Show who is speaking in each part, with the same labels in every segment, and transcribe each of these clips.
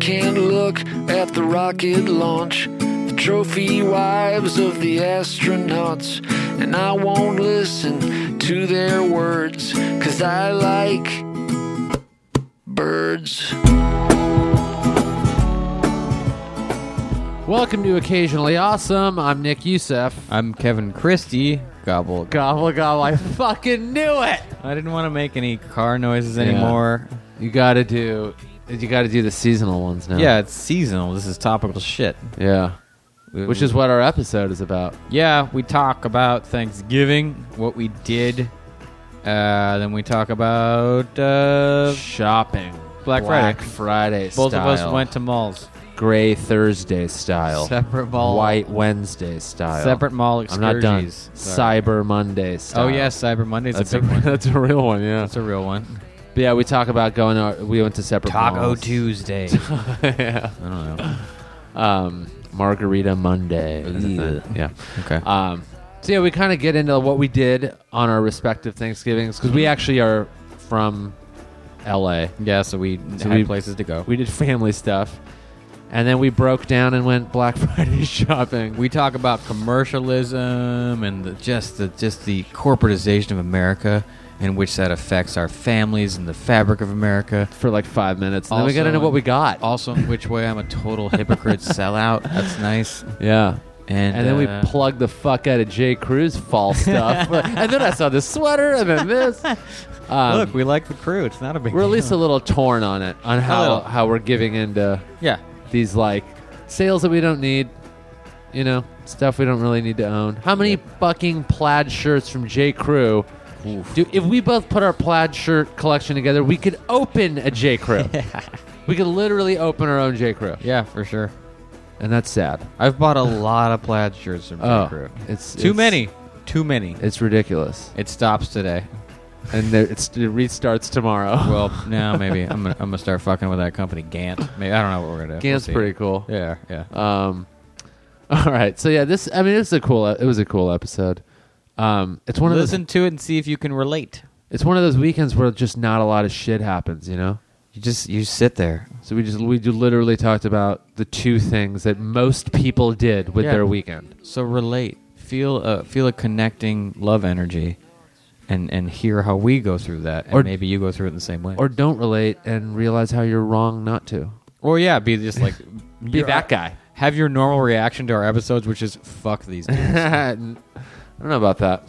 Speaker 1: can't look at the rocket launch, the trophy wives of the astronauts, and I won't listen to their words, cause I like birds.
Speaker 2: Welcome to Occasionally Awesome. I'm Nick Youssef.
Speaker 3: I'm Kevin Christie. Gobble.
Speaker 2: Gobble gobble. I fucking knew it.
Speaker 3: I didn't want to make any car noises anymore.
Speaker 2: You got to do. You got to do the seasonal ones now.
Speaker 3: Yeah. it's seasonal. This is topical shit.
Speaker 2: Yeah. Which is what our episode is about.
Speaker 3: yeah, we talk about Thanksgiving, what we did. Uh, then we talk about uh,
Speaker 2: Shopping.
Speaker 3: Black Friday.
Speaker 2: Friday.
Speaker 3: both of us
Speaker 2: style.
Speaker 3: went to malls,
Speaker 2: Gray Thursday style.
Speaker 3: separate mall,
Speaker 2: White Wednesday style.
Speaker 3: separate mall
Speaker 2: I'm not
Speaker 3: excursions.
Speaker 2: done.
Speaker 3: Sorry.
Speaker 2: Cyber Monday style.
Speaker 3: Oh yes, Cyber Monday's
Speaker 2: That's
Speaker 3: a
Speaker 2: a,
Speaker 3: big one.
Speaker 2: that's a real one, yeah.
Speaker 3: That's a real one.
Speaker 2: But yeah, we talk about going. To, we went to separate malls.
Speaker 3: Tuesday.
Speaker 2: yeah.
Speaker 3: I don't know.
Speaker 2: um, Margarita Monday.
Speaker 3: Ugh.
Speaker 2: Yeah.
Speaker 3: Okay.
Speaker 2: Um, so yeah, we kind of get into what we did on our respective Thanksgivings because we actually are from L.A.
Speaker 3: yeah, so we
Speaker 2: So
Speaker 3: had
Speaker 2: we-
Speaker 3: places to go.
Speaker 2: We did family stuff, and then we broke down and went Black Friday shopping.
Speaker 3: We talk about commercialism and the, just the just the corporatization of America, and which that affects our families and the fabric of America.
Speaker 2: for like five minutes. And then we
Speaker 3: Also-
Speaker 2: got into what we got.
Speaker 3: Also, in which way I'm a total hypocrite sellout. That's nice.
Speaker 2: yeah.
Speaker 3: And,
Speaker 2: And then we
Speaker 3: uh,
Speaker 2: plugged the fuck out of J. Crew's false stuff. and then I saw this sweater and then this. Um,
Speaker 3: look. We like the crew. It's not a big.
Speaker 2: we're at
Speaker 3: deal.
Speaker 2: least a little torn on it, on how,
Speaker 3: little.
Speaker 2: how we're giving into
Speaker 3: yeah.
Speaker 2: these like sales that we don't need, you know, stuff we don't really need to own. How many fucking plaid shirts from J. Crew? Do if we both put our plaid shirt collection together, we could open a J. Crew. We could literally open our own J. Crew,
Speaker 3: Yeah, for sure.
Speaker 2: and that's sad.
Speaker 3: I've bought a lot of plaid shirts from
Speaker 2: Oh,
Speaker 3: the crew.
Speaker 2: it's
Speaker 3: Too
Speaker 2: it's-
Speaker 3: many. Too many.
Speaker 2: It's ridiculous,
Speaker 3: It stops today.
Speaker 2: and there, it's, it restarts tomorrow.
Speaker 3: Well, now maybe I'm gonna, I'm gonna start fucking with that company Gant. Maybe I don't know what we're gonna do.
Speaker 2: Gant's
Speaker 3: We'll see.
Speaker 2: pretty cool.
Speaker 3: Yeah, yeah.
Speaker 2: Um, all right, so yeah, this I mean, it's a cool. It was a cool episode. Um, it's one of those.
Speaker 3: Listen to it and see if you can relate.
Speaker 2: It's one of those weekends where just not a lot of shit happens, you know.
Speaker 3: You just you sit there.
Speaker 2: So we just we ju- literally talked about the two things that most people did with
Speaker 3: Yeah.
Speaker 2: their weekend.
Speaker 3: So relate. Feel a feel a connecting love energy, and and hear how we go through that, and
Speaker 2: Or-
Speaker 3: maybe you go through it in the same way.
Speaker 2: Or don't relate and realize how you're wrong not to.
Speaker 3: or yeah, be just like
Speaker 2: Be
Speaker 3: your-
Speaker 2: that guy.
Speaker 3: Have your normal reaction to our episodes, which is fuck these. dudes."
Speaker 2: I don't know about that.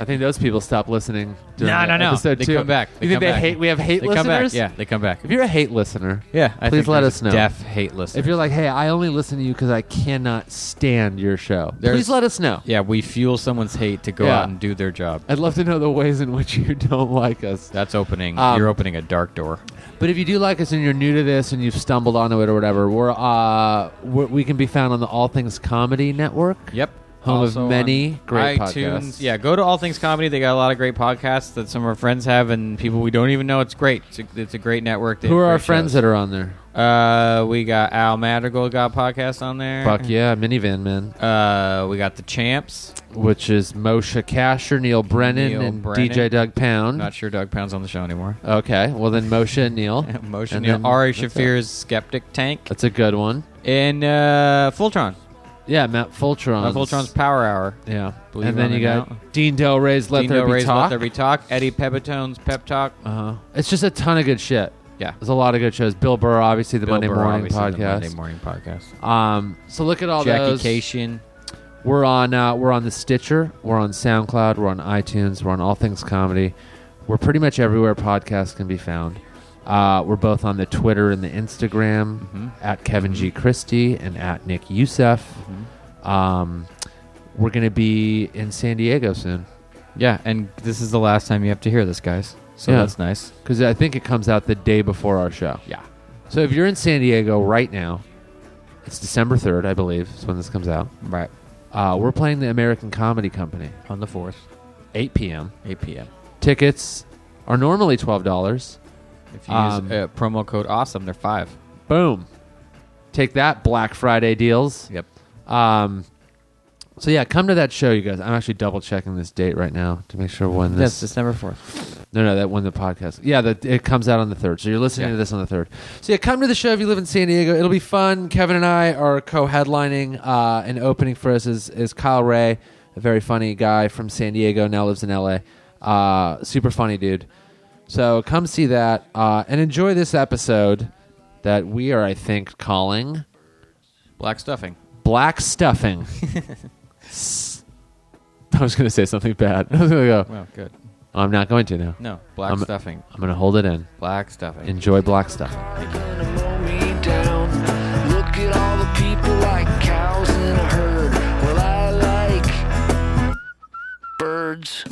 Speaker 2: I think those people stop listening. during
Speaker 3: No,
Speaker 2: the
Speaker 3: no, no.
Speaker 2: Episode
Speaker 3: They
Speaker 2: two.
Speaker 3: come back. They
Speaker 2: you think
Speaker 3: come
Speaker 2: they
Speaker 3: back.
Speaker 2: hate? We have hate
Speaker 3: they
Speaker 2: listeners.
Speaker 3: come back. Yeah, they come back.
Speaker 2: If you're a hate listener,
Speaker 3: Yeah, I
Speaker 2: Please
Speaker 3: think
Speaker 2: let
Speaker 3: there's
Speaker 2: us know.
Speaker 3: Deaf hate listeners.
Speaker 2: if you're like, hey, I only listen to you because I cannot stand your show,
Speaker 3: There's-
Speaker 2: please let us know.
Speaker 3: yeah, we fuel someone's hate to go
Speaker 2: Yeah.
Speaker 3: out and do their job.
Speaker 2: I'd love to know the ways in which you don't like us.
Speaker 3: That's opening.
Speaker 2: Um,
Speaker 3: you're opening a dark door.
Speaker 2: But if you do like us and you're new to this and you've stumbled onto it or whatever, we're, uh, we we can be found on the All Things Comedy Network.
Speaker 3: Yep.
Speaker 2: Home of
Speaker 3: Also
Speaker 2: many
Speaker 3: on
Speaker 2: great
Speaker 3: iTunes.
Speaker 2: podcasts.
Speaker 3: Yeah, go to All Things Comedy. They got a lot of great podcasts that some of our friends have and people we don't even know. It's great. It's a, it's a great network. They
Speaker 2: Who
Speaker 3: have
Speaker 2: are our
Speaker 3: great
Speaker 2: friends
Speaker 3: shows.
Speaker 2: that are on there?
Speaker 3: Uh, we got Al Madrigal got a podcast on there.
Speaker 2: Fuck yeah, Minivan Man,
Speaker 3: Uh, we got the Champs.
Speaker 2: which is Moshe Kasher, Neil Brennan,
Speaker 3: Neil
Speaker 2: and
Speaker 3: Brennan.
Speaker 2: DJ Doug Pound.
Speaker 3: Not sure Doug Pound's on the show anymore.
Speaker 2: okay, well then Moshe and Neil.
Speaker 3: Motion.
Speaker 2: And
Speaker 3: Neil.
Speaker 2: then-
Speaker 3: Ari
Speaker 2: that's
Speaker 3: Shafir's Skeptic Tank
Speaker 2: That's a good one.
Speaker 3: and uh, Fultron.
Speaker 2: Yeah, Matt Fultron.
Speaker 3: Uh, Fultron's Power Hour.
Speaker 2: Yeah,
Speaker 3: Believe
Speaker 2: and then
Speaker 3: it or
Speaker 2: you got
Speaker 3: not.
Speaker 2: Dean Del Rey's Let
Speaker 3: Dean
Speaker 2: There
Speaker 3: Del
Speaker 2: Be
Speaker 3: Rey's
Speaker 2: Talk.
Speaker 3: Let There Be Talk. Eddie Pepitone's Pep Talk.
Speaker 2: uh-huh. It's just a ton of good shit.
Speaker 3: Yeah.
Speaker 2: There's a lot of good shows. Bill Burr, obviously, the
Speaker 3: Bill
Speaker 2: Monday
Speaker 3: Burr,
Speaker 2: Morning
Speaker 3: obviously,
Speaker 2: podcast.
Speaker 3: the Monday Morning Podcast.
Speaker 2: Um, so look at all
Speaker 3: Jackie
Speaker 2: those.
Speaker 3: Cation.
Speaker 2: We're on uh, we're on the Stitcher, we're on SoundCloud, we're on iTunes, we're on All Things Comedy. We're pretty much everywhere podcasts can be found. Uh, we're both on the Twitter and the Instagram
Speaker 3: Mm-hmm.
Speaker 2: at Kevin G Christie and at Nick Youssef.
Speaker 3: Mm-hmm.
Speaker 2: Um, we're gonna be in San Diego soon
Speaker 3: Yeah, and this is the last time you have to hear this, guys. So
Speaker 2: Yeah.
Speaker 3: that's nice.
Speaker 2: because I think it comes out the day before our show.
Speaker 3: Yeah.
Speaker 2: So if you're in San Diego right now, it's December third, I believe, is when this comes out.
Speaker 3: Right.
Speaker 2: Uh, we're playing the American Comedy Company,
Speaker 3: On the 4th,
Speaker 2: 8 p.m.
Speaker 3: 8 p.m.
Speaker 2: Tickets are normally twelve dollars.
Speaker 3: If you
Speaker 2: Um,
Speaker 3: use uh, promo code AWESOME, they're 5
Speaker 2: Boom. Take that Black Friday deals.
Speaker 3: Yep.
Speaker 2: Um, so yeah, come to that show, you guys. I'm actually double checking this date right now to make sure when
Speaker 3: That's
Speaker 2: this
Speaker 3: December 4th.
Speaker 2: No, no, that when the podcast. Yeah, that it comes out on the third. So you're listening
Speaker 3: Yeah.
Speaker 2: to this on the third. So yeah, come to the show if you live in San Diego. It'll be fun. Kevin and I are co-headlining uh, and opening for us is is Kyle Ray, a very funny guy from San Diego, now lives in LA. Uh, super funny dude. So come see that uh, and enjoy this episode that we are, I think, calling
Speaker 3: Black stuffing.
Speaker 2: black stuffing. S- I was going to say something bad. I was going to go.
Speaker 3: Well, good.
Speaker 2: I'm not going to now.
Speaker 3: No, black
Speaker 2: I'm-
Speaker 3: stuffing.
Speaker 2: I'm going to hold it in.
Speaker 3: Black stuffing.
Speaker 2: Enjoy black stuffing.
Speaker 1: They're gonna mow me down. Look at all the people like cows in a herd. Well, I like birds.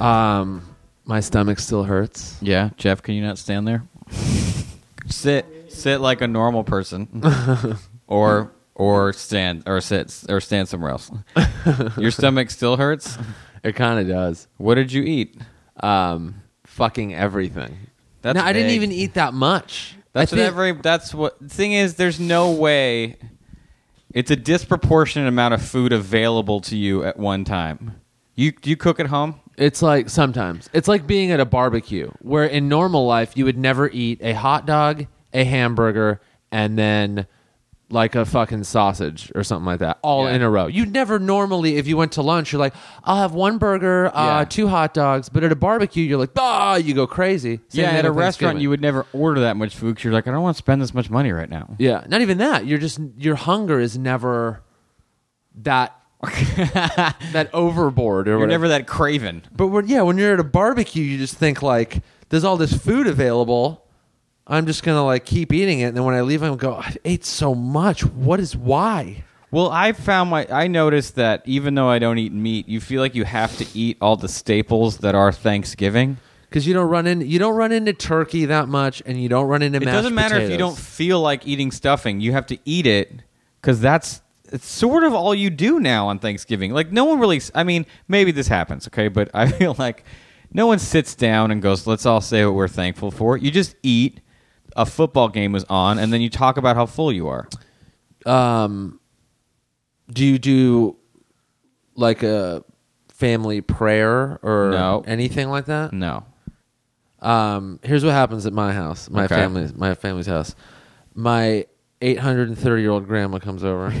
Speaker 2: Um, my stomach still hurts.
Speaker 3: yeah, Jeff, can you not stand there? sit, sit like a normal person, or or stand or sit or stand somewhere else. Your stomach still hurts.
Speaker 2: It kind of does.
Speaker 3: What did you eat?
Speaker 2: Um, fucking everything.
Speaker 3: That's
Speaker 2: no, I didn't
Speaker 3: big.
Speaker 2: even eat that much.
Speaker 3: That's
Speaker 2: I
Speaker 3: what
Speaker 2: think-
Speaker 3: every. That's what. The thing is, there's no way. It's a disproportionate amount of food available to you at one time. You do you cook at home?
Speaker 2: It's like sometimes it's like being at a barbecue where in normal life you would never eat a hot dog, a hamburger, and then like a fucking sausage or something like that all
Speaker 3: Yeah.
Speaker 2: in a row. You'd never normally if you went to lunch you're like I'll have one burger, uh,
Speaker 3: Yeah.
Speaker 2: two hot dogs, but at a barbecue you're like ah you go crazy. Same
Speaker 3: yeah,
Speaker 2: thing
Speaker 3: at a
Speaker 2: with
Speaker 3: restaurant
Speaker 2: Thanksgiving.
Speaker 3: you would never order that much food because you're like, I don't want to spend this much money right now.
Speaker 2: Yeah, not even that. You're just your hunger is never that that overboard or
Speaker 3: You're
Speaker 2: whatever.
Speaker 3: never that craven.
Speaker 2: but when, yeah, when you're at a barbecue, you just think like, "There's all this food available. I'm just gonna like keep eating it." And then when I leave, I'm go, "I ate so much. What is why?"
Speaker 3: Well, I found my I noticed that even though I don't eat meat, you feel like you have to eat all the staples that are Thanksgiving.
Speaker 2: Because you don't run in you don't run into turkey that much, and you don't run into
Speaker 3: It doesn't matter if you don't feel like eating stuffing. You have to eat it because that's it's sort of all you do now on Thanksgiving. Like no one really. I mean, maybe this happens, okay? But I feel like no one sits down and goes, "Let's all say what we're thankful for." You just eat. A football game was on, and then you talk about how full you are.
Speaker 2: um, do you do like a family prayer or
Speaker 3: No.
Speaker 2: anything like that?
Speaker 3: No,
Speaker 2: Um, here's what happens at my house, my
Speaker 3: Okay.
Speaker 2: family's, my family's house. My 830 year old grandma comes over,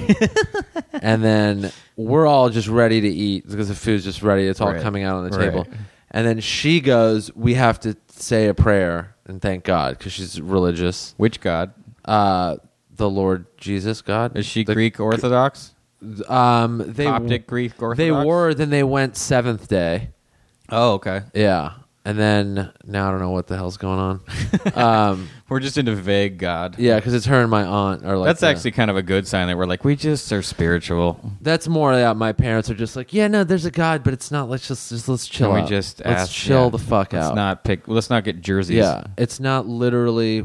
Speaker 2: and then we're all just ready to eat because the food's just ready. It's all
Speaker 3: Right.
Speaker 2: coming out on the
Speaker 3: Right.
Speaker 2: table, and then she goes, "We have to say a prayer and thank God because she's religious."
Speaker 3: which God
Speaker 2: Uh, the Lord Jesus God
Speaker 3: is she?
Speaker 2: The-
Speaker 3: Greek Orthodox?
Speaker 2: Um, they
Speaker 3: Coptic Greek Orthodox?
Speaker 2: They were. Then they went Seventh Day.
Speaker 3: Oh, okay.
Speaker 2: Yeah, and then now I don't know what the hell's going on. um,
Speaker 3: We're just into vague God.
Speaker 2: yeah, because it's her and my aunt are like.
Speaker 3: That's
Speaker 2: the-
Speaker 3: actually kind of a good sign that we're like we just are spiritual.
Speaker 2: that's more that my parents are just like, yeah, no, there's a God, but it's not. Let's just, just let's chill.
Speaker 3: Can
Speaker 2: out.
Speaker 3: we just
Speaker 2: let's
Speaker 3: ask-
Speaker 2: chill
Speaker 3: yeah,
Speaker 2: the fuck
Speaker 3: let's
Speaker 2: out.
Speaker 3: Not pick. Let's not get jerseys.
Speaker 2: yeah, it's not literally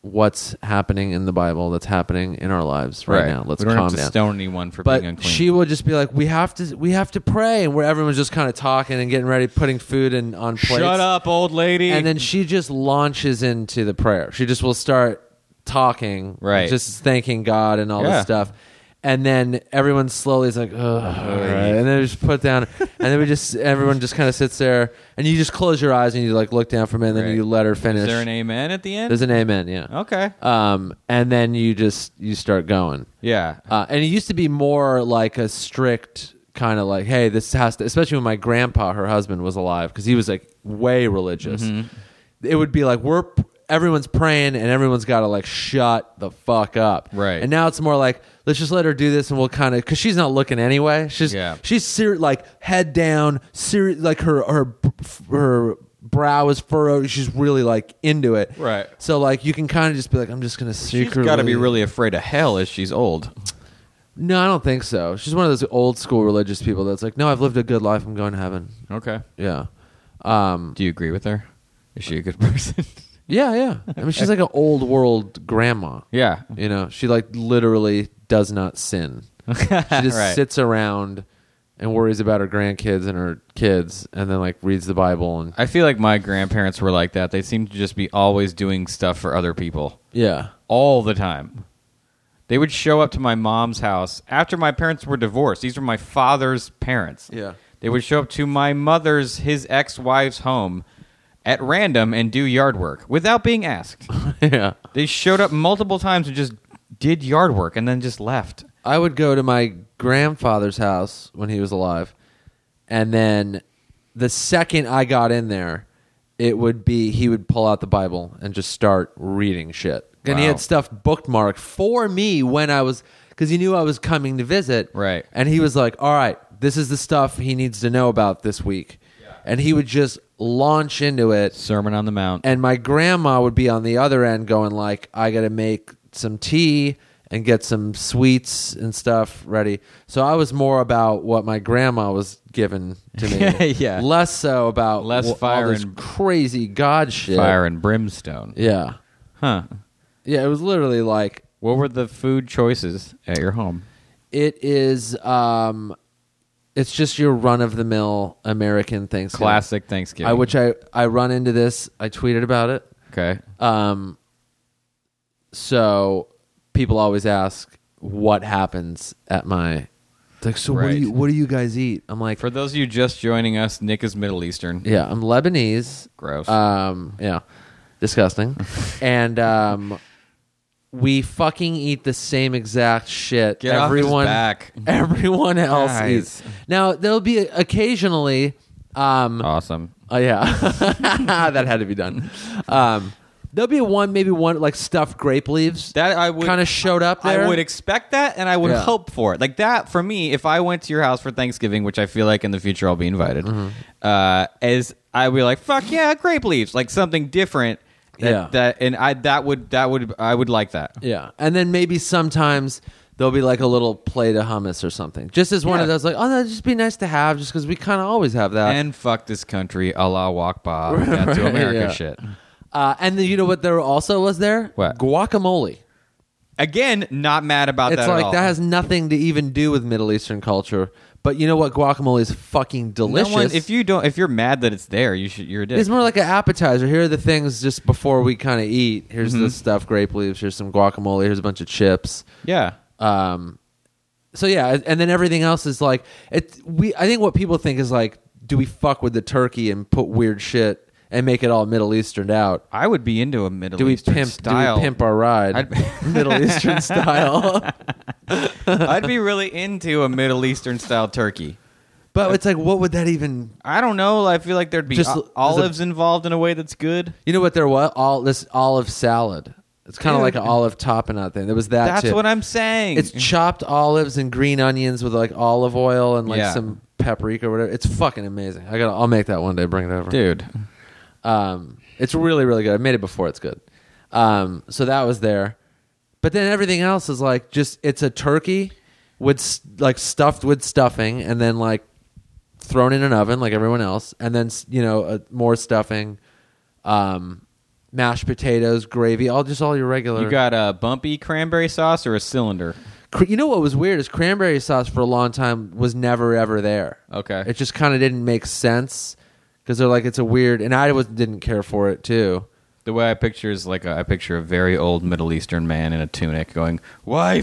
Speaker 2: what's happening in the Bible that's happening in our lives right, now. Let's
Speaker 3: we don't
Speaker 2: calm
Speaker 3: have to
Speaker 2: down.
Speaker 3: stone anyone for being
Speaker 2: but
Speaker 3: unclean.
Speaker 2: she will just be like, "We have to, we have to pray," and where everyone's just kind of talking and getting ready, putting food and on plates.
Speaker 3: shut up, old lady.
Speaker 2: And then she just launches into the prayer. She just will start talking,
Speaker 3: Right.
Speaker 2: Just thanking God and all
Speaker 3: Yeah.
Speaker 2: this stuff. And then everyone slowly is like, Ugh, all right. and then we just put down, and then we just everyone just kind of sits there, and you just close your eyes and you like look down for a minute, and then
Speaker 3: Right.
Speaker 2: you let her finish.
Speaker 3: is there an amen at the end?
Speaker 2: There's an amen, yeah.
Speaker 3: okay.
Speaker 2: Um, and then you just you start going.
Speaker 3: yeah.
Speaker 2: Uh, and it used to be more like a strict kind of like, hey, this has to, especially when my grandpa, her husband, was alive, because he was like way religious.
Speaker 3: Mm-hmm.
Speaker 2: It would be like, we're, everyone's praying and everyone's got to like shut the fuck up.
Speaker 3: Right.
Speaker 2: And now it's more like, let's just let her do this and we'll kind of, because she's not looking anyway. She's,
Speaker 3: Yeah.
Speaker 2: she's ser- like head down, ser- like her, her, her, brow is furrowed she's really like into it
Speaker 3: Right.
Speaker 2: so like you can kind of just be like i'm just gonna
Speaker 3: She's
Speaker 2: secretly
Speaker 3: got to be really afraid of hell as she's old.
Speaker 2: no, I don't think so. She's one of those old school religious people that's like, no, I've lived a good life. I'm going to heaven.
Speaker 3: Okay.
Speaker 2: Yeah. Um,
Speaker 3: Do you agree with her? Is she a good person?
Speaker 2: yeah, yeah. I mean, she's like an old world grandma.
Speaker 3: yeah.
Speaker 2: You know, she like literally does not sin. She just
Speaker 3: Right.
Speaker 2: sits around and worries about her grandkids and her kids and then like reads the Bible and
Speaker 3: I feel like my grandparents were like that. They seemed to just be always doing stuff for other people.
Speaker 2: yeah.
Speaker 3: all the time. They would show up to my mom's house after my parents were divorced. These were my father's parents.
Speaker 2: Yeah.
Speaker 3: They would show up to my mother's, his ex wife's home at random and do yard work without being asked.
Speaker 2: yeah.
Speaker 3: they showed up multiple times and just did yard work and then just left.
Speaker 2: I would go to my grandfather's house when he was alive, and then the second I got in there, it would be he would pull out the Bible and just start reading shit. And he
Speaker 3: Wow.
Speaker 2: had stuff bookmarked for me when I was because he knew I was coming to visit.
Speaker 3: Right.
Speaker 2: And he was like, "All right, this is the stuff he needs to know about this week," and he would just launch into it
Speaker 3: Sermon on the Mount.
Speaker 2: and my grandma would be on the other end going like i gotta make some tea and get some sweets and stuff ready so i was more about what my grandma was giving to me
Speaker 3: Yeah.
Speaker 2: less so about
Speaker 3: Less
Speaker 2: wh- all
Speaker 3: fire
Speaker 2: this
Speaker 3: and-
Speaker 2: crazy god shit
Speaker 3: Fire and brimstone.
Speaker 2: yeah
Speaker 3: Huh.
Speaker 2: yeah it was literally like
Speaker 3: What were the food choices at your home?
Speaker 2: it is um it's just your run of the mill american things
Speaker 3: Classic Thanksgiving.
Speaker 2: I, which i i run into this i tweeted about it
Speaker 3: Okay.
Speaker 2: Um, so people always ask what happens at my it's like. So what
Speaker 3: Right.
Speaker 2: do you what do you guys eat? I'm like,
Speaker 3: For those of you just joining us, Nick is Middle Eastern.
Speaker 2: yeah, I'm Lebanese.
Speaker 3: Gross.
Speaker 2: Um, yeah, disgusting. and um, we fucking eat the same exact shit.
Speaker 3: Get off his
Speaker 2: everyone
Speaker 3: back.
Speaker 2: Everyone else
Speaker 3: Guys.
Speaker 2: eats. Now there'll be occasionally. Um,
Speaker 3: awesome.
Speaker 2: Oh yeah, that had to be done. Um, there'll be one, maybe one like stuffed grape leaves
Speaker 3: That I would
Speaker 2: kind of showed up there.
Speaker 3: I would expect that and I would
Speaker 2: Yeah.
Speaker 3: hope for it. Like that for me, if I went to your house for Thanksgiving, which I feel like in the future I'll be invited,
Speaker 2: Mm-hmm.
Speaker 3: uh, is I'd be like, fuck yeah, grape leaves. Like something different. That,
Speaker 2: Yeah.
Speaker 3: that and I that would that would I would like that.
Speaker 2: yeah, and then maybe sometimes there'll be like a little plate of hummus or something, just as one
Speaker 3: Yeah.
Speaker 2: of those like, oh, that'd just be nice to have, just because we kind of always have that.
Speaker 3: and fuck this country, Allah walk by that to
Speaker 2: Right,
Speaker 3: America
Speaker 2: Uh, yeah.
Speaker 3: shit.
Speaker 2: uh, and then you know what there also was there?
Speaker 3: What?
Speaker 2: guacamole?
Speaker 3: Again, not mad about
Speaker 2: It's
Speaker 3: that. at
Speaker 2: like
Speaker 3: all.
Speaker 2: that has nothing to even do with Middle Eastern culture. But you know what? Guacamole is fucking
Speaker 3: No
Speaker 2: delicious.
Speaker 3: one- if you don't, if you're mad that it's there, you should. You're a dick.
Speaker 2: It's more like an appetizer. Here are the things just before we kind of eat. Here's
Speaker 3: Mm-hmm.
Speaker 2: the stuff: grape leaves. Here's some guacamole. Here's a bunch of chips.
Speaker 3: yeah.
Speaker 2: Um, so yeah, and then everything else is like it. We I think what people think is like, do we fuck with the turkey and put weird shit and make it all Middle Eastern out?
Speaker 3: I would be into a Middle
Speaker 2: Do we
Speaker 3: Eastern
Speaker 2: pimp?
Speaker 3: style.
Speaker 2: Do we pimp our ride?
Speaker 3: I'd-
Speaker 2: Middle Eastern style.
Speaker 3: I'd be really into a Middle Eastern style turkey.
Speaker 2: but it's like, what would that even?
Speaker 3: I don't know. I feel like there'd be
Speaker 2: Just-
Speaker 3: o-
Speaker 2: there's a-
Speaker 3: olives involved in a way that's good.
Speaker 2: You know what there was? All this olive salad. It's kind of like
Speaker 3: Dude.
Speaker 2: an olive topping out thing. There was that.
Speaker 3: That's
Speaker 2: too.
Speaker 3: what I'm saying.
Speaker 2: It's chopped olives and green onions with like olive oil and like
Speaker 3: Yeah.
Speaker 2: some paprika or whatever. It's fucking amazing. I got. to I'll make that one day. Bring it over,
Speaker 3: dude.
Speaker 2: Um, it's really really good. I made it before. It's good. Um, so that was there, but then everything else is like just it's a turkey with s- like stuffed with stuffing and then like thrown in an oven like everyone else, and then s- you know uh, more stuffing, um, mashed potatoes, gravy, all just all your regular.
Speaker 3: You got a bumpy cranberry sauce or a cylinder?
Speaker 2: Cr- You know what was weird is cranberry sauce for a long time was never ever there.
Speaker 3: Okay.
Speaker 2: it just kind of didn't make sense because they're like it's a weird, and I was didn't care for it too.
Speaker 3: The way I picture is like a, I picture a very old Middle Eastern man in a tunic going, "Why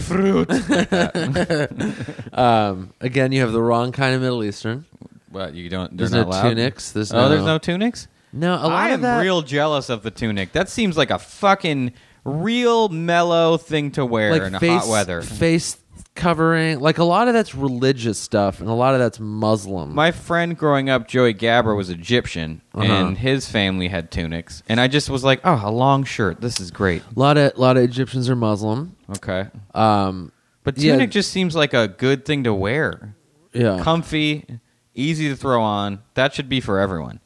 Speaker 3: fruit?" Like that.
Speaker 2: Um, again, you have the wrong kind of Middle Eastern.
Speaker 3: What you don't? they're
Speaker 2: There's
Speaker 3: not
Speaker 2: no
Speaker 3: allowed?
Speaker 2: tunics. There's
Speaker 3: oh,
Speaker 2: no,
Speaker 3: there's no tunics.
Speaker 2: No, a lot
Speaker 3: I
Speaker 2: of
Speaker 3: am
Speaker 2: that-
Speaker 3: real jealous of the tunic. That seems like a fucking real mellow thing to wear
Speaker 2: like
Speaker 3: in
Speaker 2: face
Speaker 3: hot weather.
Speaker 2: face covering. Like a lot of that's religious stuff, and a lot of that's Muslim.
Speaker 3: My friend growing up, Joey Gabber, was Egyptian,
Speaker 2: Uh-huh.
Speaker 3: and his family had tunics. And I just was like, oh, a long shirt. This is great.
Speaker 2: a lot of lot of Egyptians are Muslim.
Speaker 3: Okay.
Speaker 2: Um,
Speaker 3: But
Speaker 2: yeah, Uh.
Speaker 3: tunic just seems like a good thing to wear.
Speaker 2: yeah.
Speaker 3: Comfy, easy to throw on. That should be for everyone.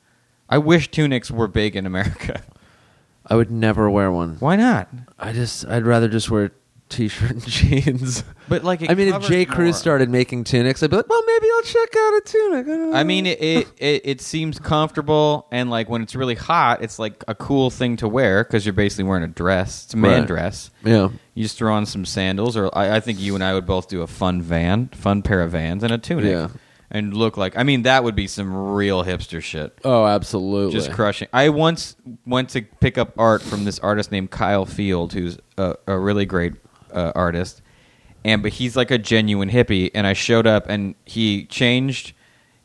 Speaker 3: I wish tunics were big in America.
Speaker 2: I would never wear one.
Speaker 3: Why not?
Speaker 2: I just I'd rather just wear a t-shirt and jeans.
Speaker 3: But like, it
Speaker 2: I mean, if
Speaker 3: covers
Speaker 2: J. Crew
Speaker 3: more.
Speaker 2: started making tunics, I'd be like, well, maybe I'll check out a tunic. I, don't
Speaker 3: I
Speaker 2: know.
Speaker 3: mean, it, it, it, it seems comfortable, and like when it's really hot, it's like a cool thing to wear because you're basically wearing a dress. It's a man
Speaker 2: Right.
Speaker 3: dress.
Speaker 2: yeah,
Speaker 3: You just throw on some sandals, or I, I think you and I would both do a fun van, fun pair of vans, and a tunic,
Speaker 2: Yeah.
Speaker 3: and look like. I mean, that would be some real hipster shit.
Speaker 2: oh, absolutely.
Speaker 3: Just crushing. I once went to pick up art from this artist named Kyle Field, who's a, a really great uh, artist, and but he's like a genuine hippie. And I showed up, and he changed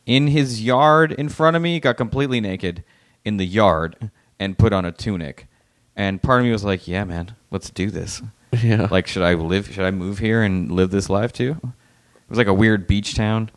Speaker 3: in his yard in front of me, got completely naked in the yard and put on a tunic. And part of me was like, yeah, man, let's do this.
Speaker 2: Yeah.
Speaker 3: Like, should I live? Should I move here and live this life too? It was like a weird beach town.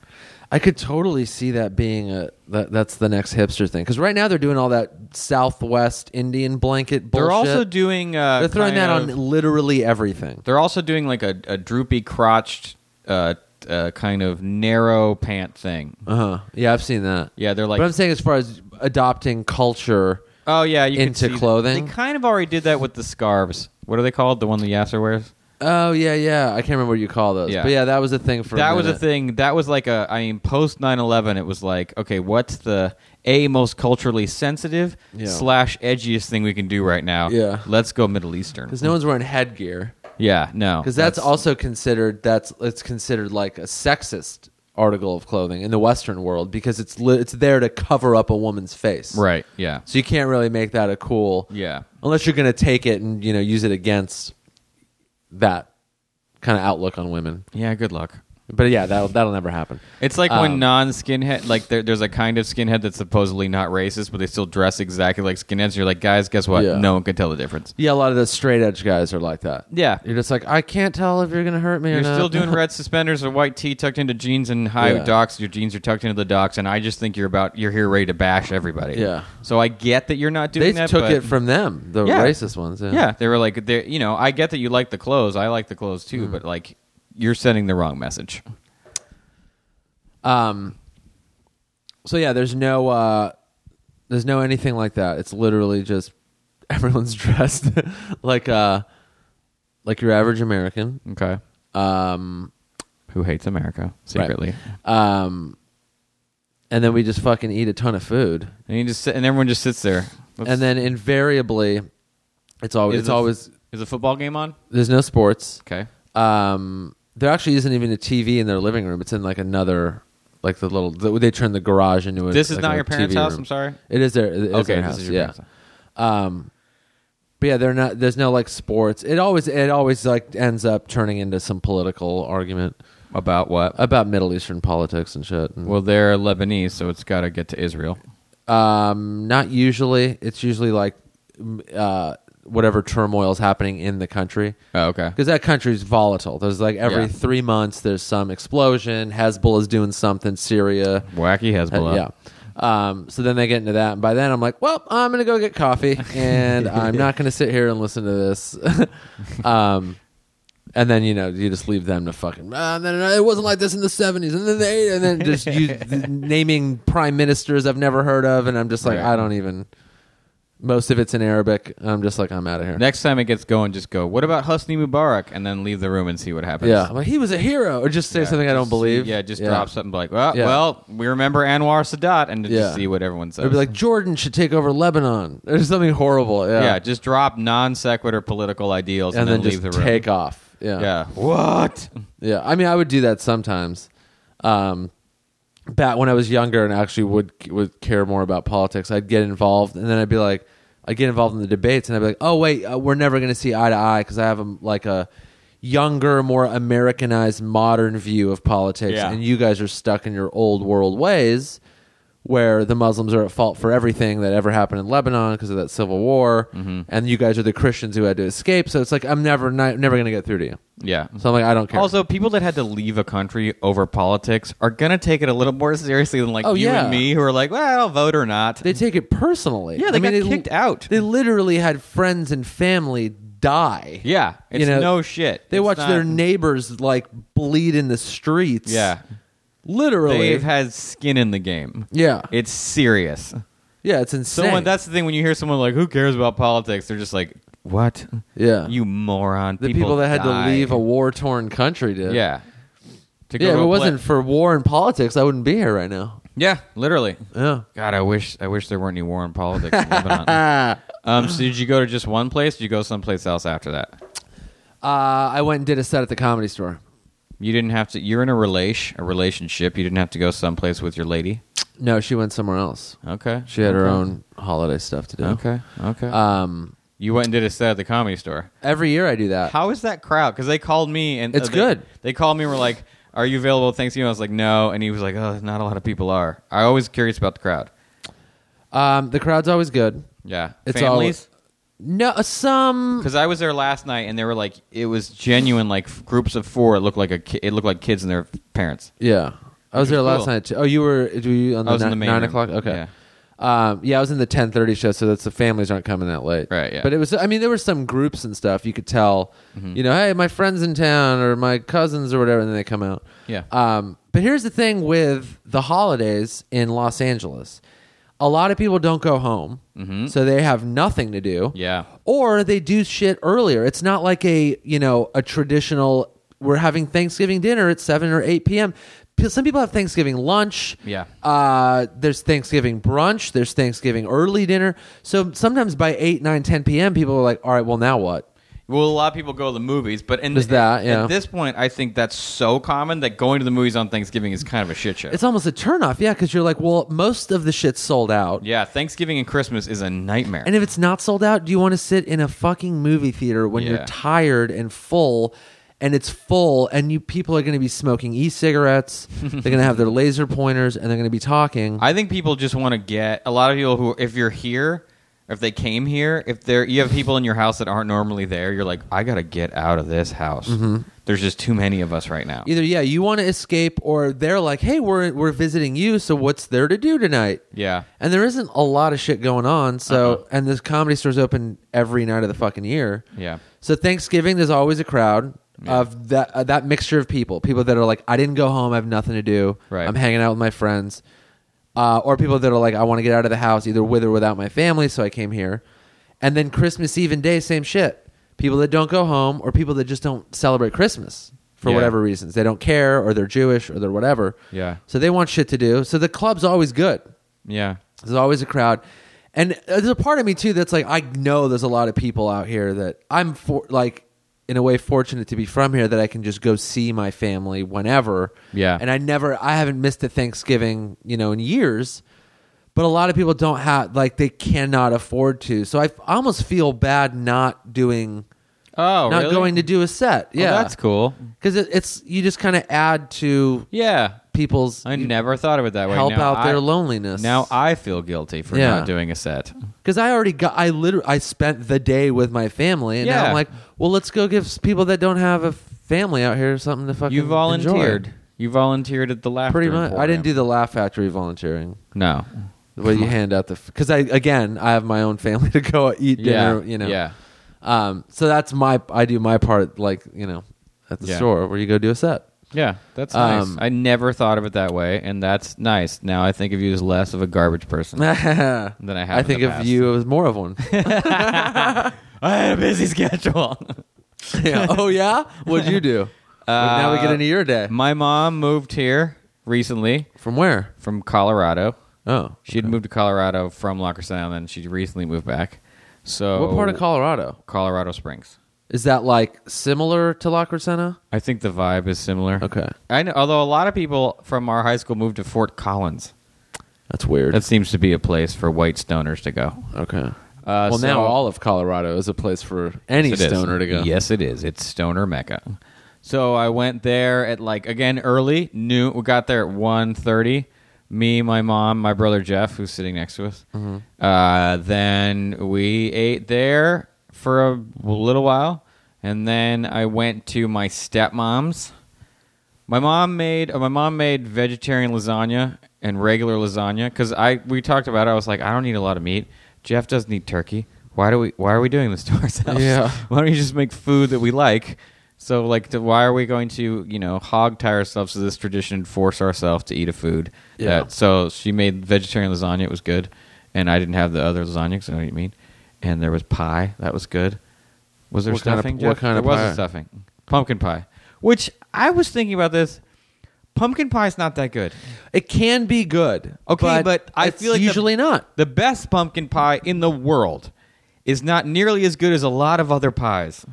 Speaker 2: I could totally see that being a that, that's the next hipster thing because right now they're doing all that Southwest Indian blanket bullshit.
Speaker 3: They're also doing. Uh,
Speaker 2: they're throwing
Speaker 3: kind
Speaker 2: that
Speaker 3: of-
Speaker 2: on literally everything.
Speaker 3: They're also doing like a, a droopy crotched, uh, uh, kind of narrow pant thing.
Speaker 2: Uh huh. Yeah, I've seen that.
Speaker 3: Uh-huh. Yeah, they're like,
Speaker 2: but I'm saying as far as adopting culture,
Speaker 3: oh yeah, you can
Speaker 2: into
Speaker 3: see that.
Speaker 2: clothing?
Speaker 3: They kind of already did that with the scarves. What are they called? The one the Yasser wears.
Speaker 2: oh yeah, yeah. I can't remember what you call those,
Speaker 3: Yeah.
Speaker 2: but yeah, that was a thing for
Speaker 3: that was a
Speaker 2: minute.
Speaker 3: thing. That was like a. I mean, post 9-11, it was like, okay, what's the a most culturally sensitive
Speaker 2: Yeah.
Speaker 3: slash edgiest thing we can do right now?
Speaker 2: Yeah.
Speaker 3: let's go Middle Eastern.
Speaker 2: because no one's wearing headgear
Speaker 3: Yeah, no,
Speaker 2: because that's, also considered that's it's considered like a sexist article of clothing in the Western world because it's li- it's there to cover up a woman's face,
Speaker 3: right. Yeah,
Speaker 2: So you can't really make that a cool
Speaker 3: yeah.
Speaker 2: unless you're going to take it and you know use it against that kind of outlook on women.
Speaker 3: Yeah, good luck.
Speaker 2: But yeah, that'll that'll never happen.
Speaker 3: It's like when
Speaker 2: Um,
Speaker 3: non-skinhead, like there, there's a kind of skinhead that's supposedly not racist, but they still dress exactly like skinheads. You're like, guys, guess what?
Speaker 2: Yeah.
Speaker 3: No one can tell the difference.
Speaker 2: Yeah, a lot of the straight edge guys are like that.
Speaker 3: Yeah,
Speaker 2: You're just like, I can't tell if you're going to hurt me or
Speaker 3: you're
Speaker 2: not.
Speaker 3: still doing red suspenders or white tee tucked into jeans and high
Speaker 2: Yeah.
Speaker 3: docks. Your jeans are tucked into the docks, and I just think you're about you're here ready to bash everybody.
Speaker 2: Yeah.
Speaker 3: So I get that you're not doing
Speaker 2: They
Speaker 3: that.
Speaker 2: took
Speaker 3: but-
Speaker 2: it from them, the
Speaker 3: Yeah.
Speaker 2: racist ones. Yeah.
Speaker 3: yeah, they were like, they you know, I get that you like the clothes. I like the clothes too,
Speaker 2: Mm-hmm.
Speaker 3: but like, you're sending the wrong message.
Speaker 2: Um. So yeah, there's no uh, there's no anything like that. It's literally just everyone's dressed like uh, like your average American.
Speaker 3: Okay.
Speaker 2: Um,
Speaker 3: Who hates America secretly?
Speaker 2: Um, and then we just fucking eat a ton of food,
Speaker 3: And you just sit, and everyone just sits there. Let's-
Speaker 2: and then invariably, it's always
Speaker 3: Is
Speaker 2: it's
Speaker 3: the-
Speaker 2: always
Speaker 3: Is the football game on?
Speaker 2: there's no sports.
Speaker 3: Okay.
Speaker 2: Um, there actually isn't even a TV in their living room. It's in like another like the little they turn the garage into a.
Speaker 3: This is
Speaker 2: like
Speaker 3: not
Speaker 2: a
Speaker 3: your parents'
Speaker 2: TV
Speaker 3: house.
Speaker 2: room.
Speaker 3: I'm sorry.
Speaker 2: It is their it is their
Speaker 3: Okay, this
Speaker 2: house,
Speaker 3: is your
Speaker 2: yeah.
Speaker 3: parents' house.
Speaker 2: Um, but yeah, they're not. There's no like sports. It always it always like ends up turning into some political argument
Speaker 3: About what?
Speaker 2: about Middle Eastern politics and shit. And,
Speaker 3: well, they're Lebanese, so it's got to get to Israel.
Speaker 2: Um, not usually. It's usually like m- uh, whatever turmoil is happening in the country.
Speaker 3: Oh, okay.
Speaker 2: Because that country's volatile. There's like every
Speaker 3: Yeah.
Speaker 2: three months, there's some explosion. Hezbollah is doing something. Syria,
Speaker 3: Wacky
Speaker 2: Uh,
Speaker 3: Hezbollah.
Speaker 2: yeah. Um, so then they get into that, and by then I'm like, well, I'm gonna go get coffee, and I'm not gonna sit here and listen to this. um, and then you know you just leave them to fucking. Ah, no, no, no, it wasn't like this in the '70s, and then they, and then just you naming prime ministers I've never heard of, and I'm just like,
Speaker 3: Right.
Speaker 2: I don't even. Most of it's in Arabic. I'm just like, I'm out of here.
Speaker 3: Next time it gets going, just go. What about Husni Mubarak? And then leave the room and see what happens.
Speaker 2: yeah, I'm like, he was a hero, or just say
Speaker 3: Yeah,
Speaker 2: something I
Speaker 3: just
Speaker 2: don't
Speaker 3: see-
Speaker 2: believe.
Speaker 3: yeah, just drop something like, well,
Speaker 2: Yeah.
Speaker 3: well, we remember Anwar Sadat, and
Speaker 2: Yeah.
Speaker 3: just see what everyone says.
Speaker 2: It'd be like Jordan should take over Lebanon, or something horrible.
Speaker 3: yeah.
Speaker 2: Yeah,
Speaker 3: just drop non sequitur political ideals,
Speaker 2: and, then,
Speaker 3: leave
Speaker 2: just
Speaker 3: the room.
Speaker 2: take off. Yeah.
Speaker 3: yeah. What?
Speaker 2: Yeah, I mean, I would do that sometimes. Um, back when I was younger and actually would would care more about politics, I'd get involved, and then I'd be like, I would get involved in the debates, and I'd be like, oh wait, uh, we're never going to see eye to eye because I have a, like a younger, more Americanized, modern view of politics,
Speaker 3: Yeah.
Speaker 2: and you guys are stuck in your old world ways. Where the Muslims are at fault for everything that ever happened in Lebanon because of that civil war,
Speaker 3: Mm-hmm.
Speaker 2: and you guys are the Christians who had to escape. So it's like I'm never, not, never going to get through to you.
Speaker 3: Yeah.
Speaker 2: So I'm like, I don't care.
Speaker 3: Also, people that had to leave a country over politics are gonna take it a little more seriously than like
Speaker 2: Oh,
Speaker 3: you
Speaker 2: yeah.
Speaker 3: and me, who are like, "Well, I'll vote or not."
Speaker 2: They take it personally.
Speaker 3: yeah, they
Speaker 2: I mean,
Speaker 3: got kicked out.
Speaker 2: They literally had friends and family die.
Speaker 3: yeah, it's
Speaker 2: you know,
Speaker 3: no shit.
Speaker 2: They
Speaker 3: It's
Speaker 2: watched their
Speaker 3: not-
Speaker 2: neighbors like bleed in the streets.
Speaker 3: yeah.
Speaker 2: literally.
Speaker 3: They've had skin in the game.
Speaker 2: yeah,
Speaker 3: It's serious.
Speaker 2: yeah, it's insane.
Speaker 3: Someone. That's the thing. When you hear someone like, "Who cares about politics?" They're just like, "What?
Speaker 2: yeah.
Speaker 3: You moron!"
Speaker 2: Uh, the people, that had
Speaker 3: die.
Speaker 2: to leave a war torn country did.
Speaker 3: yeah. To go
Speaker 2: yeah.
Speaker 3: to
Speaker 2: If it
Speaker 3: a pla-
Speaker 2: wasn't for war and politics, I wouldn't be here right now.
Speaker 3: yeah, literally.
Speaker 2: Yeah.
Speaker 3: God, I wish I wish there weren't any war in politics in Lebanon. Um, so did you go to just one place? Or did you go someplace else after that?
Speaker 2: Uh, I went and did a set at the comedy store.
Speaker 3: You didn't have to. You're in a relation, a relationship. You didn't have to go someplace with your lady.
Speaker 2: No, she went somewhere else.
Speaker 3: Okay,
Speaker 2: She had her own holiday stuff to do.
Speaker 3: Okay, Uh, okay.
Speaker 2: Um,
Speaker 3: you went and did a set at the comedy store.
Speaker 2: every year I do that.
Speaker 3: How is that crowd? Because they called me and uh,
Speaker 2: It's
Speaker 3: they-
Speaker 2: good.
Speaker 3: They called me and were like, "Are you available at Thanksgiving?" I was like, "No," and he was like, "Oh, not a lot of people are." I always curious about the crowd.
Speaker 2: Um, the crowd's always good.
Speaker 3: Yeah,
Speaker 2: It's
Speaker 3: families.
Speaker 2: always no uh, some.
Speaker 3: Because I was there last night, and they were like, it was genuine, like f- groups of four. It looked like a, ki- it looked like kids and their parents.
Speaker 2: Yeah, I was
Speaker 3: Which
Speaker 2: there
Speaker 3: was
Speaker 2: last
Speaker 3: cool.
Speaker 2: night. Too. Oh, you were? Were you on the,
Speaker 3: I was in
Speaker 2: ni-
Speaker 3: the main
Speaker 2: nine
Speaker 3: room.
Speaker 2: o'clock? Okay. Um, yeah, I was in the ten thirty show, so that's the families aren't coming that late,
Speaker 3: Right, yeah. Mm-hmm.
Speaker 2: But it was, I mean, there were some groups and stuff you could tell, you know, hey, my friends in town or my cousins or whatever, and then they come out,
Speaker 3: Yeah.
Speaker 2: Um, but here's the thing with the holidays in Los Angeles, a lot of people don't go home,
Speaker 3: Mm-hmm.
Speaker 2: so they have nothing to do,
Speaker 3: Yeah.
Speaker 2: or they do shit earlier. It's not like a you know a traditional. We're having Thanksgiving dinner at seven or eight p.m. P- Some people have Thanksgiving lunch.
Speaker 3: Yeah.
Speaker 2: Uh, there's Thanksgiving brunch. There's Thanksgiving early dinner. So sometimes by eight, nine, 10 p.m., people are like, "All right, well now what?"
Speaker 3: Well, a lot of people go to the movies, but in
Speaker 2: There's that, yeah.
Speaker 3: at this point, I think that's so common that going to the movies on Thanksgiving is kind of a shit show.
Speaker 2: It's almost a turnoff, yeah, because you're like, "Well, most of the shit's sold out."
Speaker 3: yeah, Thanksgiving and Christmas is a nightmare.
Speaker 2: And if it's not sold out, do you want to sit in a fucking movie theater when
Speaker 3: Yeah.
Speaker 2: you're tired and full and it's full and you people are going to be smoking e-cigarettes, they're going to have their laser pointers and they're going to be talking.
Speaker 3: I think people just want to get a lot of people who, if you're here, if they came here, if there you have people in your house that aren't normally there, you're like, I gotta get out of this house.
Speaker 2: Mm-hmm.
Speaker 3: There's just too many of us right now.
Speaker 2: Either yeah, you want to escape or they're like, "Hey, we're we're visiting you, so what's there to do tonight?"
Speaker 3: Yeah. Uh-huh.
Speaker 2: And there isn't a lot of shit going on, so and this comedy store's open every night of the fucking year.
Speaker 3: Yeah.
Speaker 2: So Thanksgiving, there's always a crowd of that uh, that mixture of people. People that are like, I didn't go home, I have nothing to do.
Speaker 3: Right.
Speaker 2: I'm hanging out with my friends, uh, or people that are like, I want to get out of the house, either with or without my family, so I came here. And then Christmas Eve and day, same shit. People that don't go home, or people that just don't celebrate Christmas for
Speaker 3: Yeah.
Speaker 2: whatever reasons. They don't care, or they're Jewish, or they're whatever.
Speaker 3: Yeah.
Speaker 2: So they want shit to do. So the club's always good.
Speaker 3: Yeah.
Speaker 2: There's always a crowd. And there's a part of me too that's like I know there's a lot of people out here that I'm for like in a way fortunate to be from here that I can just go see my family whenever.
Speaker 3: Yeah.
Speaker 2: And I never I haven't missed a Thanksgiving, you know, in years. But a lot of people don't have like they cannot afford to. So I, f- I almost feel bad not doing
Speaker 3: Oh,
Speaker 2: not
Speaker 3: really?
Speaker 2: going to do a set.
Speaker 3: Well,
Speaker 2: Yeah.
Speaker 3: that's cool.
Speaker 2: Cuz it, it's you just kind of add to
Speaker 3: Yeah.
Speaker 2: people's
Speaker 3: I never thought of it that way.
Speaker 2: help
Speaker 3: Now
Speaker 2: out their
Speaker 3: I-
Speaker 2: loneliness.
Speaker 3: Now I feel guilty for
Speaker 2: Yeah.
Speaker 3: not doing a set.
Speaker 2: Because I already got, I literally, I spent the day with my family, and now
Speaker 3: Yeah.
Speaker 2: I'm like, well, let's go give s- people that don't have a family out here something to fucking.
Speaker 3: You volunteered.
Speaker 2: enjoy.
Speaker 3: You volunteered at the laughter.
Speaker 2: pretty much. I didn't
Speaker 3: Emporium.
Speaker 2: do the Laugh Factory volunteering.
Speaker 3: no.
Speaker 2: Where you hand out the because I again I have my own family to go eat dinner.
Speaker 3: yeah.
Speaker 2: You know.
Speaker 3: Yeah.
Speaker 2: Um. So that's my I do my part like you know at the
Speaker 3: Yeah.
Speaker 2: store where you go do a set.
Speaker 3: Yeah, that's
Speaker 2: Um,
Speaker 3: nice. I never thought of it that way, and that's nice. Now I think of you as less of a garbage person.
Speaker 2: then
Speaker 3: I have
Speaker 2: I
Speaker 3: in
Speaker 2: think
Speaker 3: the
Speaker 2: of
Speaker 3: past.
Speaker 2: you as more of one.
Speaker 3: I had a busy schedule.
Speaker 2: Yeah. Oh yeah. What'd you do? now we get into your day.
Speaker 3: Uh, My mom moved here recently
Speaker 2: From where?
Speaker 3: from Colorado.
Speaker 2: Oh.
Speaker 3: She had moved to Colorado from Locker Sound, and she recently moved back. So
Speaker 2: What part of Colorado?
Speaker 3: Colorado Springs?
Speaker 2: Is that like similar to La Crescenta?
Speaker 3: I think the vibe is similar.
Speaker 2: Okay.
Speaker 3: I know. Although a lot of people from our high school moved to Fort Collins,
Speaker 2: That's weird.
Speaker 3: that seems to be a place for white stoners to go.
Speaker 2: okay.
Speaker 3: Uh,
Speaker 2: well, now
Speaker 3: so-
Speaker 2: all of Colorado is a place for any
Speaker 3: Yes, it is.
Speaker 2: stoner to go.
Speaker 3: Yes, it is. It's stoner mecca. So I went there at like again early noon. We got there at one thirty. Me, my mom, my brother Jeff, who's sitting next to us.
Speaker 2: Mm-hmm.
Speaker 3: Uh, then we ate there for a little while, and then I went to my stepmom's. My mom made uh, my mom made vegetarian lasagna and regular lasagna because I we talked about it. I was like, I don't need a lot of meat. Jeff doesn't eat turkey. Why do we? Why are we doing this to ourselves?
Speaker 2: Yeah.
Speaker 3: Why don't you just make food that we like? So like, to, why are we going to you know hog tie ourselves to this tradition and force ourselves to eat a food?
Speaker 2: Yeah.
Speaker 3: That, so she made vegetarian lasagna. It was good, and I didn't have the other lasagna because I don't eat meat. And there was pie that was good. Was there
Speaker 2: What kind of-
Speaker 3: stuffing?
Speaker 2: what
Speaker 3: Jeff?
Speaker 2: kind of
Speaker 3: there
Speaker 2: pie?
Speaker 3: wasn't stuffing. Pumpkin pie. Which I was thinking about this. Pumpkin pie's not that good.
Speaker 2: It can be good.
Speaker 3: Okay, but I
Speaker 2: it's
Speaker 3: feel like the-
Speaker 2: usually not.
Speaker 3: The best pumpkin pie in the world is not nearly as good as a lot of other pies.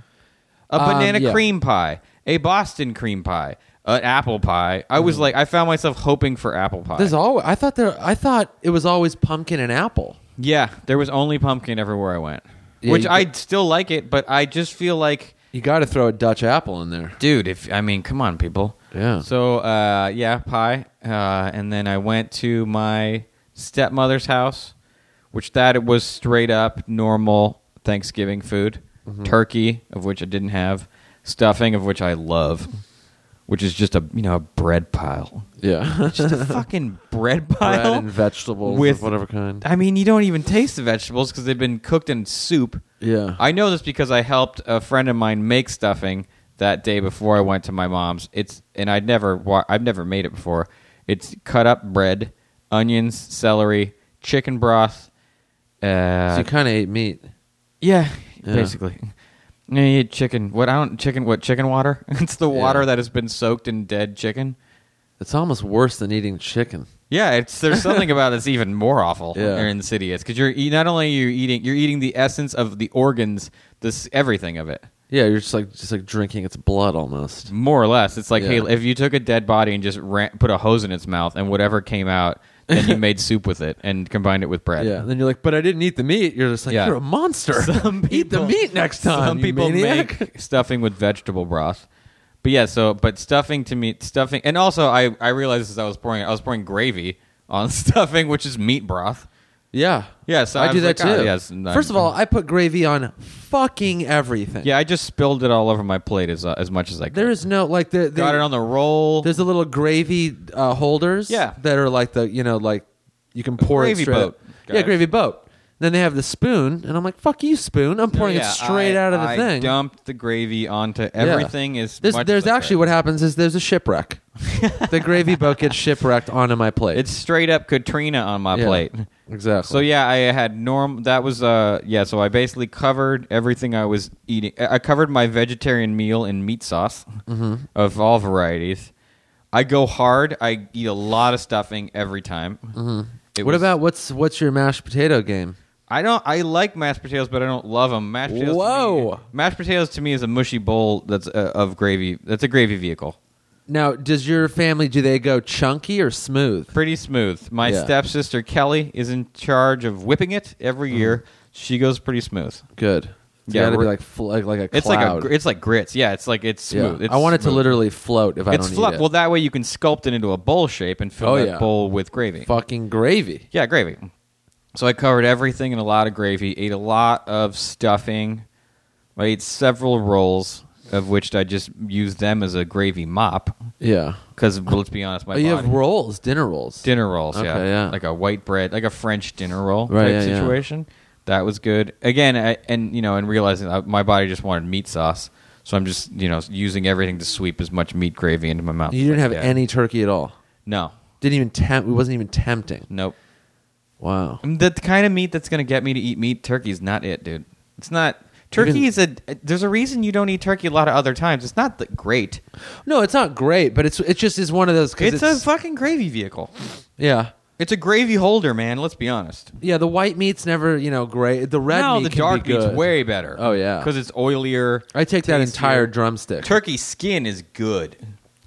Speaker 3: A
Speaker 2: Um,
Speaker 3: banana
Speaker 2: yeah.
Speaker 3: cream pie, a Boston cream pie, an apple pie. I was like, I found myself hoping for apple pie.
Speaker 2: Mm-hmm. There's always. I thought there. I thought it was always pumpkin and apple.
Speaker 3: yeah, there was only pumpkin everywhere I went,
Speaker 2: Yeah,
Speaker 3: which
Speaker 2: you
Speaker 3: I still like it, but I just feel like,
Speaker 2: You got to throw a Dutch apple in there.
Speaker 3: dude, if I mean, come on, people.
Speaker 2: Yeah.
Speaker 3: So uh, yeah, pie. Uh, and then I went to my stepmother's house, which that it was straight up normal Thanksgiving food,
Speaker 2: Mm-hmm.
Speaker 3: turkey of which I didn't have, stuffing of which I love, which is just a you know a bread pile,
Speaker 2: Yeah.
Speaker 3: just a fucking bread pile.
Speaker 2: Bread and vegetables
Speaker 3: with-
Speaker 2: of whatever kind.
Speaker 3: I mean, you don't even taste the vegetables because they've been cooked in soup.
Speaker 2: yeah.
Speaker 3: I know this because I helped a friend of mine make stuffing that day before I went to my mom's. It's and I'd never wa- I've never made it before. It's cut up bread, onions, celery, chicken broth.
Speaker 2: so
Speaker 3: Uh,
Speaker 2: you kind of ate meat.
Speaker 3: yeah,
Speaker 2: Yeah.
Speaker 3: basically. Yeah, you eat chicken. What I don't chicken. What chicken water? it's the water
Speaker 2: Yeah.
Speaker 3: that has been soaked in dead chicken.
Speaker 2: It's almost worse than eating chicken.
Speaker 3: Yeah, it's there's something about it's even more awful
Speaker 2: Yeah.
Speaker 3: here in the city. It's because you're eat- not only you're eating you're eating the essence of the organs, this everything of it.
Speaker 2: Yeah, you're just like just like drinking its blood almost.
Speaker 3: More or less, it's like
Speaker 2: Yeah.
Speaker 3: hey, if you took a dead body and just ran, put a hose in its mouth and whatever came out, then you made soup with it and combined it with bread.
Speaker 2: Yeah, and then you're like, but I didn't eat the meat. You're just like,
Speaker 3: Yeah.
Speaker 2: you're a monster. eat the meat next time.
Speaker 3: Some
Speaker 2: you
Speaker 3: people
Speaker 2: maniac.
Speaker 3: make stuffing with vegetable broth. But yeah, so but stuffing to me stuffing and also I I realized as I was pouring it, I was pouring gravy on stuffing, which is meat broth.
Speaker 2: Yeah,
Speaker 3: Yeah, so
Speaker 2: I,
Speaker 3: I
Speaker 2: do
Speaker 3: was
Speaker 2: that
Speaker 3: like, oh,
Speaker 2: too.
Speaker 3: yes, and I'm-
Speaker 2: First of all, I put gravy on fucking everything.
Speaker 3: Yeah, I just spilled it all over my plate as uh, as much as I could.
Speaker 2: there is no like the, the
Speaker 3: got it on the roll.
Speaker 2: There's the little gravy uh, holders.
Speaker 3: Yeah.
Speaker 2: That are like the you know like you can pour
Speaker 3: gravy
Speaker 2: it straight.
Speaker 3: boat,
Speaker 2: up. Yeah,
Speaker 3: guys.
Speaker 2: gravy boat. Then they have the spoon, and I'm like, fuck you, spoon. I'm
Speaker 3: No,
Speaker 2: pouring
Speaker 3: yeah,
Speaker 2: it straight
Speaker 3: I-
Speaker 2: out of the
Speaker 3: I
Speaker 2: thing.
Speaker 3: Dumped the gravy onto
Speaker 2: Yeah.
Speaker 3: everything. Is
Speaker 2: there's, there's actually what happens is there's a shipwreck. the gravy boat gets shipwrecked onto my plate.
Speaker 3: It's straight up Katrina on my
Speaker 2: Yeah,
Speaker 3: plate.
Speaker 2: Exactly.
Speaker 3: So yeah, I had norm. That was uh yeah. So I basically covered everything I was eating. I I covered my vegetarian meal in meat sauce
Speaker 2: Mm-hmm.
Speaker 3: of all varieties. I go hard. I eat a lot of stuffing every time. It
Speaker 2: Mm-hmm. what
Speaker 3: was-
Speaker 2: about what's what's your mashed potato game?
Speaker 3: I don't. I like mashed potatoes, but I don't love them. Mashed potatoes. To
Speaker 2: Whoa.
Speaker 3: me, mashed potatoes to me is a mushy bowl that's uh, of gravy. That's a gravy vehicle.
Speaker 2: Now, does your family do they go chunky or smooth?
Speaker 3: Pretty smooth. My
Speaker 2: Yeah.
Speaker 3: stepsister Kelly is in charge of whipping it every
Speaker 2: Mm-hmm.
Speaker 3: year. She goes pretty smooth.
Speaker 2: Good. It's
Speaker 3: Yeah,
Speaker 2: yeah, gotta be
Speaker 3: we're-
Speaker 2: like fl- like like a
Speaker 3: It's
Speaker 2: cloud.
Speaker 3: like a. gr- It's like grits. Yeah. It's like it's
Speaker 2: Yeah.
Speaker 3: smooth. It's
Speaker 2: I want it to
Speaker 3: smooth.
Speaker 2: literally float if I
Speaker 3: It's
Speaker 2: don't
Speaker 3: fluff.
Speaker 2: eat it.
Speaker 3: Well, that way you can sculpt it into a bowl shape and fill
Speaker 2: Oh,
Speaker 3: that
Speaker 2: yeah.
Speaker 3: bowl with gravy.
Speaker 2: fucking gravy.
Speaker 3: Yeah, gravy. So I covered everything in a lot of gravy, ate a lot of stuffing. I ate several rolls, of which I just used them as a gravy mop.
Speaker 2: Yeah.
Speaker 3: Because, let's be honest, my
Speaker 2: oh, you
Speaker 3: body.
Speaker 2: have rolls, dinner rolls.
Speaker 3: dinner rolls, yeah.
Speaker 2: Okay, yeah.
Speaker 3: Like a white bread, like a French dinner roll
Speaker 2: Right,
Speaker 3: type
Speaker 2: yeah, yeah.
Speaker 3: situation. That was good. Again, I, and, you know, and realizing I, my body just wanted meat sauce. So I'm just, you know, using everything to sweep as much meat gravy into my mouth.
Speaker 2: You didn't
Speaker 3: as I
Speaker 2: have
Speaker 3: can.
Speaker 2: any turkey at all.
Speaker 3: No.
Speaker 2: Didn't even tempt. It wasn't even tempting.
Speaker 3: Nope.
Speaker 2: Wow.
Speaker 3: I mean, The kind of meat that's going to get me to eat meat, turkey's not it, dude. It's not. Turkey
Speaker 2: Even-
Speaker 3: is a. There's a reason you don't eat turkey a lot of other times. It's not the great.
Speaker 2: No, it's not great, but it's it just is one of those. 'cause
Speaker 3: It's,
Speaker 2: It's,
Speaker 3: a fucking gravy vehicle.
Speaker 2: yeah.
Speaker 3: It's a gravy holder, man. Let's be honest.
Speaker 2: Yeah, the white meat's never, you know, great. The red
Speaker 3: no,
Speaker 2: meat
Speaker 3: the
Speaker 2: can
Speaker 3: dark
Speaker 2: be good.
Speaker 3: meat's way better.
Speaker 2: Oh, yeah.
Speaker 3: because it's oilier.
Speaker 2: I take that
Speaker 3: tastier.
Speaker 2: entire drumstick.
Speaker 3: Turkey skin is good.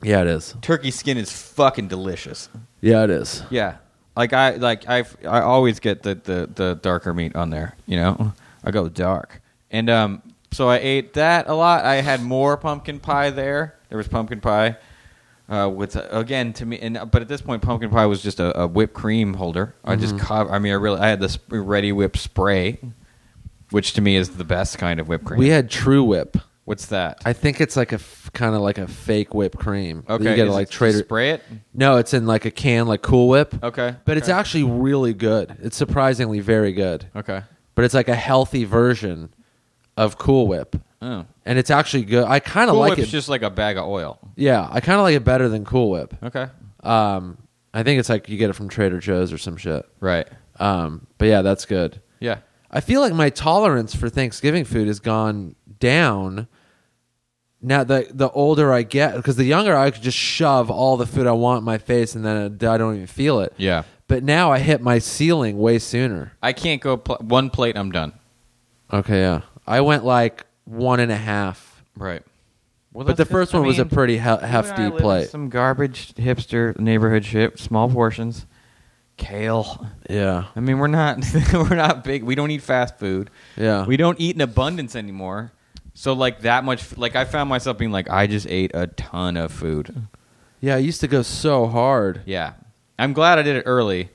Speaker 2: yeah, it is.
Speaker 3: Turkey skin is fucking delicious.
Speaker 2: Yeah, it is.
Speaker 3: Yeah, like I like I I always get the the the darker meat on there. You know, I go dark, and um, so I ate that a lot. I had more pumpkin pie there. There was pumpkin pie. Uh, with again to me, and but at this point, pumpkin pie was just a, a whipped cream holder. I just,
Speaker 2: Mm-hmm.
Speaker 3: cov- I mean, I really, I had this ready whip spray, which to me is the best kind of whipped cream.
Speaker 2: We had True Whip.
Speaker 3: What's that?
Speaker 2: I think it's like a kind of like a fake whipped cream. that
Speaker 3: okay,
Speaker 2: you get
Speaker 3: is
Speaker 2: at, like
Speaker 3: it-
Speaker 2: Trader.
Speaker 3: spray it.
Speaker 2: No, it's in like a can, like Cool Whip.
Speaker 3: Okay,
Speaker 2: but it's
Speaker 3: okay.
Speaker 2: actually really good. It's surprisingly very good.
Speaker 3: Okay.
Speaker 2: but it's like a healthy version of Cool Whip,
Speaker 3: Oh.
Speaker 2: and it's actually good. I kind of
Speaker 3: cool
Speaker 2: like
Speaker 3: Whip's
Speaker 2: it.
Speaker 3: just like a bag of oil.
Speaker 2: yeah, I kind of like it better than Cool Whip.
Speaker 3: Okay.
Speaker 2: Um, I think it's like you get it from Trader Joe's or some shit.
Speaker 3: Right.
Speaker 2: Um, but yeah, that's good.
Speaker 3: Yeah.
Speaker 2: I feel like my tolerance for Thanksgiving food has gone down. Now the the older I get, because the younger I could just shove all the food I want in my face, and then I don't even feel it.
Speaker 3: Yeah.
Speaker 2: But now I hit my ceiling way sooner.
Speaker 3: I can't go pl- one plate. I'm done.
Speaker 2: Okay, yeah. I went like one and a half.
Speaker 3: Right. Well,
Speaker 2: but the first one was a pretty he- hefty plate.
Speaker 3: Some garbage hipster neighborhood shit. Small portions. Kale.
Speaker 2: yeah.
Speaker 3: I mean, we're not we're not big. We don't eat fast food.
Speaker 2: Yeah.
Speaker 3: We don't eat in abundance anymore. So like that much. Like I found myself being like, I just ate a ton of food.
Speaker 4: Yeah, I used to go so hard.
Speaker 3: Yeah, I'm glad I did it early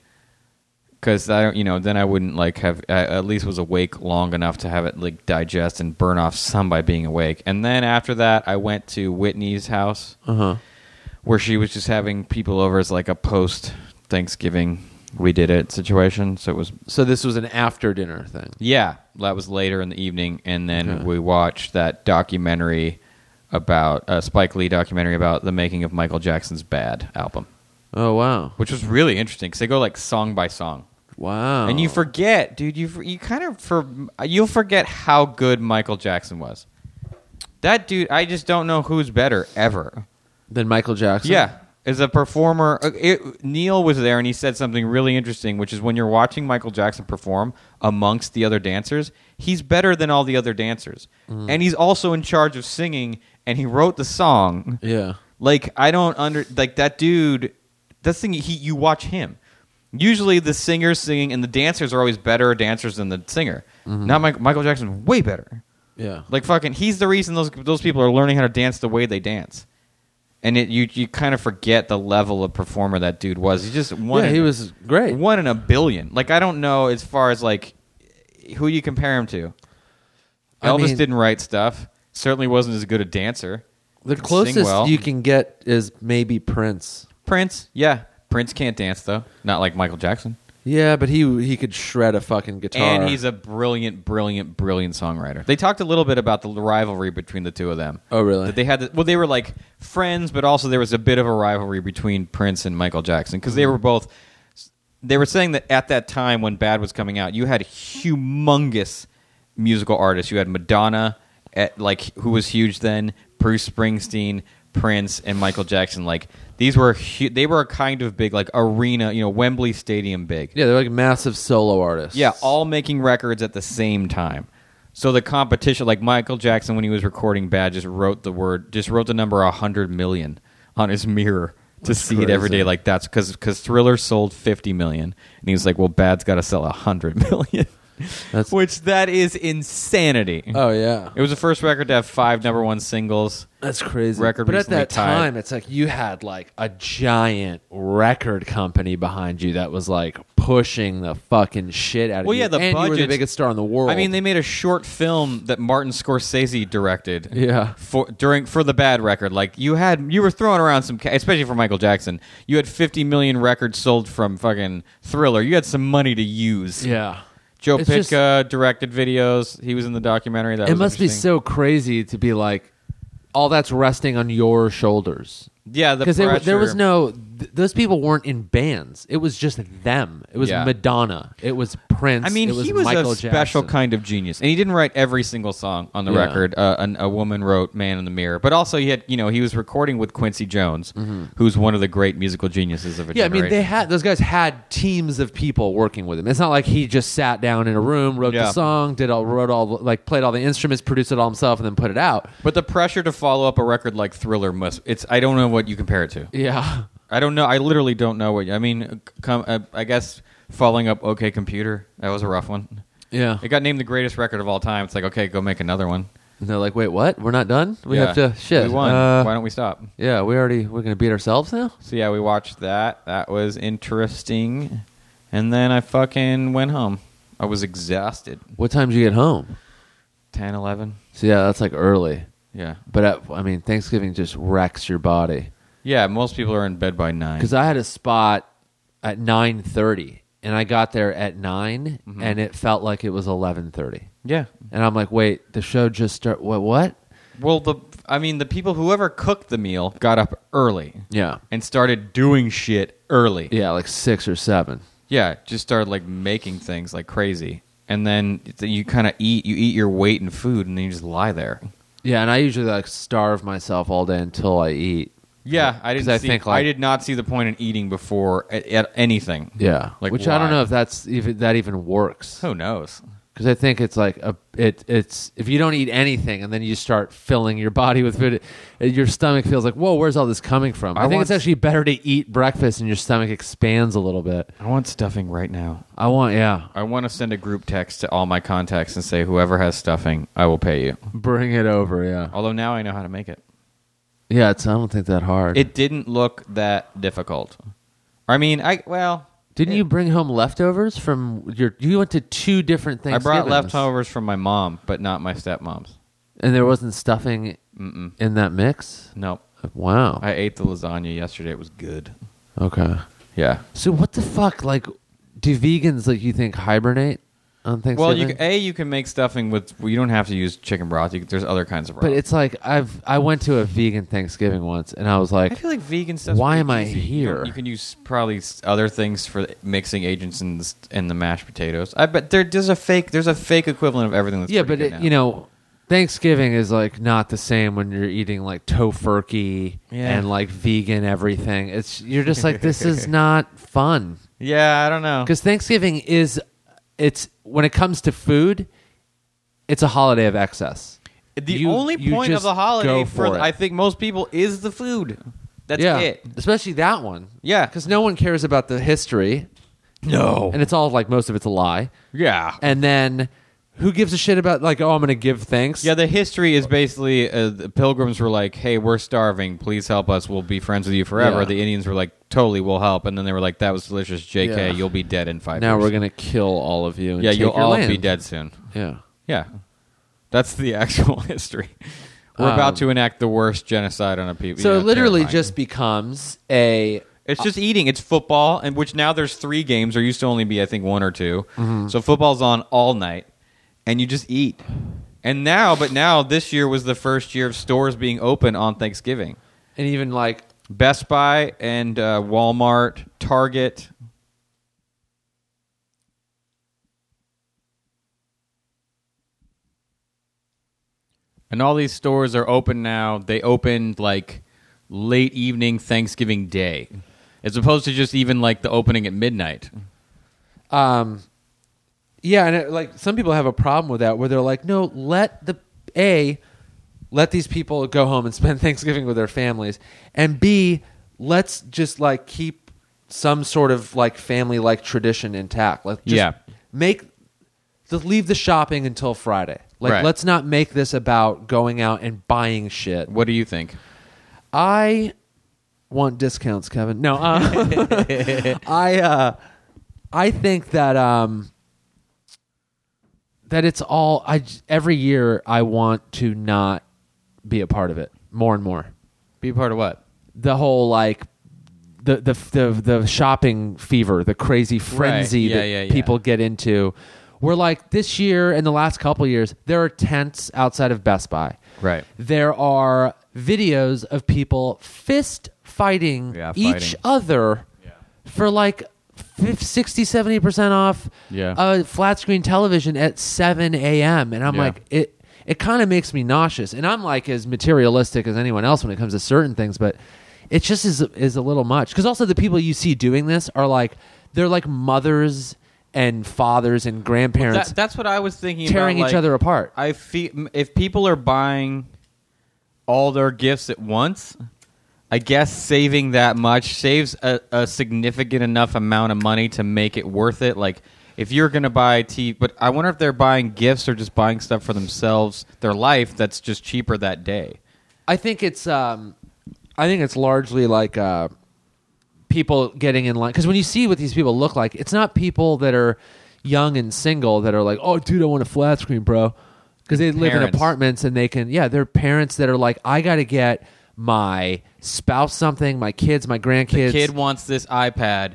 Speaker 3: because I, you know, then I wouldn't like have I at least was awake long enough to have it like digest and burn off some by being awake. And then after that, I went to Whitney's house
Speaker 4: Uh-huh.
Speaker 3: where she was just having people over as like a post Thanksgiving we did it situation. So it was
Speaker 4: So this was an after dinner thing.
Speaker 3: yeah, that was later in the evening, and then we watched that documentary about uh, Spike Lee documentary about the making of Michael Jackson's Bad album,
Speaker 4: Oh wow.
Speaker 3: which was really interesting because they go like song by song.
Speaker 4: Wow.
Speaker 2: Oh.
Speaker 3: And you forget, dude. You you kind of for you'll forget how good Michael Jackson was. That dude, I just don't know who's better ever.
Speaker 4: then Michael Jackson.
Speaker 3: Yeah, as a performer, uh, it, Neil was there and he said something really interesting, which is when you're watching Michael Jackson perform amongst the other dancers, he's better than all the other dancers, and he's also in charge of singing, and he wrote the song.
Speaker 4: Yeah.
Speaker 3: Like I don't under like that dude. That's thing. He you watch him. Usually the singers singing and the dancers are always better dancers than the singer.
Speaker 4: Mm-hmm.
Speaker 3: Not Mike, Michael Jackson, way better.
Speaker 4: Yeah.
Speaker 3: Like fucking, he's the reason those those people are learning how to dance the way they dance. And it, you you kind of forget the level of performer that dude was. He just one.
Speaker 4: Yeah,
Speaker 3: in-
Speaker 4: he was great.
Speaker 3: One in a billion. Like I don't know as far as like who you compare him to.
Speaker 4: I
Speaker 3: Elvis
Speaker 4: mean-
Speaker 3: didn't write stuff. Certainly wasn't as good a dancer.
Speaker 4: The
Speaker 3: Could sing
Speaker 4: closest
Speaker 3: well.
Speaker 4: you can get is maybe Prince.
Speaker 3: Prince, yeah. Prince can't dance though, not like Michael Jackson.
Speaker 4: Yeah, but he he could shred a fucking guitar.
Speaker 3: And he's a brilliant, brilliant, brilliant songwriter. They talked a little bit about the rivalry between the two of them.
Speaker 4: Oh, really?
Speaker 3: That they had. well, they were like friends, but also there was a bit of a rivalry between Prince and Michael Jackson because
Speaker 4: Mm-hmm.
Speaker 3: they were both. They were saying that at that time when Bad was coming out, you had humongous musical artists. You had Madonna, at like who was huge then, Bruce Springsteen, Prince, and Michael Jackson. Like these were hu- they were kind of big, like arena, you know, Wembley Stadium big.
Speaker 4: yeah, they're like massive solo artists.
Speaker 3: Yeah, all making records at the same time. So the competition, like Michael Jackson when he was recording Bad, just wrote the word, just wrote the number 100 million on his mirror to see it every
Speaker 4: crazy.
Speaker 3: day. Like that's because Thriller sold 50 million. And he was like, well, Bad's got to sell 100 million.
Speaker 4: That's-
Speaker 3: Which that is insanity.
Speaker 2: Uh,
Speaker 4: Oh yeah.
Speaker 3: it was the first record to have five number one singles.
Speaker 4: That's crazy.
Speaker 3: Record
Speaker 4: but at
Speaker 3: recently
Speaker 4: that
Speaker 3: tied.
Speaker 4: time, it's like you had like a giant record company behind you that was like pushing the fucking shit out of
Speaker 3: Well,
Speaker 4: you.
Speaker 3: yeah, the
Speaker 4: and you were the
Speaker 3: budgets-
Speaker 4: biggest star in the world.
Speaker 3: I mean, they made a short film that Martin Scorsese directed.
Speaker 4: Yeah.
Speaker 3: For during for the bad record, like you had you were throwing around some, ca- especially for Michael Jackson. You had 50 million records sold from fucking Thriller. You had some money to use.
Speaker 4: yeah.
Speaker 3: Joe
Speaker 4: It's just-
Speaker 3: Pitka directed videos. He was in the documentary. That
Speaker 2: it
Speaker 3: was
Speaker 2: must be
Speaker 3: interesting.
Speaker 2: so crazy to be like, all that's resting on your shoulders.
Speaker 3: Yeah, the
Speaker 2: because there, there was
Speaker 3: pressure.
Speaker 2: no th- those people weren't in bands it was just them it was
Speaker 3: Yeah.
Speaker 2: madonna it was prince
Speaker 3: I mean,
Speaker 2: it was
Speaker 3: he was
Speaker 2: michael
Speaker 3: a special
Speaker 2: Jackson.
Speaker 3: kind of genius, and he didn't write every single song on the
Speaker 4: Yeah.
Speaker 3: record. Uh, an, a woman wrote "Man in the Mirror," but also he had, you know, he was recording with Quincy Jones, who's one of the great musical geniuses of a
Speaker 2: Mm-hmm. yeah i
Speaker 3: generation.
Speaker 2: mean they had those guys had teams of people working with him it's not like he just sat down in a room wrote
Speaker 3: Yeah.
Speaker 2: the song did all wrote all like played all the instruments produced it all himself and then put it out
Speaker 3: But the pressure to follow up a record like Thriller must it's I don't know what you compare it to.
Speaker 2: yeah
Speaker 3: I don't know. I literally don't know what I mean come I, I guess following up OK Computer. That was a rough one.
Speaker 2: yeah
Speaker 3: It got named the greatest record of all time. It's like, okay, go make another one.
Speaker 2: and they're like wait what we're not done we
Speaker 3: Yeah.
Speaker 2: have to shit
Speaker 3: We won.
Speaker 2: Uh,
Speaker 3: Why don't we stop?
Speaker 2: yeah we already we're gonna beat ourselves now
Speaker 3: So yeah, we watched that. That was interesting. And then I fucking went home. I was exhausted.
Speaker 2: what time did you get home
Speaker 3: 10, 11.
Speaker 2: so yeah that's like early
Speaker 3: Yeah.
Speaker 2: but at, i mean thanksgiving just wrecks your body
Speaker 3: Yeah, most people are in bed by 9.
Speaker 2: because I had a spot at nine thirty, and I got there at 9 and it felt like it was eleven thirty.
Speaker 3: yeah.
Speaker 2: And I'm like, wait, the show just start. What? What?
Speaker 3: Well, the I mean, the people whoever cooked the meal got up early.
Speaker 2: Yeah,
Speaker 3: and started doing shit early.
Speaker 2: yeah, like six or seven.
Speaker 3: Yeah, just started like making things like crazy. And then it's- you kind of eat, you eat your weight in food, and then you just lie there.
Speaker 2: Yeah, and I usually like starve myself all day until I eat.
Speaker 3: Yeah, I
Speaker 2: 'Cause I
Speaker 3: didn't. See,
Speaker 2: think, like-
Speaker 3: I did not see the point in eating before at, at anything.
Speaker 2: Yeah,
Speaker 3: Like,
Speaker 2: which I don't
Speaker 3: why?
Speaker 2: know if that's even that even works
Speaker 3: Who knows?
Speaker 2: because I think it's like a it it's if you don't eat anything and then you start filling your body with food, it, your stomach feels like whoa, where's all this coming from? I,
Speaker 3: I
Speaker 2: think
Speaker 3: want
Speaker 2: it's
Speaker 3: s-
Speaker 2: actually better to eat breakfast and your stomach expands a little bit.
Speaker 3: I want stuffing right now.
Speaker 2: I want yeah,
Speaker 3: I want to send a group text to all my contacts and say, whoever has stuffing, I will pay you.
Speaker 2: Bring it over, yeah.
Speaker 3: Although now I know how to make it.
Speaker 2: Yeah, it's, I don't think that hard.
Speaker 3: It didn't look that difficult. I mean, I well,
Speaker 2: Didn't you bring home leftovers from your? You went to two different
Speaker 3: I
Speaker 2: things.
Speaker 3: brought leftovers from my mom, but not my stepmom's.
Speaker 2: and there wasn't stuffing
Speaker 3: Mm-mm.
Speaker 2: in that mix.
Speaker 3: Nope.
Speaker 2: Wow.
Speaker 3: I ate the lasagna yesterday. It was good.
Speaker 2: okay.
Speaker 3: Yeah.
Speaker 2: So what the fuck? Like, do vegans like you think hibernate on Thanksgiving?
Speaker 3: Well, you c- eh, a you can make stuffing with. well, you don't have to use chicken broth. You, c- there's other kinds of broth.
Speaker 2: but it's like I've I went to a vegan Thanksgiving once, and I was
Speaker 3: I
Speaker 2: like,
Speaker 3: feel like vegan stuff.
Speaker 2: Why am I here?
Speaker 3: You can use probably s- other things for the mixing agents in the, s- in the mashed potatoes. I bet there, there's a fake there's a fake equivalent of everything. That's
Speaker 2: yeah, but
Speaker 3: pretty
Speaker 2: it,
Speaker 3: good
Speaker 2: you
Speaker 3: now.
Speaker 2: know, Thanksgiving is like not the same when you're eating like tofurkey
Speaker 3: Yeah.
Speaker 2: and like vegan everything. It's you're just like this is not fun.
Speaker 3: Yeah, I don't know.
Speaker 2: because Thanksgiving is it's when it comes to food, it's a holiday of excess.
Speaker 3: The
Speaker 2: you-
Speaker 3: only
Speaker 2: you
Speaker 3: point of
Speaker 2: just
Speaker 3: the holiday
Speaker 2: go
Speaker 3: for,
Speaker 2: for
Speaker 3: th-
Speaker 2: it.
Speaker 3: I think most people is the food. That's
Speaker 2: yeah,
Speaker 3: it.
Speaker 2: especially that one.
Speaker 3: Yeah.
Speaker 2: because no one cares about the history,
Speaker 3: No.
Speaker 2: and it's all like most of it's a lie.
Speaker 3: yeah.
Speaker 2: And then who gives a shit about like oh I'm gonna give thanks?
Speaker 3: Yeah, the history is basically uh, the pilgrims were like, "Hey, we're starving. Please help us. We'll be friends with you forever."
Speaker 2: Yeah.
Speaker 3: The Indians were like, "Totally, we'll help." And then they were like, "That was delicious, JK.
Speaker 2: Yeah.
Speaker 3: You'll be dead in five
Speaker 2: now
Speaker 3: years."
Speaker 2: we're gonna kill all of you. And
Speaker 3: yeah,
Speaker 2: take
Speaker 3: you'll
Speaker 2: your
Speaker 3: all
Speaker 2: land.
Speaker 3: be dead soon.
Speaker 2: Yeah,
Speaker 3: Yeah, that's the actual history. We're
Speaker 2: Um,
Speaker 3: about to enact the worst genocide on a people.
Speaker 2: so it literally just becomes a
Speaker 3: It's just eating. It's football, and which now there's three games. There used to only be, I think, one or 2
Speaker 2: Mm-hmm.
Speaker 3: So football's on all night, and you just eat. And now, but now this year was the first year of stores being open on Thanksgiving.
Speaker 2: and even like
Speaker 3: Best Buy and uh, Walmart, Target. And all these stores are open now. They opened like late evening Thanksgiving Day, as opposed to just even like the opening at midnight.
Speaker 2: um yeah and it, like some people have a problem with that where they're like no let the a let these people go home and spend thanksgiving with their families and b let's just like keep some sort of like family like tradition intact like just
Speaker 3: Yeah.
Speaker 2: make the, leave the shopping until friday like
Speaker 3: Right.
Speaker 2: let's not make this about going out and buying shit
Speaker 3: What do you think?
Speaker 2: I want discounts, Kevin. No, uh, I uh, I think that um, that it's all. I j- every year I want to not be a part of it more and more.
Speaker 3: Be part of what?
Speaker 2: The whole like the the the, the shopping fever, the crazy frenzy
Speaker 3: Yeah,
Speaker 2: that
Speaker 3: yeah, yeah.
Speaker 2: people get into. We're like this year and the last couple years, there are tents outside of Best Buy
Speaker 3: Right.
Speaker 2: there are videos of people fist fighting
Speaker 3: Yeah,
Speaker 2: each
Speaker 3: fighting.
Speaker 2: other for like fif- 60 70% off
Speaker 3: Yeah.
Speaker 2: a flat screen television at 7 a.m and i'm
Speaker 3: Yeah.
Speaker 2: like it it kind of makes me nauseous and i'm like as materialistic as anyone else when it comes to certain things but it just is is a little much because also the people you see doing this are like they're like mothers and fathers and grandparents
Speaker 3: That, that's what I was thinking.
Speaker 2: tearing
Speaker 3: about,
Speaker 2: each
Speaker 3: like,
Speaker 2: other apart
Speaker 3: I feel if people are buying all their gifts at once, I guess saving that much saves a, a significant enough amount of money to make it worth it. Like if you're gonna buy tea, but I wonder if they're buying gifts or just buying stuff for themselves, their life that's just cheaper that day.
Speaker 2: I think it's um, I think it's largely like uh, people getting in line because when you see what these people look like, it's not people that are young and single that are like, oh, dude, I want a flat screen, bro, because they live in
Speaker 3: Parents.
Speaker 2: apartments and they can, yeah, they're parents that are like, I got to get my spouse something, my kids, my grandkids,
Speaker 3: The kid wants this iPad.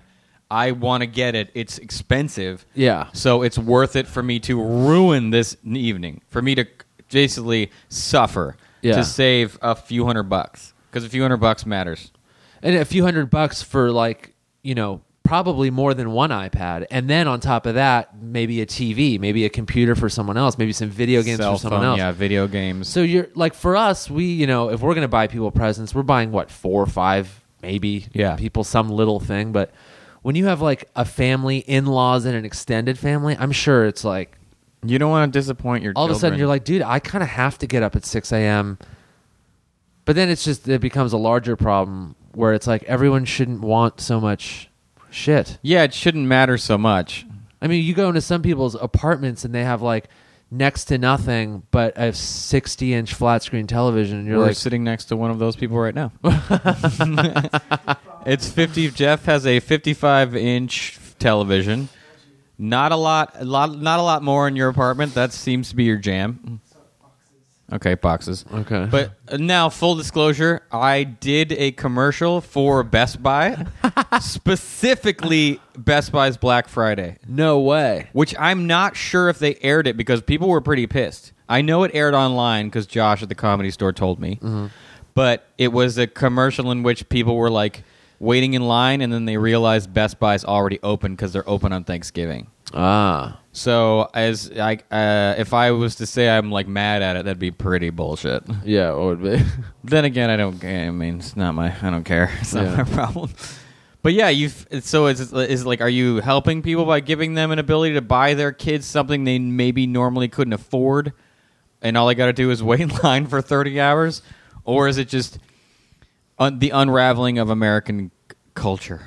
Speaker 3: I want to get it. It's expensive.
Speaker 2: yeah,
Speaker 3: So it's worth it for me to ruin this evening, for me to basically suffer
Speaker 2: Yeah.
Speaker 3: to save a few hundred bucks. Because a few hundred bucks matters.
Speaker 2: and a few hundred bucks for like you know probably more than one iPad, and then on top of that, maybe a TV, maybe a computer for someone else, maybe some video games
Speaker 3: Cell
Speaker 2: for someone
Speaker 3: phone,
Speaker 2: else.
Speaker 3: Yeah, video games.
Speaker 2: So you're like for us, we you know if we're gonna buy people presents, we're buying what four or five maybe
Speaker 3: Yeah.
Speaker 2: people some little thing. But when you have like a family, in laws, and an extended family, I'm sure it's like
Speaker 3: you don't want to disappoint your
Speaker 2: all of a sudden
Speaker 3: children.
Speaker 2: you're like, dude, I kind of have to get up at six a.m. But then it's just it becomes a larger problem where it's like everyone shouldn't want so much shit.
Speaker 3: yeah, it shouldn't matter so much.
Speaker 2: I mean, you go into some people's apartments and they have like next to nothing but a 60 inch flat screen television and you're
Speaker 3: We're
Speaker 2: like
Speaker 3: sitting next to one of those people right now. it's 50. Jeff has a 55 inch television. Not a lot, a lot, not a lot more in your apartment. That seems to be your jam. Okay, boxes.
Speaker 2: okay
Speaker 3: But uh, now, full disclosure, I did a commercial for Best Buy, specifically Best Buy's Black Friday,
Speaker 2: no way
Speaker 3: which I'm not sure if they aired it because people were pretty pissed. I know it aired online because Josh at the comedy store told me, but it was a commercial in which people were like waiting in line and then they realized Best Buy's already open because they're open on Thanksgiving.
Speaker 2: ah
Speaker 3: So as I, uh, if I was to say I'm like mad at it, that'd be pretty bullshit.
Speaker 2: yeah what would be
Speaker 3: Then again, I don't. I mean, it's not my. I don't care. It's not
Speaker 2: Yeah.
Speaker 3: my problem. But yeah, you. So is is like, are you helping people by giving them an ability to buy their kids something they maybe normally couldn't afford, and all they got to do is wait in line for thirty hours, or is it just un- the unraveling of American c- culture,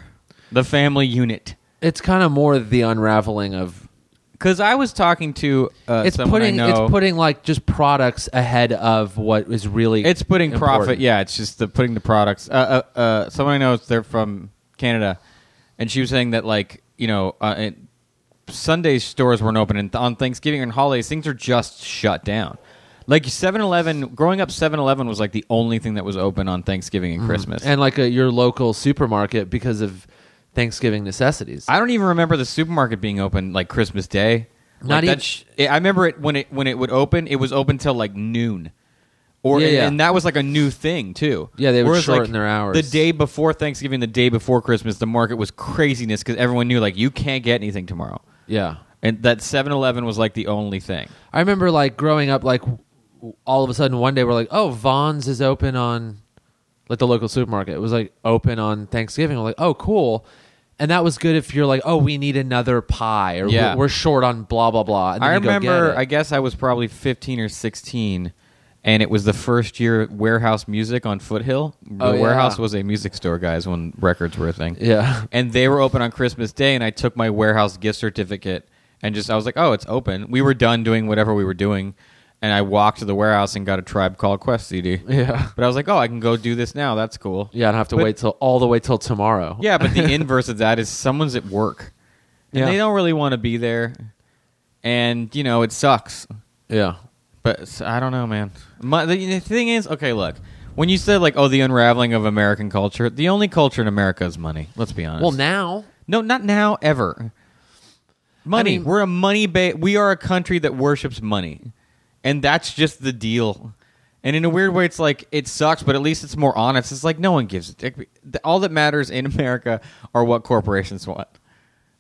Speaker 3: the family unit?
Speaker 2: it's kind of more the unraveling of
Speaker 3: Because I was talking to uh,
Speaker 2: it's
Speaker 3: someone I
Speaker 2: putting
Speaker 3: know-
Speaker 2: it's putting like just products ahead of what is really
Speaker 3: It's putting profit.
Speaker 2: important.
Speaker 3: Yeah, it's just the putting the products. Uh, uh, uh, someone I know, they're from Canada, and she was saying that like you know, uh, it, Sunday stores weren't open, and on Thanksgiving and holidays, things are just shut down. Like 7-Eleven, growing up, 7-Eleven was like the only thing that was open on Thanksgiving and
Speaker 2: Mm-hmm.
Speaker 3: Christmas.
Speaker 2: and like a, your local supermarket because of Thanksgiving necessities.
Speaker 3: I don't even remember the supermarket being open like Christmas Day.
Speaker 2: Not
Speaker 3: like,
Speaker 2: even-
Speaker 3: that sh- I remember it when it when it would open. It was open till like noon, or
Speaker 2: Yeah,
Speaker 3: and,
Speaker 2: yeah.
Speaker 3: and that was like a new thing too.
Speaker 2: Yeah, they would
Speaker 3: Whereas,
Speaker 2: shorten
Speaker 3: like,
Speaker 2: their hours.
Speaker 3: The day before Thanksgiving, the day before Christmas, the market was craziness because everyone knew like you can't get anything tomorrow,
Speaker 2: yeah,
Speaker 3: and that 7-Eleven was like the only thing.
Speaker 2: I remember like growing up, like w- all of a sudden one day we're like, oh, Vaughn's is open on like the local supermarket. It was like open on Thanksgiving. We're like, oh, cool. And that was good if you're like, oh, we need another pie, or
Speaker 3: Yeah.
Speaker 2: we're, we're short on blah blah blah. And then
Speaker 3: I
Speaker 2: you go get
Speaker 3: remember.
Speaker 2: it.
Speaker 3: I guess I was probably fifteen or sixteen, and it was the first year warehouse music on Foothill. The
Speaker 2: Oh, yeah.
Speaker 3: warehouse was a music store, guys, when records were a thing.
Speaker 2: yeah,
Speaker 3: and they were open on Christmas Day, and I took my warehouse gift certificate and just I was like, oh, it's open. We were done doing whatever we were doing, and I walked to the warehouse and got a Tribe Called Quest CD.
Speaker 2: Yeah.
Speaker 3: but I was like, oh, I can go do this now. That's cool.
Speaker 2: yeah. I'd have to
Speaker 3: But-
Speaker 2: wait till all the way till tomorrow.
Speaker 3: Yeah, but the inverse of that is someone's at work, and
Speaker 2: Yeah.
Speaker 3: they don't really want to be there, and you know it sucks.
Speaker 2: yeah.
Speaker 3: But s- I don't know, man. My, the, the thing is, okay, look. When you said like, oh, the unraveling of American culture, the only culture in America is money. Let's be honest.
Speaker 2: Well, now
Speaker 3: No, not now. Ever. Money.
Speaker 2: I mean-
Speaker 3: We're a money ba- We are a country that worships money, and that's just the deal. And in a weird way, it's like it sucks, but at least it's more honest. It's like no one gives a dick. All that matters in America are what corporations want.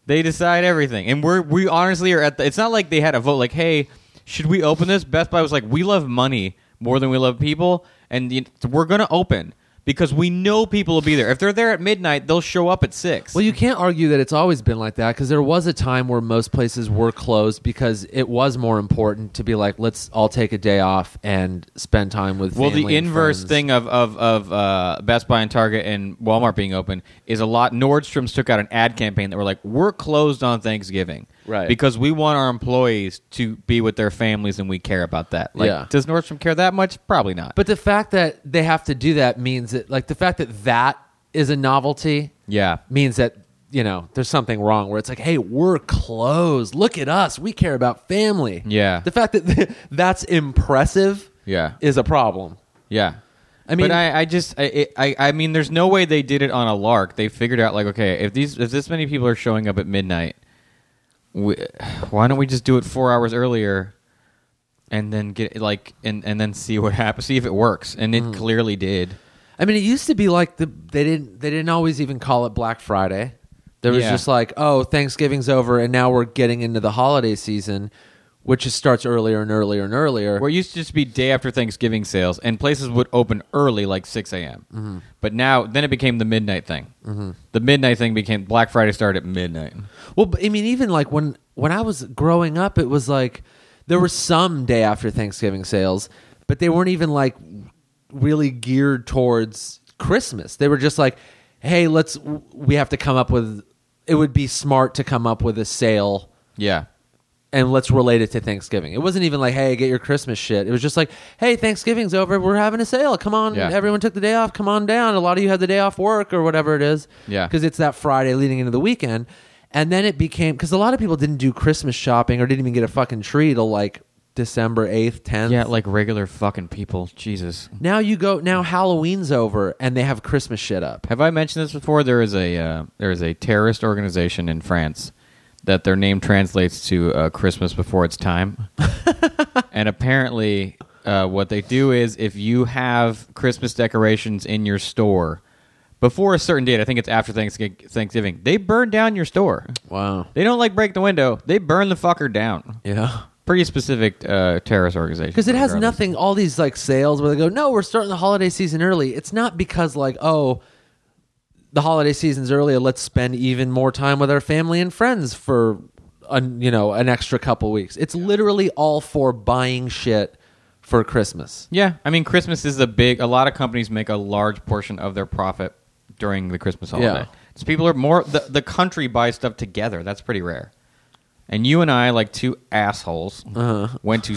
Speaker 3: They decide everything, and we're we honestly are at. The, it's not like they had a vote. Like, hey, should we open this? Best Buy was like, we love money more than we love people, and you, we're gonna open because we know people will be there. If they're there at midnight, they'll show up at six.
Speaker 2: Well, you can't argue that it's always been like that because there was a time where most places were closed because it was more important to be like, let's all take a day off and spend time with.
Speaker 3: Well,
Speaker 2: family
Speaker 3: the
Speaker 2: and
Speaker 3: inverse
Speaker 2: friends.
Speaker 3: thing of of of uh, Best Buy and Target and Walmart being open is a lot. Nordstrom's took out an ad campaign that were like, "We're closed on Thanksgiving,
Speaker 2: Right.
Speaker 3: Because we want our employees to be with their families, and we care about that." Like,
Speaker 2: Yeah.
Speaker 3: does Nordstrom care that much? Probably not.
Speaker 2: but the fact that they have to do that means that, like, the fact that that is a novelty
Speaker 3: yeah,
Speaker 2: means that you know there's something wrong where it's like, hey, we're closed. Look at us. We care about family.
Speaker 3: Yeah.
Speaker 2: The fact that that's impressive.
Speaker 3: Yeah.
Speaker 2: Is a problem.
Speaker 3: Yeah.
Speaker 2: I mean-
Speaker 3: but I, I just, I, it- I, I mean, there's no way they did it on a lark. They figured out, like, okay, if these, if this many people are showing up at midnight, we, why don't we just do it four hours earlier, and then get like, and and then see what happens, see if it works, and
Speaker 2: Hmm.
Speaker 3: it clearly did.
Speaker 2: I mean, it used to be like the they didn't they didn't always even call it Black Friday. There was
Speaker 3: Yeah.
Speaker 2: just like, oh, Thanksgiving's over, and now we're getting into the holiday season, which just starts earlier and earlier and earlier.
Speaker 3: Where it used to just be day after Thanksgiving sales, and places would open early, like six a.m.
Speaker 2: Mm-hmm.
Speaker 3: But now, then it became the midnight thing. The midnight thing became Black Friday started at midnight.
Speaker 2: Well, but, I mean, even like when when I was growing up, it was like there were some day after Thanksgiving sales, but they weren't even like really geared towards Christmas. They were just like, hey, let's we have to come up with. It would be smart to come up with a sale
Speaker 3: Yeah,
Speaker 2: and let's relate it to Thanksgiving. It wasn't even like, hey, get your Christmas shit. It was just like, hey, Thanksgiving's over. We're having a sale. Come on.
Speaker 3: Yeah.
Speaker 2: Everyone took the day off. Come on down. A lot of you had the day off work or whatever it is.
Speaker 3: Yeah.
Speaker 2: Because it's that Friday leading into the weekend. And then it became, because a lot of people didn't do Christmas shopping or didn't even get a fucking tree till like December 8th, 10th.
Speaker 3: Yeah, like regular fucking people. Jesus.
Speaker 2: Now you go, now Halloween's over and they have Christmas shit up.
Speaker 3: Have I mentioned this before? There is a uh, there is a terrorist organization in France that their name translates to uh, Christmas before its time, and apparently, uh, what they do is if you have Christmas decorations in your store before a certain date, I think it's after Thanksgi- Thanksgiving, they burn down your store.
Speaker 2: Wow.
Speaker 3: They don't like break the window; they burn the fucker down.
Speaker 2: Yeah.
Speaker 3: Pretty specific uh, terrorist organization
Speaker 2: Because it has
Speaker 3: regardless.
Speaker 2: nothing, all these like sales where they go, no, we're starting the holiday season early. It's not because like, oh, the holiday season's earlier. Let's spend even more time with our family and friends for, an, you know, an extra couple weeks. It's literally all for buying shit for Christmas.
Speaker 3: Yeah, I mean Christmas is a big. A lot of companies make a large portion of their profit during the Christmas holiday.
Speaker 2: Yeah.
Speaker 3: So people are more the, the country buys stuff together. That's pretty rare. And you and I, like two assholes,
Speaker 2: Uh-huh.
Speaker 3: went to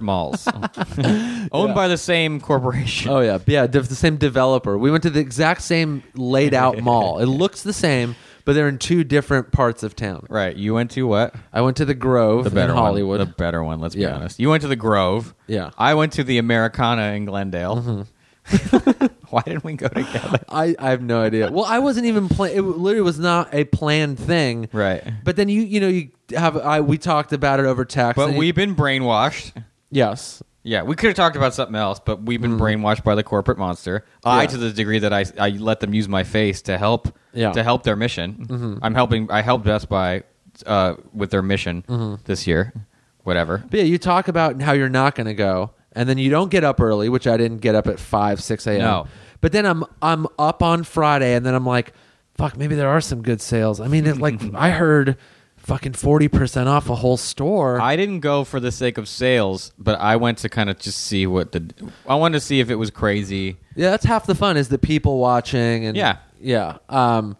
Speaker 3: malls owned by the same corporation.
Speaker 2: Oh yeah, yeah, de- the same developer. We went to the exact same laid out mall. It looks the same, but they're in two different parts of town.
Speaker 3: Right, you went to what?
Speaker 2: I went to the Grove
Speaker 3: The better
Speaker 2: in Hollywood.
Speaker 3: one. The better one. Let's be
Speaker 2: Yeah.
Speaker 3: honest. You went to the Grove.
Speaker 2: Yeah.
Speaker 3: I went to the Americana in Glendale.
Speaker 2: Mm-hmm.
Speaker 3: Why didn't we go together?
Speaker 2: I, I have no idea. Well, I wasn't even plan. It literally was not a planned thing.
Speaker 3: Right.
Speaker 2: But then you you know you have I we talked about it over text.
Speaker 3: But
Speaker 2: and you-
Speaker 3: we've been brainwashed.
Speaker 2: yes
Speaker 3: Yeah, we could have talked about something else, but we've been brainwashed by the corporate monster. I,
Speaker 2: Yeah.
Speaker 3: to the degree that I, I let them use my face to help,
Speaker 2: Yeah.
Speaker 3: to help their mission. I'm helping. I helped Best Buy uh, with their mission this year, whatever.
Speaker 2: But yeah, you talk about how you're not going to go, and then you don't get up early, which I didn't get up at five, six a.m.
Speaker 3: No.
Speaker 2: But then I'm I'm up on Friday, and then I'm like, fuck, maybe there are some good sales. I mean, it, like I heard, fucking forty percent off a whole store.
Speaker 3: I didn't go for the sake of sales, but I went to kind of just see what the. I wanted to see if it was crazy.
Speaker 2: yeah, that's half the fun is the people watching and
Speaker 3: Yeah.
Speaker 2: yeah. Um,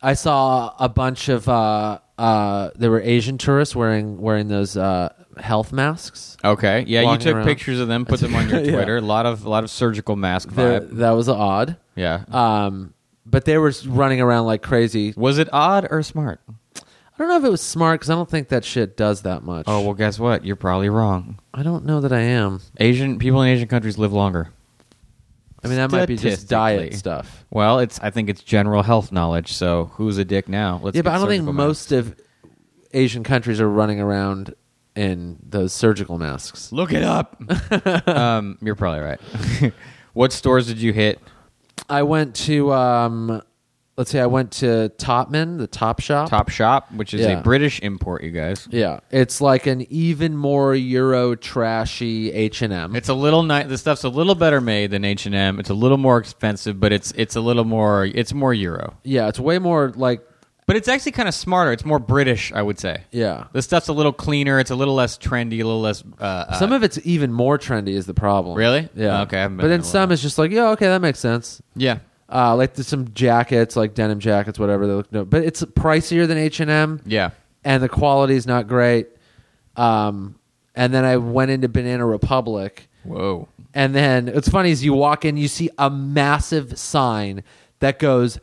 Speaker 2: I saw a bunch of uh, uh, there were Asian tourists wearing wearing those uh, health masks.
Speaker 3: Okay, yeah,
Speaker 2: Walking
Speaker 3: you took
Speaker 2: around.
Speaker 3: pictures of them, put them on your Twitter. A lot of a lot of surgical mask
Speaker 2: There-
Speaker 3: vibe.
Speaker 2: that was odd.
Speaker 3: Yeah,
Speaker 2: Um, but they were running around like crazy.
Speaker 3: was it odd or smart?
Speaker 2: I don't know if it was smart because I don't think that shit does that much.
Speaker 3: Oh well, guess what? You're probably wrong.
Speaker 2: I don't know that I am.
Speaker 3: Asian people in Asian countries live longer.
Speaker 2: I mean, that might be just diet
Speaker 3: Statistically.
Speaker 2: stuff.
Speaker 3: Well, it's I think it's general health knowledge. So who's a dick now? Let's
Speaker 2: yeah, but
Speaker 3: get
Speaker 2: I don't think
Speaker 3: surgical
Speaker 2: most of Asian countries are running around in those surgical masks.
Speaker 3: masks. Look it up. um, you're probably right. what stores did you hit?
Speaker 2: I went to, um, let's see, I went to Topman, the Top Shop.
Speaker 3: Top Shop, which is
Speaker 2: Yeah.
Speaker 3: a British import, you guys.
Speaker 2: Yeah, it's like an even more Euro trashy H and M.
Speaker 3: It's a little nice. The stuff's a little better made than H and M. It's a little more expensive, but it's it's a little more. It's more Euro,
Speaker 2: Yeah, it's way more like
Speaker 3: but it's actually kind of smarter. It's more British, I would say.
Speaker 2: yeah.
Speaker 3: The stuff's a little cleaner. It's a little less trendy. A little less. Uh, uh,
Speaker 2: Some of it's even more trendy is the problem.
Speaker 3: Really?
Speaker 2: Yeah.
Speaker 3: Okay, I haven't been
Speaker 2: but
Speaker 3: in
Speaker 2: then
Speaker 3: a while.
Speaker 2: some is just like, yeah, okay, that makes sense.
Speaker 3: yeah.
Speaker 2: Uh, like there's some jackets, like denim jackets, whatever they look. No, but it's pricier than H and M.
Speaker 3: Yeah.
Speaker 2: and the quality's not great. Um, and then I went into Banana Republic,
Speaker 3: Whoa.
Speaker 2: and then it's funny as you walk in, you see a massive sign that goes.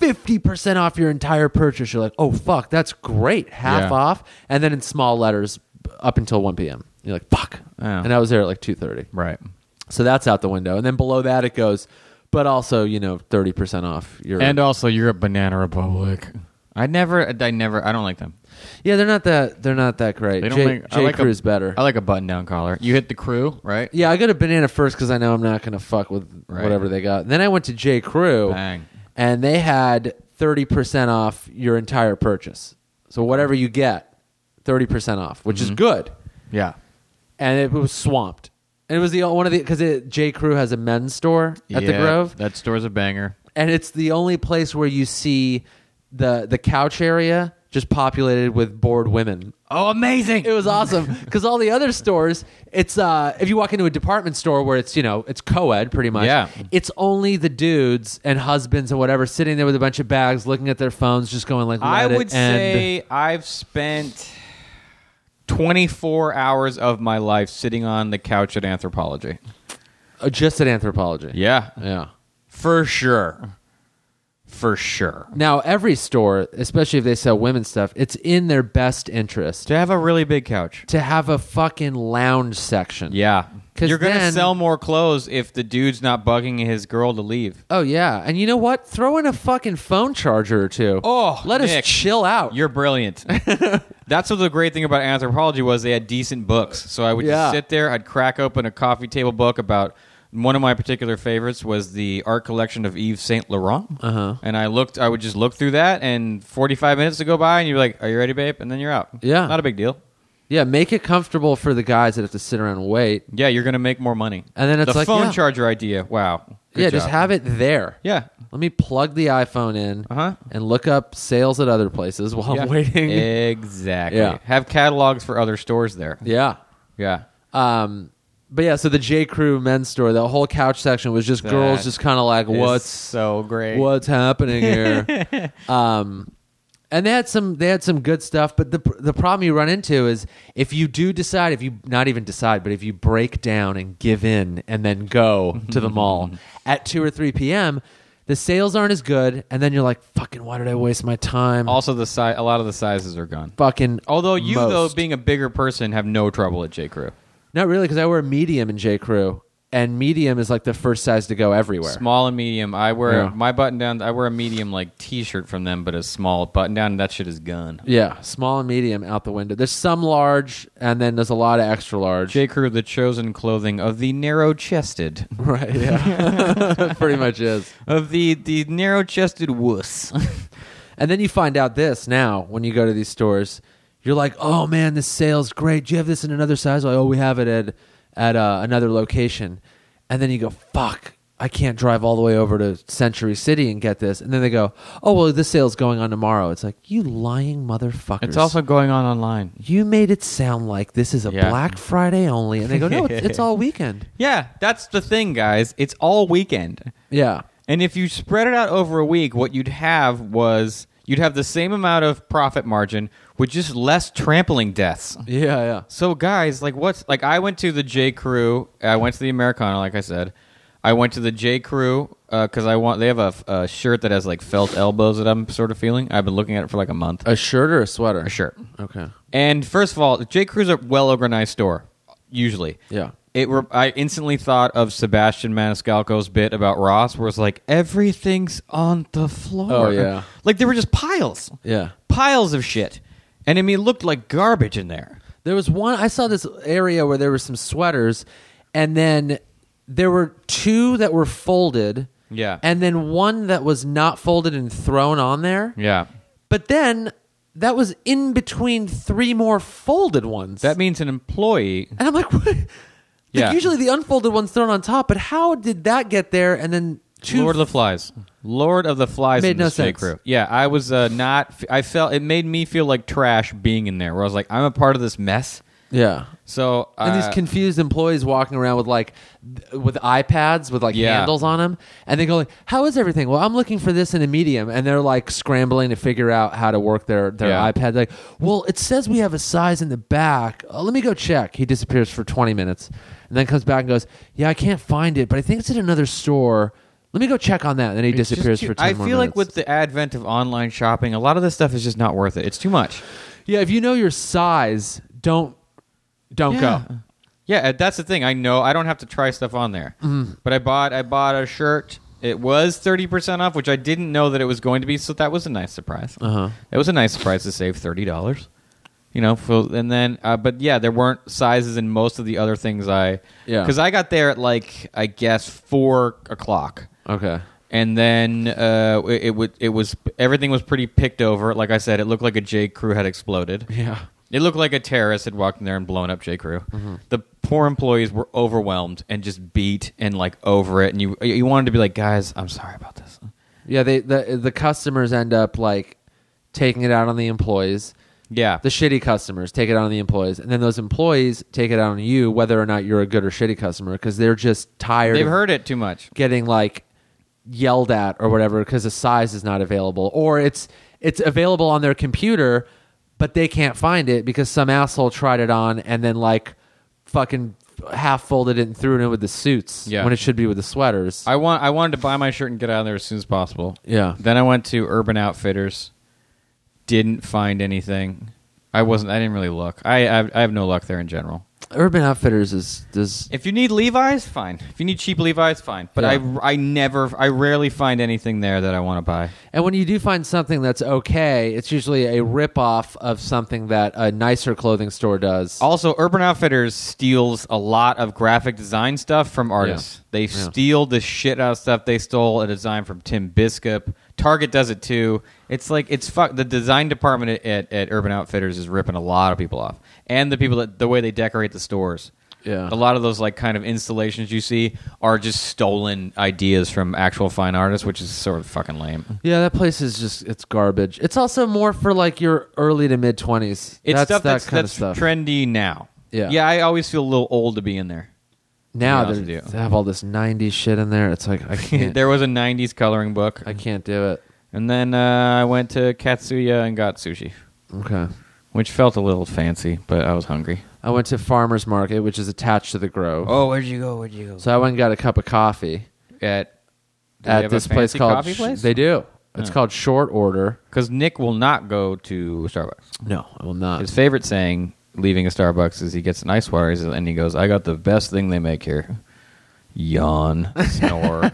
Speaker 2: 50% off your entire purchase. You're like, oh, fuck, that's great. Half
Speaker 3: Yeah.
Speaker 2: off. And then in small letters up until 1 p.m. You're like, fuck.
Speaker 3: Oh.
Speaker 2: And I was there at like 2.30.
Speaker 3: Right.
Speaker 2: So that's out the window. And then below that it goes, but also, you know, 30% off your
Speaker 3: And uh, also, you're a banana republic. I never, I never, I don't like them.
Speaker 2: Yeah, they're not that they're not that great.
Speaker 3: They don't
Speaker 2: J,
Speaker 3: make.
Speaker 2: J.
Speaker 3: I like
Speaker 2: Crew's
Speaker 3: a,
Speaker 2: better.
Speaker 3: I like a button-down collar. You hit the crew, right?
Speaker 2: yeah, I got a banana first because I know I'm not gonna fuck with
Speaker 3: Right.
Speaker 2: whatever they got. And then I went to J. Crew
Speaker 3: Bang.
Speaker 2: and they had thirty percent off your entire purchase. So whatever you get, thirty percent off, which
Speaker 3: Mm-hmm.
Speaker 2: is good.
Speaker 3: Yeah.
Speaker 2: And it was swamped. And it was the one of the because J. Crew has a men's store at the Grove.
Speaker 3: That store's a banger.
Speaker 2: and it's the only place where you see the the couch area just populated with bored women.
Speaker 3: Oh, amazing!
Speaker 2: It was awesome because all the other stores, it's uh, if you walk into a department store where it's you know it's co-ed pretty much.
Speaker 3: Yeah.
Speaker 2: it's only the dudes and husbands and whatever sitting there with a bunch of bags, looking at their phones, just going like,
Speaker 3: I
Speaker 2: "Let it end."
Speaker 3: would say I've spent 24 hours of my life sitting on the couch at anthropology.
Speaker 2: Uh, just at anthropology.
Speaker 3: Yeah.
Speaker 2: Yeah.
Speaker 3: For sure. For sure.
Speaker 2: Now every store, especially if they sell women's stuff, it's in their best interest
Speaker 3: To have a really big couch.
Speaker 2: to have a fucking lounge section.
Speaker 3: Yeah.
Speaker 2: 'Cause
Speaker 3: You're going to
Speaker 2: then-
Speaker 3: sell more clothes if the dude's not bugging his girl to leave.
Speaker 2: Oh yeah, and you know what? Throw in a fucking phone charger or two.
Speaker 3: Oh,
Speaker 2: let
Speaker 3: Nick.
Speaker 2: us chill out.
Speaker 3: You're brilliant. That's what the great thing about anthropology was they had decent books. So I would
Speaker 2: Yeah.
Speaker 3: just sit there, I'd crack open a coffee table book about one of my particular favorites was the art collection of Yves Saint Laurent. Uh-huh. And I looked I would just look through that and 45 minutes to go by and you're like, "Are you ready, babe?" and then you're out.
Speaker 2: Yeah.
Speaker 3: Not a big deal.
Speaker 2: yeah, make it comfortable for the guys that have to sit around and wait.
Speaker 3: Yeah, you're going to make more money.
Speaker 2: And then it's
Speaker 3: the
Speaker 2: like,
Speaker 3: phone
Speaker 2: yeah.
Speaker 3: charger idea. Wow. Good
Speaker 2: yeah, just
Speaker 3: job.
Speaker 2: have it there.
Speaker 3: Yeah.
Speaker 2: Let me plug the iPhone in
Speaker 3: Uh-huh.
Speaker 2: and look up sales at other places while
Speaker 3: Yeah.
Speaker 2: I'm waiting.
Speaker 3: Exactly.
Speaker 2: Yeah.
Speaker 3: Have catalogs for other stores there.
Speaker 2: yeah.
Speaker 3: Yeah.
Speaker 2: Um, but yeah, so the J Crew men's store, the whole couch section was just girls
Speaker 3: That
Speaker 2: just kind of like,
Speaker 3: It's
Speaker 2: what's
Speaker 3: so great?
Speaker 2: what's happening here? um, and they had some they had some good stuff, but the the problem you run into is if you do decide, if you not even decide, but if you break down and give in and then go to the mall at two or three p.m. The sales aren't as good, and then you're like, "Fucking, why did I waste my time?"
Speaker 3: Also, the si- a lot of the sizes are gone.
Speaker 2: fucking.
Speaker 3: Although you, though,
Speaker 2: most.
Speaker 3: being a bigger person, have no trouble at J Crew.
Speaker 2: Not really, because I wear medium in J. Crew, and medium is like the first size to go everywhere.
Speaker 3: Small and medium. I wear
Speaker 2: Yeah.
Speaker 3: my button down. I wear a medium like T-shirt from them, but a small button down. and That shit is gone.
Speaker 2: Yeah, small and medium out the window. There's some large, and then there's a lot of extra large.
Speaker 3: J Crew, the chosen clothing of the narrow-chested,
Speaker 2: Right? Yeah, pretty much is.
Speaker 3: of the the narrow-chested wuss.
Speaker 2: And then you find out this now when you go to these stores, you're like, "Oh man, this sale's great. Do you have this in another size?" Like, "Oh, we have it at at uh, another location." And then you go, "Fuck, I can't drive all the way over to Century City and get this." And then they go, "Oh well, this sale's going on tomorrow." It's like you lying motherfuckers.
Speaker 3: it's also going on online.
Speaker 2: you made it sound like this is a
Speaker 3: Yeah.
Speaker 2: Black Friday only, and they go, "No, it's, it's all weekend."
Speaker 3: Yeah, that's the thing, guys. It's all weekend.
Speaker 2: Yeah,
Speaker 3: And if you spread it out over a week, what you'd have was you'd have the same amount of profit margin with just less trampling deaths.
Speaker 2: yeah, yeah.
Speaker 3: So guys, like what's like I went to the J Crew, I went to the Americana, like I said. I went to the J Crew because I want they have a, a shirt that has like felt elbows that I'm sort of feeling. I've been looking at it for like a month.
Speaker 2: A shirt or a sweater?
Speaker 3: A shirt.
Speaker 2: Okay.
Speaker 3: And first of all, J Crew's a well organized store usually.
Speaker 2: Yeah.
Speaker 3: It re- I instantly thought of Sebastian Maniscalco's bit about Ross, where it's like everything's on the floor.
Speaker 2: Oh, yeah.
Speaker 3: like there were just piles,
Speaker 2: Yeah.
Speaker 3: piles of shit, and I mean, it looked like garbage in there.
Speaker 2: There was one I saw this area where there were some sweaters and then there were two that were folded.
Speaker 3: Yeah.
Speaker 2: And then one that was not folded and thrown on there.
Speaker 3: Yeah,
Speaker 2: But then that was in between three more folded ones.
Speaker 3: that means an employee.
Speaker 2: and I'm like, what? Like,
Speaker 3: Yeah.
Speaker 2: usually the unfolded one's thrown on top, but how did that get there and then two
Speaker 3: Lord of the Flies, Lord of the Flies
Speaker 2: Made
Speaker 3: in
Speaker 2: no
Speaker 3: this J
Speaker 2: sense.
Speaker 3: Crew. Yeah, I was uh, not. I felt it made me feel like trash being in there. Where I was like, I'm a part of this mess.
Speaker 2: Yeah.
Speaker 3: So
Speaker 2: And
Speaker 3: uh,
Speaker 2: these confused employees walking around with like th- with iPads with like
Speaker 3: Yeah.
Speaker 2: handles on them, and they go like, "How is everything?" Well, I'm looking for this in a medium, and they're like scrambling to figure out how to work their their
Speaker 3: Yeah.
Speaker 2: iPad. Like, well, it says we have a size in the back. Uh, let me go check. He disappears for 20 minutes, and then comes back and goes, "Yeah, I can't find it, but I think it's at another store. Let me go check on that." And then he
Speaker 3: It's just
Speaker 2: disappears
Speaker 3: too-
Speaker 2: for 10
Speaker 3: I
Speaker 2: more
Speaker 3: feel like
Speaker 2: minutes.
Speaker 3: with the advent of online shopping, a lot of this stuff is just not worth it. It's too much.
Speaker 2: yeah, if you know your size, don't don't go.
Speaker 3: Yeah, and that's the thing. I know I don't have to try stuff on there.
Speaker 2: Mm-hmm.
Speaker 3: But I bought I bought a shirt. It was 30% off, which I didn't know that it was going to be, so that was a nice surprise.
Speaker 2: Uh-huh.
Speaker 3: It was a nice surprise to save $30. You know, for, and then uh, but yeah, there weren't sizes in most of the other things I
Speaker 2: Yeah.
Speaker 3: Cuz I got there at like I guess 4 o'clock.
Speaker 2: Okay.
Speaker 3: and then uh, it, it would it was everything was pretty picked over. Like I said, it looked like a J Crew had exploded.
Speaker 2: Yeah.
Speaker 3: It looked like a terrorist had walked in there and blown up J Crew.
Speaker 2: Mm-hmm.
Speaker 3: The poor employees were overwhelmed and just beat and like over it. And you you wanted to be like, guys, I'm sorry about this.
Speaker 2: Yeah, they the the customers end up like taking it out on the employees.
Speaker 3: Yeah,
Speaker 2: The shitty customers take it out on the employees, and then those employees take it out on you, whether or not you're a good or shitty customer, because they're just tired.
Speaker 3: they've
Speaker 2: of
Speaker 3: heard it too much.
Speaker 2: getting like yelled at or whatever because the size is not available, or it's it's available on their computer, but they can't find it because some asshole tried it on and then like fucking half folded it and threw it in with the suits
Speaker 3: Yeah.
Speaker 2: when it should be with the sweaters.
Speaker 3: I want I wanted to buy my shirt and get out of there as soon as possible.
Speaker 2: Yeah.
Speaker 3: Then I went to Urban Outfitters. Didn't find anything. I wasn't. I didn't really look. I I, I have no luck there in general.
Speaker 2: Urban Outfitters is does
Speaker 3: If you need Levi's, fine. If you need cheap Levi's, fine. But
Speaker 2: Yeah.
Speaker 3: I I never I rarely find anything there that I want to buy.
Speaker 2: and when you do find something that's okay, it's usually a ripoff of something that a nicer clothing store does.
Speaker 3: Also, Urban Outfitters steals a lot of graphic design stuff from artists. They steal the shit out of stuff. They stole a design from Tim Biscup. Target does it too. It's like it's fuck. The design department at, at, at Urban Outfitters is ripping a lot of people off, and the people that the way they decorate the stores.
Speaker 2: Yeah.
Speaker 3: a lot of those like kind of installations you see are just stolen ideas from actual fine artists, which is sort of fucking lame.
Speaker 2: yeah, that place is just it's garbage. It's also more for like your early to mid twenties.
Speaker 3: It's
Speaker 2: that's
Speaker 3: stuff
Speaker 2: that
Speaker 3: that's,
Speaker 2: kind
Speaker 3: that's
Speaker 2: of stuff.
Speaker 3: trendy now.
Speaker 2: Yeah.
Speaker 3: yeah. I always feel a little old to be in there.
Speaker 2: now
Speaker 3: honest
Speaker 2: they're-
Speaker 3: with you.
Speaker 2: they have all this '90s shit in there. It's like I can't,
Speaker 3: there was a '90s coloring book.
Speaker 2: I can't do it.
Speaker 3: And then uh, I went to Katsuya and got sushi,
Speaker 2: Okay.
Speaker 3: which felt a little fancy, but I was hungry.
Speaker 2: I went to Farmers Market, which is attached to the Grove.
Speaker 3: Oh, where'd you go? Where'd you go?
Speaker 2: So I went and got a cup of coffee
Speaker 3: At do they
Speaker 2: at
Speaker 3: have a
Speaker 2: this place
Speaker 3: fancy
Speaker 2: called
Speaker 3: coffee place?
Speaker 2: They do. It's called Short Order.
Speaker 3: because Nick will not go to Starbucks.
Speaker 2: No, I will not.
Speaker 3: His favorite saying leaving a Starbucks is he gets an ice water and he goes, "I got the best thing they make here." Yawn, snore.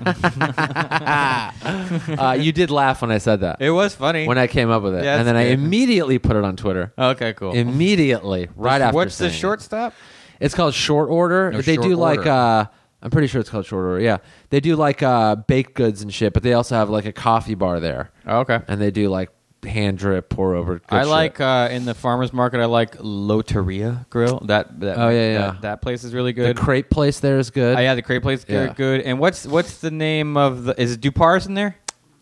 Speaker 2: uh, you did laugh when I said that.
Speaker 3: it was funny.
Speaker 2: when I came up with it,
Speaker 3: Yeah,
Speaker 2: and then
Speaker 3: that's
Speaker 2: I
Speaker 3: good.
Speaker 2: immediately put it on Twitter.
Speaker 3: okay, cool.
Speaker 2: Immediately, right after.
Speaker 3: What's the
Speaker 2: saying it.
Speaker 3: shortstop?
Speaker 2: It's called Short Order.
Speaker 3: No,
Speaker 2: they
Speaker 3: Short
Speaker 2: do like
Speaker 3: Order.
Speaker 2: uh I'm pretty sure it's called Short Order. Yeah. They do like uh baked goods and shit, but they also have like a coffee bar there.
Speaker 3: Oh, okay.
Speaker 2: And they do like hand drip pour over good
Speaker 3: I
Speaker 2: shit.
Speaker 3: like uh, in the farmers market. I like Loteria Grill. That, that
Speaker 2: Oh, yeah, yeah.
Speaker 3: that, that place is really
Speaker 2: the
Speaker 3: good.
Speaker 2: crepe place there is good.
Speaker 3: Oh, yeah, the crepe place is
Speaker 2: Yeah.
Speaker 3: good. And what's what's the name of the? Is it Dupars in there?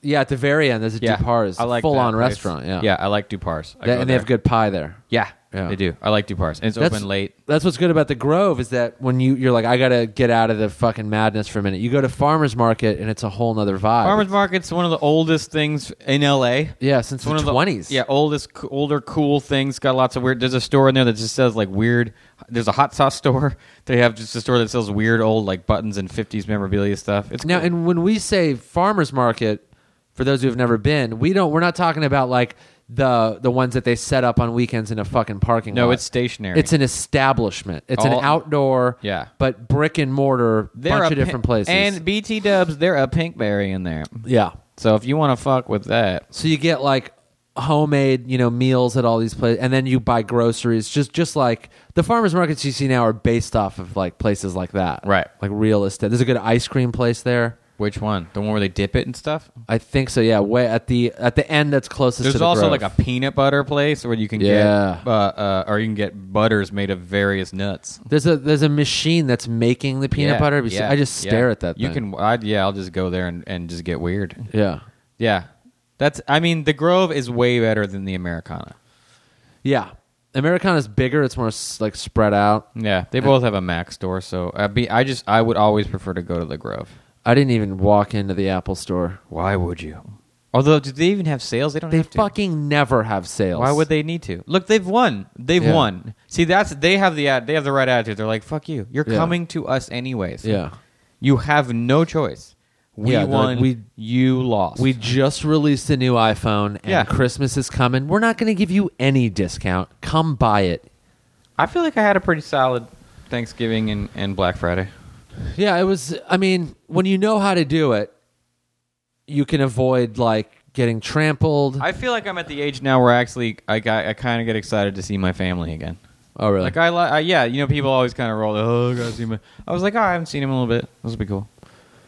Speaker 2: yeah, at the very end there's a
Speaker 3: Yeah,
Speaker 2: Dupar's
Speaker 3: I like
Speaker 2: full
Speaker 3: that
Speaker 2: on
Speaker 3: place.
Speaker 2: restaurant. Yeah.
Speaker 3: yeah, I like Dupars. I
Speaker 2: That-
Speaker 3: go
Speaker 2: and they have
Speaker 3: there.
Speaker 2: good pie there.
Speaker 3: Yeah,
Speaker 2: Yeah.
Speaker 3: they do. I like Dupars. And it's open late.
Speaker 2: That's what's good about the Grove is that when you you're like I gotta get out of the fucking madness for a minute. You go to farmers market and it's a whole nother vibe.
Speaker 3: Farmers Market's one of the oldest things in LA.
Speaker 2: yeah, since
Speaker 3: It's one
Speaker 2: the
Speaker 3: of the
Speaker 2: twenties.
Speaker 3: Yeah, oldest, c- older, cool things. Got lots of weird. There's a store in there that just sells like weird. There's a hot sauce store. They have just a store that sells weird old like buttons and 50s memorabilia stuff. It's
Speaker 2: Now,
Speaker 3: cool.
Speaker 2: and when we say farmers market, for those who have never been, we don't. We're not talking about like the the ones that they set up on weekends in a fucking parking lot.
Speaker 3: no, it's stationary.
Speaker 2: It's an establishment. It's
Speaker 3: All-
Speaker 2: an outdoor,
Speaker 3: Yeah.
Speaker 2: but brick and mortar bunch
Speaker 3: a
Speaker 2: of different
Speaker 3: pin-
Speaker 2: places.
Speaker 3: And BT Dubs, they're a Pinkberry in there.
Speaker 2: yeah,
Speaker 3: So if you want to fuck with that,
Speaker 2: so you get like homemade, you know, meals at all these places, and then you buy groceries. Just just like the farmers markets you see now are based off of like places like that,
Speaker 3: Right.
Speaker 2: Like real estate. There's a good ice cream place there.
Speaker 3: Which one? The one where they dip it and stuff?
Speaker 2: I think so. Yeah, way at the at the end that's closest. to
Speaker 3: There's
Speaker 2: the
Speaker 3: also
Speaker 2: Grove.
Speaker 3: like a peanut butter place where you can
Speaker 2: Yeah.
Speaker 3: get, uh, uh, or you can get butters made of various nuts.
Speaker 2: There's a there's a machine that's making the peanut
Speaker 3: Yeah,
Speaker 2: butter. Have you seen-
Speaker 3: yeah,
Speaker 2: I just
Speaker 3: yeah.
Speaker 2: stare at that.
Speaker 3: You
Speaker 2: thing.
Speaker 3: can, I'd, yeah, I'll just go there and, and just get weird.
Speaker 2: yeah,
Speaker 3: Yeah, that's. I mean, the Grove is way better than the Americana.
Speaker 2: yeah. Americana's bigger. It's more s- like spread out.
Speaker 3: Yeah, they both have a Mac store, so I be, I just, I would always prefer to go to the Grove.
Speaker 2: I didn't even walk into the Apple store.
Speaker 3: Why would you? Although, do they even have sales? They don't.
Speaker 2: They
Speaker 3: have to.
Speaker 2: fucking never have sales.
Speaker 3: Why would they need to? Look, they've won. They've
Speaker 2: Yeah.
Speaker 3: won. See, that's they have the ad, they have the right attitude. They're like, "Fuck you. You're
Speaker 2: Yeah.
Speaker 3: coming to us anyways.
Speaker 2: Yeah.
Speaker 3: you have no choice. We
Speaker 2: Yeah, they're
Speaker 3: won.
Speaker 2: like, we-
Speaker 3: you lost.
Speaker 2: We just released a new iPhone and
Speaker 3: Yeah.
Speaker 2: Christmas is coming. We're not going to give you any discount. Come buy it.
Speaker 3: I feel like I had a pretty solid Thanksgiving and, and Black Friday.
Speaker 2: Yeah, it was. I mean, when you know how to do it, you can avoid like getting trampled.
Speaker 3: I feel like I'm at the age now where I actually I got I kind of get excited to see my family again.
Speaker 2: oh, really?
Speaker 3: Like I, li- I yeah, you know, people always kind of roll. Oh, I gotta see my. I was like, oh, I haven't seen him in a little bit. This would be cool.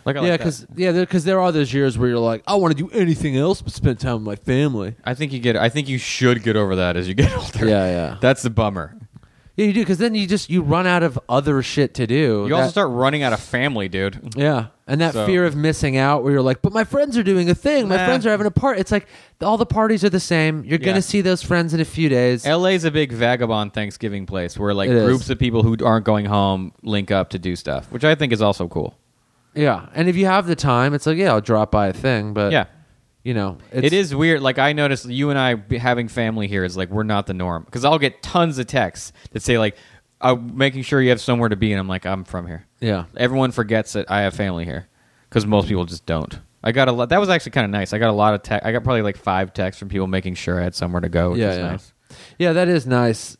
Speaker 3: Like, I
Speaker 2: yeah,
Speaker 3: like that.
Speaker 2: because yeah, because there are those years where you're like, I want to do anything else but spend time with my family.
Speaker 3: I think you get. I think you should get over that as you get older.
Speaker 2: Yeah, yeah.
Speaker 3: That's the bummer.
Speaker 2: Yeah, you do because then you just you run out of other shit to do.
Speaker 3: You also
Speaker 2: That-
Speaker 3: start running out of family, dude.
Speaker 2: yeah, and that
Speaker 3: So-
Speaker 2: fear of missing out, where you're like, but my friends are doing a thing. My
Speaker 3: Nah.
Speaker 2: friends are having a party. It's like all the parties are the same. You're
Speaker 3: Yeah.
Speaker 2: gonna see those friends in a few days.
Speaker 3: LA's a big vagabond Thanksgiving place where like
Speaker 2: It is.
Speaker 3: groups of people who aren't going home link up to do stuff, which I think is also cool.
Speaker 2: yeah, and if you have the time, it's like, yeah, I'll drop by a thing. But
Speaker 3: Yeah.
Speaker 2: you know, it's,
Speaker 3: It is weird. Like I noticed you and I be- having family here is like we're not the norm because I'll get tons of texts that say like, "I'm making sure you have somewhere to be," and I'm like, "I'm from here."
Speaker 2: Yeah.
Speaker 3: Everyone forgets that I have family here because most people just don't. I got a lot. That was actually kind of nice. I got a lot of text. I got probably like five texts from people making sure I had somewhere to go. Which
Speaker 2: yeah,
Speaker 3: is
Speaker 2: yeah.
Speaker 3: nice.
Speaker 2: Yeah, that is nice.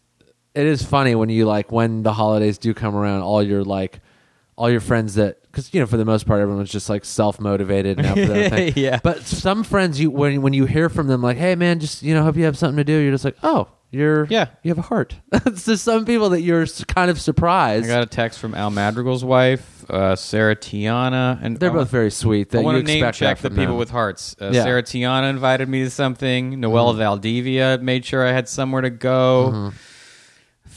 Speaker 2: It is funny when you like when the holidays do come around, all your like all your friends that because you know for the most part everyone's just like self motivated and out for that thing.
Speaker 3: Yeah.
Speaker 2: But some friends you when when you hear from them like, hey man, just you know hope you have something to do, you're just like, oh, you're
Speaker 3: Yeah.
Speaker 2: you have a heart. it's just some people that you're s- kind of surprised.
Speaker 3: I got a text from Al Madrigal's wife, uh, Sarah Tiana, and
Speaker 2: They're
Speaker 3: I
Speaker 2: both very sweet. That
Speaker 3: I
Speaker 2: you
Speaker 3: want to
Speaker 2: expect
Speaker 3: name check
Speaker 2: that
Speaker 3: the
Speaker 2: from
Speaker 3: people
Speaker 2: them.
Speaker 3: with hearts. Uh,
Speaker 2: Yeah. Mm-hmm.
Speaker 3: Sarah Tiana invited me to something. Noelle Valdivia made sure I had somewhere to go.
Speaker 2: Mm-hmm.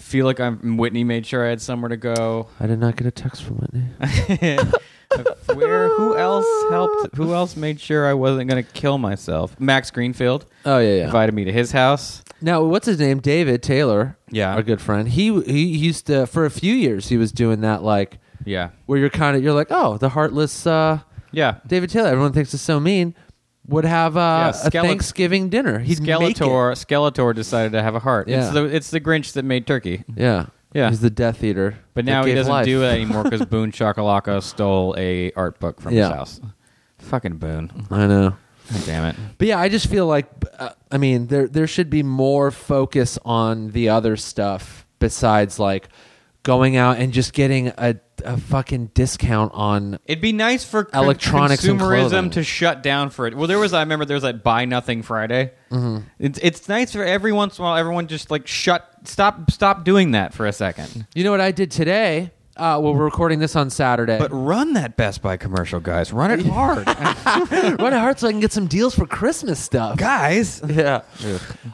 Speaker 3: Feel like I'm Whitney made sure I had somewhere to go.
Speaker 2: I did not get a text from Whitney.
Speaker 3: Where? Who else helped? Who else made sure I wasn't going to kill myself? Max Greenfield
Speaker 2: Oh yeah, yeah.
Speaker 3: invited me to his house.
Speaker 2: Now, what's his name? David Taylor.
Speaker 3: Yeah.
Speaker 2: our good friend. He he used to for a few years he was doing that like
Speaker 3: Yeah,
Speaker 2: where you're kind of you're like oh the heartless uh,
Speaker 3: yeah.
Speaker 2: David Taylor. Everyone thinks is so mean. Would have uh,
Speaker 3: Yeah,
Speaker 2: a
Speaker 3: Skele-
Speaker 2: Thanksgiving dinner. He'd make it.
Speaker 3: Skeletor. Skeletor decided to have a heart. It's
Speaker 2: Yeah.
Speaker 3: the it's the Grinch that made turkey.
Speaker 2: Yeah,
Speaker 3: Yeah.
Speaker 2: He's the Death Eater.
Speaker 3: But
Speaker 2: that
Speaker 3: now he
Speaker 2: gave
Speaker 3: doesn't
Speaker 2: life.
Speaker 3: do it anymore because Boone Chakalaka stole a art book from his
Speaker 2: Yeah.
Speaker 3: house. Fucking Boone.
Speaker 2: I know.
Speaker 3: God damn it.
Speaker 2: But yeah, I just feel like uh, I mean there there should be more focus on the other stuff besides like going out and just getting a a fucking discount on
Speaker 3: It'd be nice for con-
Speaker 2: Electronics and clothing.
Speaker 3: consumerism to shut down for it. Well, there was I remember there was that Buy Nothing Friday.
Speaker 2: Mm-hmm.
Speaker 3: It's it's nice for every once in a while everyone just like shut stop stop doing that for a second.
Speaker 2: You know what I did today? Uh, well, we're recording this on Saturday.
Speaker 3: But run that Best Buy commercial, guys. Run it hard,
Speaker 2: run it hard so I can get some deals for Christmas stuff.
Speaker 3: guys.
Speaker 2: Yeah.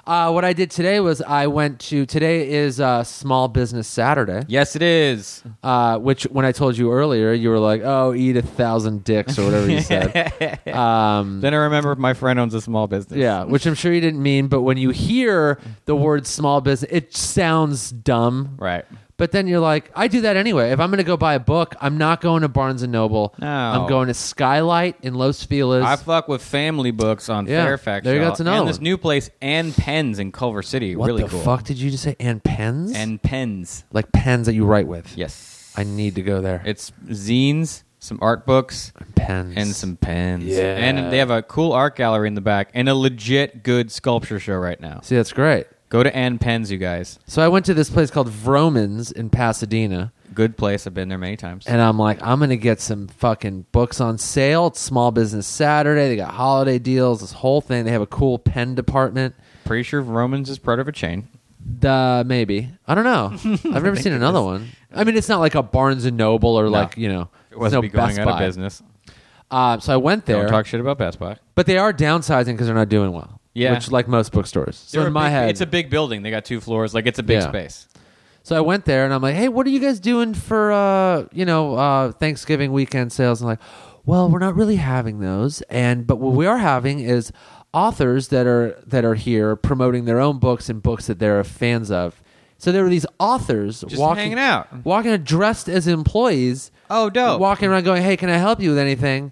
Speaker 2: Uh, what I did today was I went to today is uh, Small Business Saturday,
Speaker 3: Yes, it is.
Speaker 2: uh, which when I told you earlier, you were like, "Oh, eat a thousand dicks" or whatever you said. um,
Speaker 3: Then I remember my friend owns a small business.
Speaker 2: yeah, which I'm sure you didn't mean, but when you hear the word small business, it sounds dumb.
Speaker 3: Right.
Speaker 2: But then you're like, I do that anyway. If I'm going to go buy a book, I'm not going to Barnes and Noble.
Speaker 3: No.
Speaker 2: I'm going to Skylight in Los Feliz.
Speaker 3: I fuck with family books on
Speaker 2: Yeah,
Speaker 3: Fairfax.
Speaker 2: there you go,
Speaker 3: y'all.
Speaker 2: that's another
Speaker 3: And this
Speaker 2: one.
Speaker 3: new place and pens in Culver City.
Speaker 2: What
Speaker 3: really
Speaker 2: the
Speaker 3: cool.
Speaker 2: fuck did you just say? And pens?
Speaker 3: And pens.
Speaker 2: like pens that you write with.
Speaker 3: Yes.
Speaker 2: I need to go there.
Speaker 3: It's zines, some art books,
Speaker 2: pens.
Speaker 3: and some pens.
Speaker 2: Yeah.
Speaker 3: And they have a cool art gallery in the back and a legit good sculpture show right now.
Speaker 2: See, that's great.
Speaker 3: Go to Ann Pens, you guys.
Speaker 2: So I went to this place called Vroman's in Pasadena,
Speaker 3: Good place. I've been there many times.
Speaker 2: and I'm like, I'm gonna get some fucking books on sale. It's Small Business Saturday. They got holiday deals. This whole thing. They have a cool pen department.
Speaker 3: Pretty sure Romans is part of a chain.
Speaker 2: The maybe I don't know. I've never seen another one. I mean, it's not like a Barnes and Noble or like you know,
Speaker 3: It wasn't
Speaker 2: no
Speaker 3: be going
Speaker 2: Best
Speaker 3: out of
Speaker 2: Buy.
Speaker 3: business.
Speaker 2: Uh, so I went there.
Speaker 3: Don't talk shit about Best Buy.
Speaker 2: But they are downsizing because they're not doing well.
Speaker 3: Yeah.
Speaker 2: which like most bookstores. So
Speaker 3: They're a
Speaker 2: in my
Speaker 3: big-
Speaker 2: head,
Speaker 3: it's a big building. They got two floors. Like it's a big
Speaker 2: Yeah.
Speaker 3: space.
Speaker 2: so I went there and I'm like, hey, what are you guys doing for uh, you know uh, Thanksgiving weekend sales? And like, well, we're not really having those, and but what we are having is authors that are that are here promoting their own books and books that they're fans of. So there were these authors
Speaker 3: Just
Speaker 2: walking
Speaker 3: hanging out.
Speaker 2: walking dressed as employees.
Speaker 3: Oh, dope.
Speaker 2: Walking around going, "Hey, can I help you with anything?"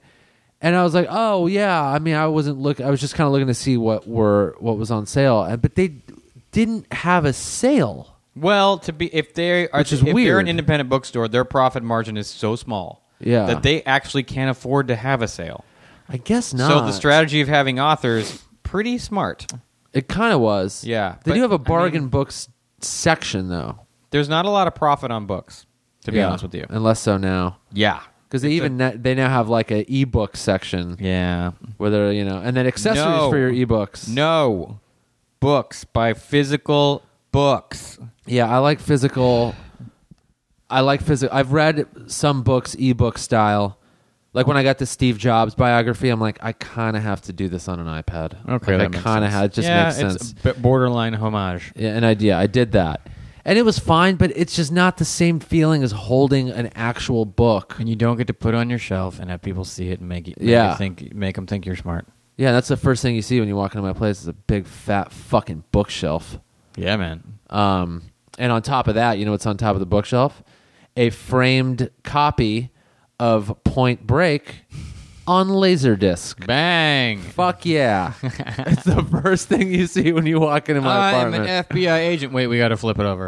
Speaker 2: And I was like, "Oh yeah." I mean, I wasn't look. I was just kind of looking to see what were what was on sale, And- but they didn't have a sale.
Speaker 3: Well, to be if they are
Speaker 2: Which is
Speaker 3: if they're
Speaker 2: weird.
Speaker 3: an independent bookstore, their profit margin is so small
Speaker 2: Yeah.
Speaker 3: that they actually can't afford to have a sale.
Speaker 2: I guess not.
Speaker 3: So the strategy of having authors pretty smart.
Speaker 2: It kind of was.
Speaker 3: Yeah,
Speaker 2: They
Speaker 3: but,
Speaker 2: do have
Speaker 3: I
Speaker 2: a
Speaker 3: mean-
Speaker 2: bargain books section though.
Speaker 3: There's not a lot of profit on books, to be
Speaker 2: Yeah.
Speaker 3: honest with you.
Speaker 2: Unless so now.
Speaker 3: Yeah.
Speaker 2: Because they even na- they now have like a ebook section
Speaker 3: Yeah.
Speaker 2: where they're you know and then accessories
Speaker 3: No.
Speaker 2: for your ebooks.
Speaker 3: No. Books by physical books.
Speaker 2: Yeah, I like physical. I like physical. I've read some books, ebook style. Like when I got the Steve Jobs biography, I'm like, I kind of have to do this on an iPad.
Speaker 3: Okay, that
Speaker 2: like, I
Speaker 3: makes
Speaker 2: kind of
Speaker 3: sense.
Speaker 2: had. It just
Speaker 3: yeah,
Speaker 2: makes sense.
Speaker 3: It's a b- borderline homage.
Speaker 2: Yeah, an idea. I did that, and it was fine, but it's just not the same feeling as holding an actual book.
Speaker 3: And you don't get to put on your shelf and have people see it and make it
Speaker 2: make Yeah. you
Speaker 3: think make them think you're smart.
Speaker 2: Yeah, that's the first thing you see when you walk into my place is a big fat fucking bookshelf.
Speaker 3: Yeah, man.
Speaker 2: Um, and on top of that, you know what's on top of the bookshelf? A framed copy of Point Break on Laserdisc.
Speaker 3: Bang.
Speaker 2: Fuck yeah. it's the first thing you see when you walk into my
Speaker 3: Oh, I am
Speaker 2: apartment.
Speaker 3: an FBI agent. Wait, we got to flip it over.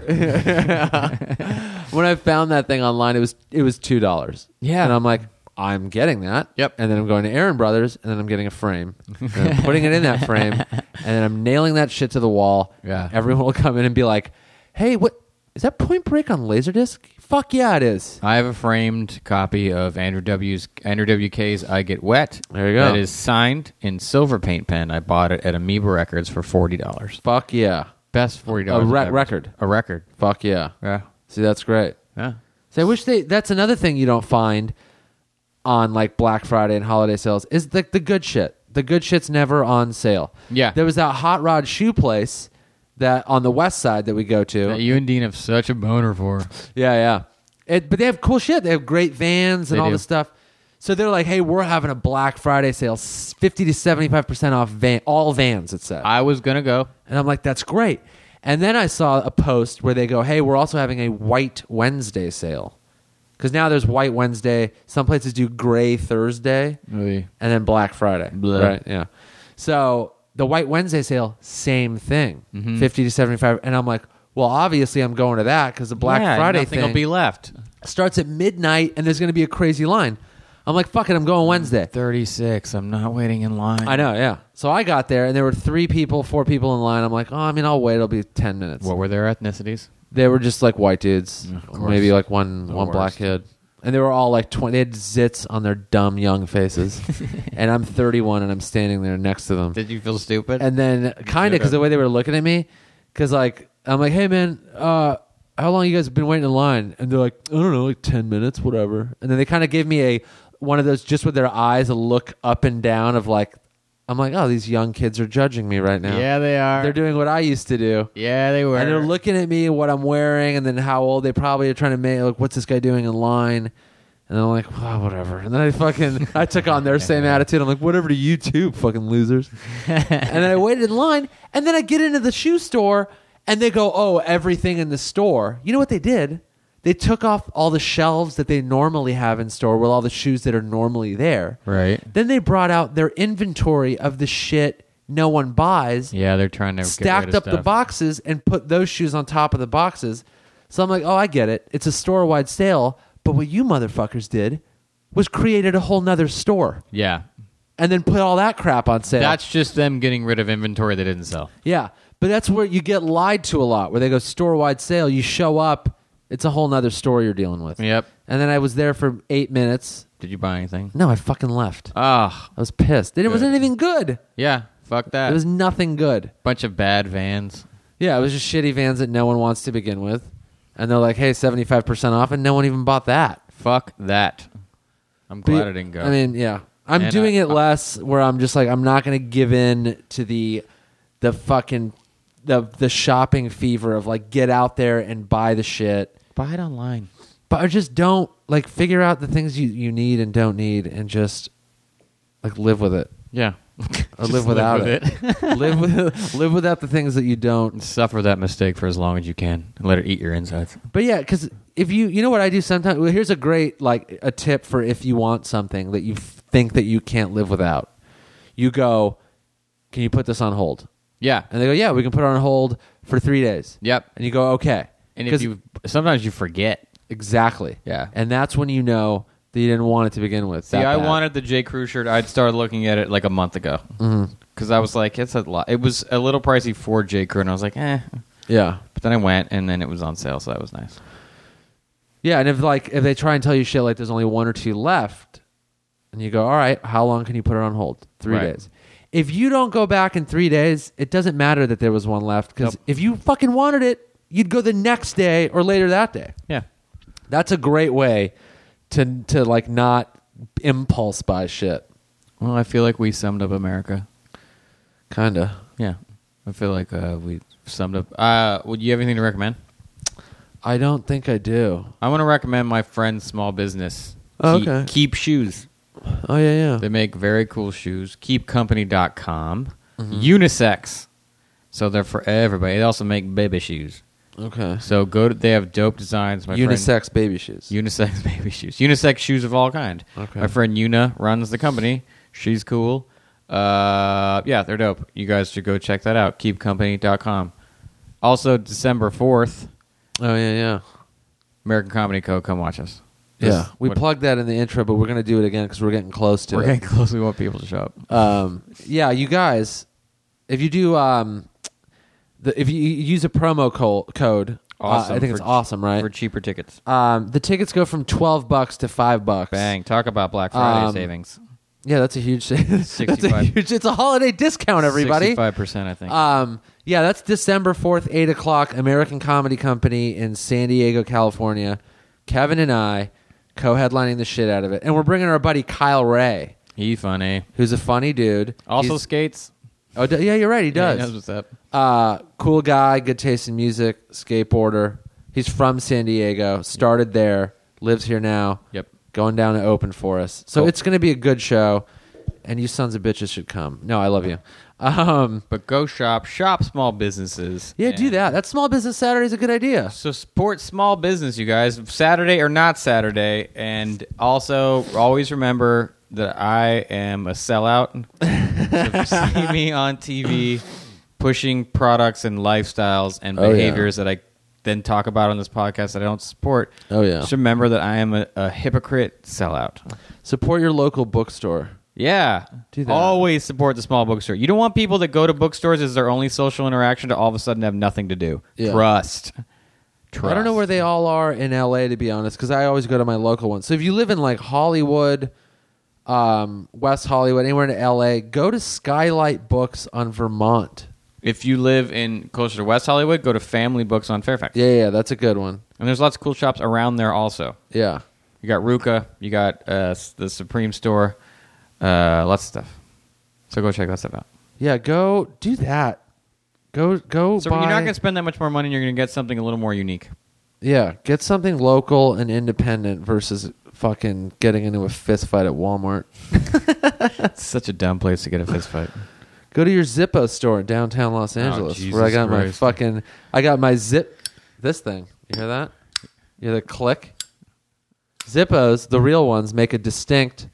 Speaker 2: when I found that thing online, it was it was two dollars.
Speaker 3: Yeah.
Speaker 2: and I'm like, I'm getting that.
Speaker 3: Yep.
Speaker 2: And then I'm going to Aaron Brothers, and then I'm getting a frame, and I'm putting it in that frame, and then I'm nailing that shit to the wall.
Speaker 3: Yeah.
Speaker 2: Everyone will come in and be like, Hey, what is that Point Break on Laserdisc? Fuck yeah, it is.
Speaker 3: I have a framed copy of Andrew W's Andrew WK's I Get Wet.
Speaker 2: There you go.
Speaker 3: That is signed in silver paint pen. I bought it at Amoeba Records for forty dollars.
Speaker 2: Fuck yeah.
Speaker 3: Best forty dollars.
Speaker 2: A re- record.
Speaker 3: A record.
Speaker 2: Fuck yeah.
Speaker 3: Yeah.
Speaker 2: See, that's great.
Speaker 3: Yeah.
Speaker 2: So I wish they. That's another thing you don't find on like Black Friday and holiday sales is the the good shit. The good shit's never on sale.
Speaker 3: Yeah.
Speaker 2: there was that hot rod shoe place that on the west side that we go to.
Speaker 3: That you and Dean have such a boner for.
Speaker 2: yeah, yeah. It, but they have cool shit. They have great vans and
Speaker 3: They
Speaker 2: all
Speaker 3: do.
Speaker 2: this stuff. So they're like, hey, we're having a Black Friday sale, s- fifty to seventy five percent off van, all vans. It said.
Speaker 3: I was gonna go.
Speaker 2: And I'm like, that's great. And then I saw a post where they go, hey, we're also having a White Wednesday sale. Because now there's White Wednesday. Some places do Gray Thursday
Speaker 3: Really?
Speaker 2: and then Black Friday.
Speaker 3: Blah.
Speaker 2: Right. Yeah. So the White Wednesday sale, same thing
Speaker 3: Mm-hmm.
Speaker 2: 50 to 75. And I'm like, well, obviously I'm going to that because the Black
Speaker 3: Yeah,
Speaker 2: Friday
Speaker 3: nothing
Speaker 2: thing
Speaker 3: will be left.
Speaker 2: starts at midnight and there's going to be a crazy line. I'm like, fuck it, I'm going Wednesday.
Speaker 3: Thirty six. I'm not waiting in line.
Speaker 2: I know, yeah. So I got there, and there were three people, four people in line. I'm like, oh, I mean, I'll wait. It'll be ten minutes.
Speaker 3: What were their ethnicities?
Speaker 2: They were just like white dudes,
Speaker 3: Mm, course.
Speaker 2: maybe like one
Speaker 3: The
Speaker 2: one black
Speaker 3: worst.
Speaker 2: kid, and they were all like twenty. They had zits on their dumb young faces, and I'm 31, and I'm standing there next to them.
Speaker 3: Did you feel stupid?
Speaker 2: And then kind of because the way they were looking at me, because like I'm like, hey man, uh, how long you guys been waiting in line? And they're like, I don't know, like ten minutes, whatever. And then they kind of gave me a one of those just with their eyes a look up and down of like, I'm like, oh, these young kids are judging me right now.
Speaker 3: yeah, they are.
Speaker 2: they're doing what I used to do.
Speaker 3: yeah, they were.
Speaker 2: And they're looking at me, what I'm wearing, and then how old they probably are trying to make. Like, what's this guy doing in line? And I'm like, wow, whatever. And then I fucking, I took on their same attitude. I'm like, whatever to you too, fucking losers. and then I waited in line, and then I get into the shoe store, and they go, oh, everything in the store. You know what they did? They took off all the shelves that they normally have in store with all the shoes that are normally there.
Speaker 3: right.
Speaker 2: Then they brought out their inventory of the shit no one buys
Speaker 3: Yeah, they're trying to get
Speaker 2: stacked
Speaker 3: rid of
Speaker 2: up the
Speaker 3: stuff.
Speaker 2: boxes and put those shoes on top of the boxes. So I'm like, oh, I get it. It's a store wide sale. But what you motherfuckers did was created a whole nother store
Speaker 3: Yeah,
Speaker 2: and then put all that crap on sale.
Speaker 3: that's just them getting rid of inventory they didn't sell.
Speaker 2: yeah. But that's where you get lied to a lot, where they go store wide sale. You show up, it's a whole nother store you're dealing with.
Speaker 3: Yep.
Speaker 2: And then I was there for eight minutes.
Speaker 3: Did you buy anything?
Speaker 2: No, I fucking left.
Speaker 3: Ah,
Speaker 2: I was pissed. It wasn't anything good.
Speaker 3: yeah. Fuck that.
Speaker 2: It
Speaker 3: It
Speaker 2: was nothing good.
Speaker 3: bunch of bad vans.
Speaker 2: Yeah, it was just shitty vans that no one wants to begin with. And they're like, hey, 75% off, and no one even bought that.
Speaker 3: Fuck that. I'm
Speaker 2: But-
Speaker 3: glad I didn't go.
Speaker 2: I mean, yeah. I'm
Speaker 3: And
Speaker 2: doing
Speaker 3: I-
Speaker 2: it less where I'm just like, I'm not going to give in to the the fucking the the shopping fever of like get out there and buy the shit.
Speaker 3: buy it online.
Speaker 2: But I just don't like figure out the things you, you need and don't need and just like live with it.
Speaker 3: Yeah,
Speaker 2: Or live without it. live with live without the things that you don't
Speaker 3: Suffer that mistake for as long as you can, and let it eat your insides.
Speaker 2: But yeah, because if you you know what I do sometimes. Well, here's a great like a tip for if you want something that you f- think that you can't live without. You go, can you put this on hold?
Speaker 3: Yeah.
Speaker 2: And they go, yeah, we can put it on hold for three days.
Speaker 3: Yep.
Speaker 2: And you go, okay.
Speaker 3: And
Speaker 2: 'Cause-
Speaker 3: if you sometimes you forget.
Speaker 2: exactly,
Speaker 3: Yeah.
Speaker 2: And that's when you know that you didn't want it to begin with.
Speaker 3: See,
Speaker 2: that
Speaker 3: I
Speaker 2: bad.
Speaker 3: wanted the J. Crew shirt. I'd started looking at it like a month ago because I was like, it's a lot. It was a little pricey for J. Crew, and I was like, eh.
Speaker 2: yeah,
Speaker 3: But then I went, and then it was on sale, so that was nice.
Speaker 2: yeah. And if like if they try and tell you shit like there's only one or two left, and you go, all right, how long can you put it on hold? Three
Speaker 3: Right.
Speaker 2: days. If you don't go back in three days, it doesn't matter that there was one left because
Speaker 3: Nope.
Speaker 2: if you fucking wanted it, you'd go the next day or later that day.
Speaker 3: Yeah.
Speaker 2: That's a great way to to like not impulse buy shit.
Speaker 3: Well, I feel like we summed up America.
Speaker 2: Kinda.
Speaker 3: Yeah. I feel like uh, we summed up. Uh, would you have anything to recommend?
Speaker 2: I don't think I do.
Speaker 3: I want to recommend my friend's small business.
Speaker 2: Oh,
Speaker 3: Keep-
Speaker 2: okay.
Speaker 3: Keep shoes.
Speaker 2: Oh yeah, yeah.
Speaker 3: They make very cool shoes. Keepcompany.com. Unisex. So they're for everybody. They also make baby shoes.
Speaker 4: Okay.
Speaker 3: So go to they have dope designs. My friend-
Speaker 4: Unisex baby shoes.
Speaker 3: unisex baby shoes, unisex shoes of all kind.
Speaker 4: Okay.
Speaker 3: My friend Yuna runs the company. She's cool. Uh, yeah, they're dope. You guys should go check that out. Keepcompany.com. Also, December fourth,
Speaker 4: oh yeah, yeah,
Speaker 3: American Comedy Co. Come watch us.
Speaker 4: yeah. We
Speaker 3: what-
Speaker 4: plugged that in the intro, but we're gonna do it again because we're getting close to
Speaker 3: We're
Speaker 4: it.
Speaker 3: getting close. We want people to show up.
Speaker 4: Um,
Speaker 2: yeah, you guys, if you do, um, the, if you use a promo col- code, uh, I think it's
Speaker 3: for-
Speaker 2: awesome, right?
Speaker 3: For cheaper tickets.
Speaker 2: um, the tickets go from twelve bucks to five bucks.
Speaker 3: Bang! Talk about Black Friday
Speaker 2: Um,
Speaker 3: savings.
Speaker 2: Yeah, that's a huge. that's a
Speaker 3: 65.
Speaker 2: huge. It's a holiday discount, everybody.
Speaker 3: Sixty-five percent, I think.
Speaker 2: Um, yeah, that's December 4th, 8 o'clock, American Comedy Company in San Diego, California. Kevin and I co headlining the shit out of it. And we're bringing our buddy Kyle Ray,
Speaker 3: he funny.
Speaker 2: who's a funny dude.
Speaker 3: Also
Speaker 2: He's-
Speaker 3: skates.
Speaker 2: oh, d- yeah, you're right. He does.
Speaker 3: Yeah, he knows what's up.
Speaker 2: Uh, cool guy, good taste in music, skateboarder. He's from San Diego, started there, lives here now.
Speaker 3: Yep.
Speaker 2: Going down to open for us. So
Speaker 3: Cool.
Speaker 2: it's going to be a good show, and you sons of bitches should come. No, I love you. Um,
Speaker 3: But go shop, shop small businesses.
Speaker 2: yeah, do
Speaker 3: and-
Speaker 2: that. That Small Business Saturday is a good idea.
Speaker 3: So support small business, you guys, Saturday or not Saturday. And also always remember that I am a sellout. so if you see me on TV pushing products and lifestyles and
Speaker 4: Oh, yeah.
Speaker 3: behaviors that I then talk about on this podcast that I don't support.
Speaker 4: Oh, yeah.
Speaker 3: Just remember that I am a, a hypocrite sellout.
Speaker 4: support your local bookstore.
Speaker 3: Yeah.
Speaker 4: Do that.
Speaker 3: Always support the small bookstore. You don't want people that go to bookstores as their only social interaction to all of a sudden have nothing to do.
Speaker 4: Yeah.
Speaker 3: Trust. Trust.
Speaker 2: I don't know where they all are in LA to be honest, because I always go to my local one. So if you live in like Hollywood, um, West Hollywood, anywhere in LA, go to Skylight Books on Vermont.
Speaker 3: If you live in closer to West Hollywood, go to Family Books on Fairfax.
Speaker 2: Yeah, yeah, that's a good one.
Speaker 3: And there's lots of cool shops around there also.
Speaker 2: Yeah,
Speaker 3: You got Ruka, you got uh, s- the Supreme Store, uh, lots of stuff. So go check that stuff out.
Speaker 2: yeah, go do that. Go go
Speaker 3: So
Speaker 2: buy.
Speaker 3: you're not going to spend that much more money, and you're going to get something a little more unique.
Speaker 2: yeah, get something local and independent versus fucking getting into a fist fight at Walmart.
Speaker 3: That's such a dumb place to get a fist fight.
Speaker 2: Go to your Zippo store in downtown Los Angeles,
Speaker 3: Oh, Jesus
Speaker 2: where I got
Speaker 3: Christ.
Speaker 2: my fucking, I got my zip, this thing. You hear that? You hear the click? Zippos, the real ones, make a distinct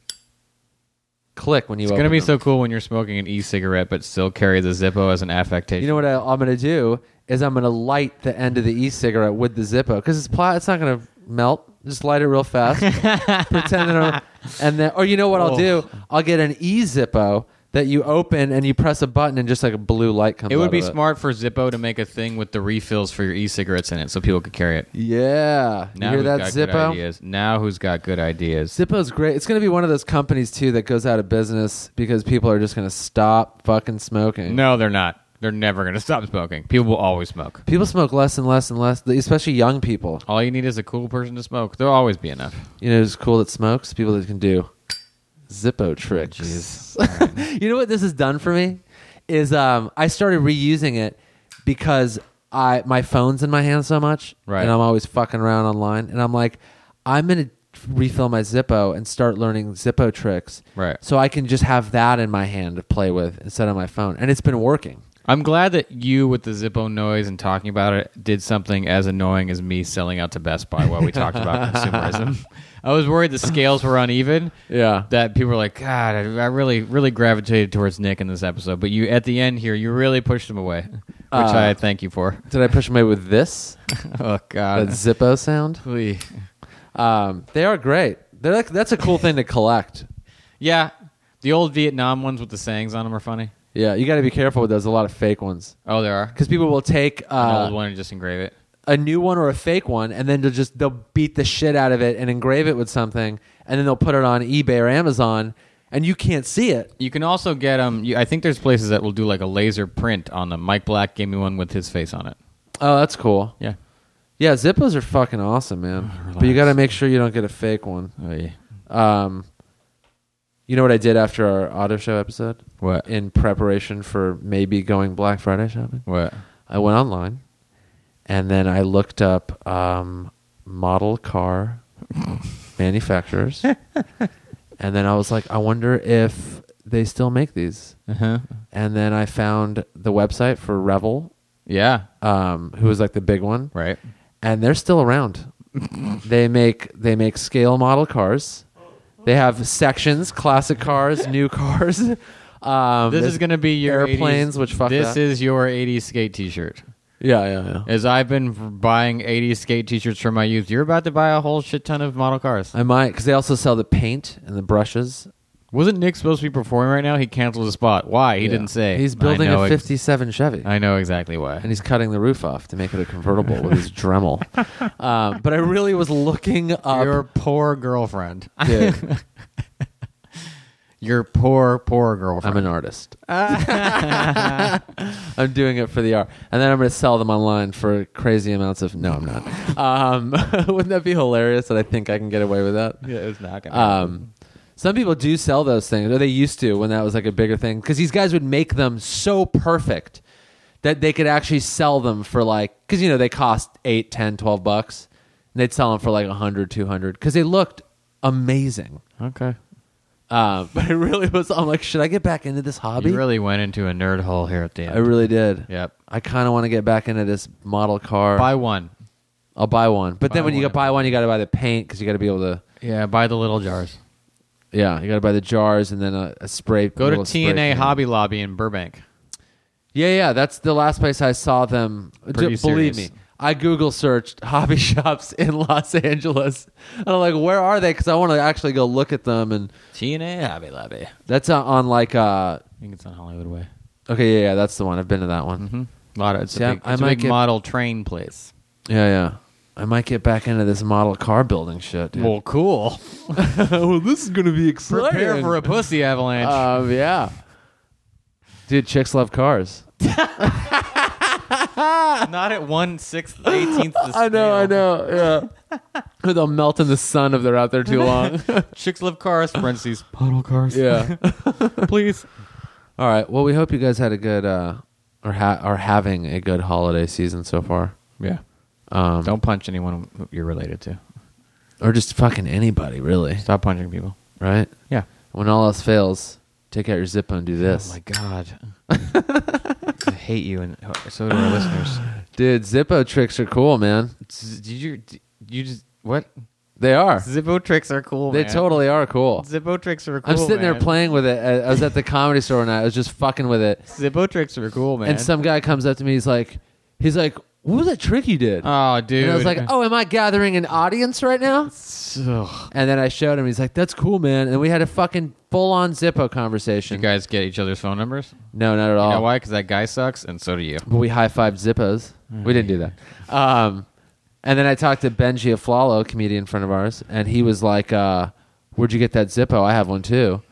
Speaker 2: click when you.
Speaker 3: It's
Speaker 2: open
Speaker 3: going to be
Speaker 2: them.
Speaker 3: so cool when you're smoking an e-cigarette, but still carry the Zippo as an affectation.
Speaker 2: You know what I, I'm going to do is I'm going to light the end of the e-cigarette with the Zippo because it's pla- It's not going to melt. Just light it real fast, pretend that, I'm- and then or you know what I'll do?
Speaker 3: Oh.
Speaker 2: I'll get an e-Zippo that you open and you press a button and just like a blue light comes.
Speaker 3: it
Speaker 2: out
Speaker 3: would
Speaker 2: of
Speaker 3: be
Speaker 2: it.
Speaker 3: smart for Zippo to make a thing with the refills for your e-cigarettes in it, so people could carry it.
Speaker 2: Yeah.
Speaker 3: Now
Speaker 2: you
Speaker 3: who's
Speaker 2: hear that
Speaker 3: got good
Speaker 2: Zippo?
Speaker 3: ideas? Now who's got good ideas?
Speaker 2: Zippo's great. It's going to be one of those companies too that goes out of business because people are just going to stop fucking smoking.
Speaker 3: No, they're not. They're never going to stop smoking. People will always smoke.
Speaker 2: People smoke less and less and less, especially young people.
Speaker 3: All you need is a cool person to smoke. There'll always be enough.
Speaker 2: You know, it's cool that smokes, people that can do Zippo tricks. you know what this has done for me is um, I started reusing it because I my phone's in my hand so much,
Speaker 3: Right.
Speaker 2: and I'm always fucking around online, and I'm like, I'm gonna refill my Zippo and start learning Zippo tricks,
Speaker 3: Right.
Speaker 2: So I can just have that in my hand to play with instead of my phone, and it's been working.
Speaker 3: I'm glad that you, with the Zippo noise and talking about it, did something as annoying as me selling out to Best Buy while we talked about consumerism. I was worried the scales were uneven.
Speaker 2: Yeah.
Speaker 3: That people were like, God, I, I really, really gravitated towards Nick in this episode. But you, at the end here, you really pushed him away, which
Speaker 2: Uh,
Speaker 3: I thank you for.
Speaker 2: Did I push them away with this
Speaker 3: oh,
Speaker 2: that
Speaker 3: God.
Speaker 2: Zippo sound?
Speaker 3: Please.
Speaker 2: Um, they are great. They're like, that's a cool thing to collect.
Speaker 3: Yeah. The old Vietnam ones with the sayings on them are funny.
Speaker 2: Yeah, you got to be careful with those. A lot of fake ones.
Speaker 3: Oh, there are.
Speaker 2: because people will take
Speaker 3: An
Speaker 2: uh,
Speaker 3: old one and just engrave it.
Speaker 2: a new one or a fake one, and then they'll just they'll beat the shit out of it and engrave it with something, and then they'll put it on eBay or Amazon, and you can't see it.
Speaker 3: You can also get them. I think there's places that will do like a laser print on them. Mike Black gave me one with his face on it.
Speaker 2: Oh, that's cool.
Speaker 3: Yeah.
Speaker 2: Yeah, Zippos are fucking awesome, man. But you got to make sure you don't get a fake one.
Speaker 3: Oh, yeah.
Speaker 2: Um, you know what I did after our auto show episode
Speaker 3: What?
Speaker 2: in preparation for maybe going Black Friday shopping?
Speaker 3: What?
Speaker 2: I went online, and then I looked up um, model car manufacturers, and then I was like, I wonder if they still make these.
Speaker 3: Uh huh.
Speaker 2: And then I found the website for Revel
Speaker 5: Yeah.
Speaker 2: um, who was like the big one,
Speaker 5: Right.
Speaker 2: and they're still around. they make they make scale model cars. They have sections, classic cars, new cars. Um,
Speaker 3: This
Speaker 2: there's
Speaker 3: is going to be your
Speaker 2: airplanes,
Speaker 3: 80s
Speaker 2: which fuck
Speaker 3: This
Speaker 2: that.
Speaker 3: is your 80s skate t-shirt.
Speaker 6: Yeah, yeah, yeah.
Speaker 3: As I've been v- buying 80s skate t-shirts for my youth, you're about to buy a whole shit ton of model cars.
Speaker 2: I might because they also sell the paint and the brushes.
Speaker 3: Wasn't Nick supposed to be performing right now? He canceled his spot. Why? He didn't say.
Speaker 2: He's building
Speaker 3: I know
Speaker 2: a
Speaker 3: ex-
Speaker 2: '57 Chevy.
Speaker 3: I know exactly why.
Speaker 2: and he's cutting the roof off to make it a convertible with his Dremel. Um, but I really was looking up.
Speaker 3: Your poor girlfriend.
Speaker 2: Dude,
Speaker 3: Your poor, poor
Speaker 2: I'm
Speaker 3: girlfriend.
Speaker 2: an artist. I'm doing it for the art, and then I'm going to sell them online for crazy amounts of. No, I'm not. Um, wouldn't that be hilarious that I think I can get away with that?
Speaker 5: Yeah, it was not gonna.
Speaker 3: Uh,
Speaker 2: Um, some people do sell those things, or they used to when that was like a bigger thing, because these guys would make them so perfect that they could actually sell them for like, because you know they cost eight, ten, twelve bucks, and they'd sell them for like a hundred, two hundred, because they looked amazing.
Speaker 3: okay.
Speaker 2: Uh, but it really was. I'm like, should I get back into this hobby?
Speaker 3: You really went into a nerd hole here at the end.
Speaker 2: I really did.
Speaker 3: Yep.
Speaker 2: I kind of want to get back into this model car.
Speaker 3: Buy one.
Speaker 2: I'll buy one, but then
Speaker 3: Buy
Speaker 2: when you
Speaker 3: one.
Speaker 2: buy one, you got to buy the paint because you got to be able to.
Speaker 3: Yeah, buy the little jars.
Speaker 2: Yeah, you got to buy the jars and then a, a spray.
Speaker 3: Go to
Speaker 2: little spray
Speaker 3: TNA
Speaker 2: can.
Speaker 3: Hobby Lobby in Burbank.
Speaker 2: Yeah, yeah, that's the last place I saw them. D-
Speaker 3: Pretty
Speaker 2: believe
Speaker 3: serious.
Speaker 2: me, I Google searched hobby shops in Los Angeles, and I'm like, where are they? Because I want to actually go look at them. And
Speaker 3: TNA Hobby Lobby. I
Speaker 2: that's uh, on like, uh,
Speaker 3: think it's on Hollywood Way.
Speaker 2: okay, yeah, yeah, that's the one. I've been to that one.
Speaker 3: A lot of it's
Speaker 2: See, I-
Speaker 3: a big,
Speaker 2: I
Speaker 3: it's a
Speaker 2: might
Speaker 3: big
Speaker 2: get-
Speaker 3: model train place.
Speaker 2: Yeah, yeah. I might get back into this model car building shit. Dude.
Speaker 3: Well, cool.
Speaker 2: well, this is gonna be
Speaker 3: Prepare for a pussy avalanche.
Speaker 2: Um, yeah, dude, chicks love cars.
Speaker 3: Not at one sixth, eighteenth.
Speaker 2: Uh, I know, I know. Yeah, they'll melt in the sun if they're out there too long.
Speaker 3: Chicks love cars. Parentheses. Puddle cars.
Speaker 2: yeah.
Speaker 3: Please.
Speaker 2: All right. Well, we hope you guys had a good uh, or ha- are having a good holiday season so far,
Speaker 3: Yeah.
Speaker 2: um,
Speaker 3: Don't punch anyone you're related to.
Speaker 2: or just fucking anybody, really.
Speaker 3: Stop punching people.
Speaker 2: Right?
Speaker 3: Yeah.
Speaker 2: When all else fails, take out your Zippo and do
Speaker 3: Oh
Speaker 2: this,
Speaker 3: my god. I hate you, and so do our listeners.
Speaker 2: dude. Zippo tricks are cool, man.
Speaker 3: Z- Did you? d- You just what?
Speaker 2: They are.
Speaker 3: Zippo tricks are cool.
Speaker 2: They
Speaker 3: man.
Speaker 2: totally are cool.
Speaker 3: Zippo tricks are cool.
Speaker 2: I'm sitting there
Speaker 3: man.
Speaker 2: playing with it. I I was at the comedy store and I was just fucking with it.
Speaker 3: Zippo tricks are cool, man.
Speaker 2: And some guy comes up to me. He's like, he's like, "What was that trick you did?"
Speaker 3: oh, dude.
Speaker 2: and I was like, "Oh, am I gathering an audience right now?"
Speaker 3: Ugh.
Speaker 2: And then I showed him. He's like, "That's cool, man." And we had a fucking full-on Zippo
Speaker 3: you
Speaker 2: conversation.
Speaker 3: guys get each other's phone numbers.
Speaker 2: no, not at all.
Speaker 3: You know why? Because that guy sucks, and so do you.
Speaker 2: But we high-fived Zippos. We didn't do that. Um, and then I talked to Benji Aflalo, comedian friend of ours, and he was like, uh, "Where'd you get that Zippo? I have one too."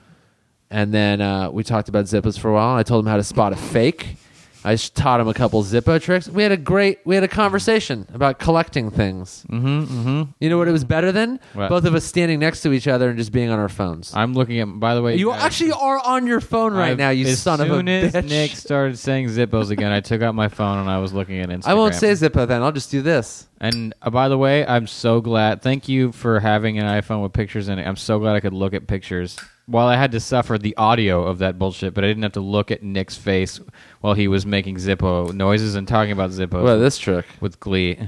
Speaker 2: And then uh, we talked about Zippos for a while. I told him how to spot a fake. I s- taught him a couple Zippo tricks. We had a great, we had a conversation about collecting things. Mm-hmm, mm-hmm. You know what it was better than?
Speaker 3: What?
Speaker 2: Both of us standing next to each other and just being on our phones.
Speaker 3: I'm looking at. By the way,
Speaker 2: You
Speaker 3: guys,
Speaker 2: actually are on your phone right
Speaker 3: I've-
Speaker 2: now, you
Speaker 3: as
Speaker 2: son of a
Speaker 3: soon as
Speaker 2: bitch.
Speaker 3: Nick started saying Zippos again, I took out my phone and I was looking at Instagram.
Speaker 2: I won't say Zippo then. I'll just do this.
Speaker 3: And uh, by the way, I'm so glad. Thank you for having an iPhone with pictures in it. I'm so glad I could look at pictures. While I had to suffer the audio of that bullshit, but I didn't have to look at Nick's face while he was making Zippo noises and talking about Zippo
Speaker 2: Well, this trick.
Speaker 3: with glee.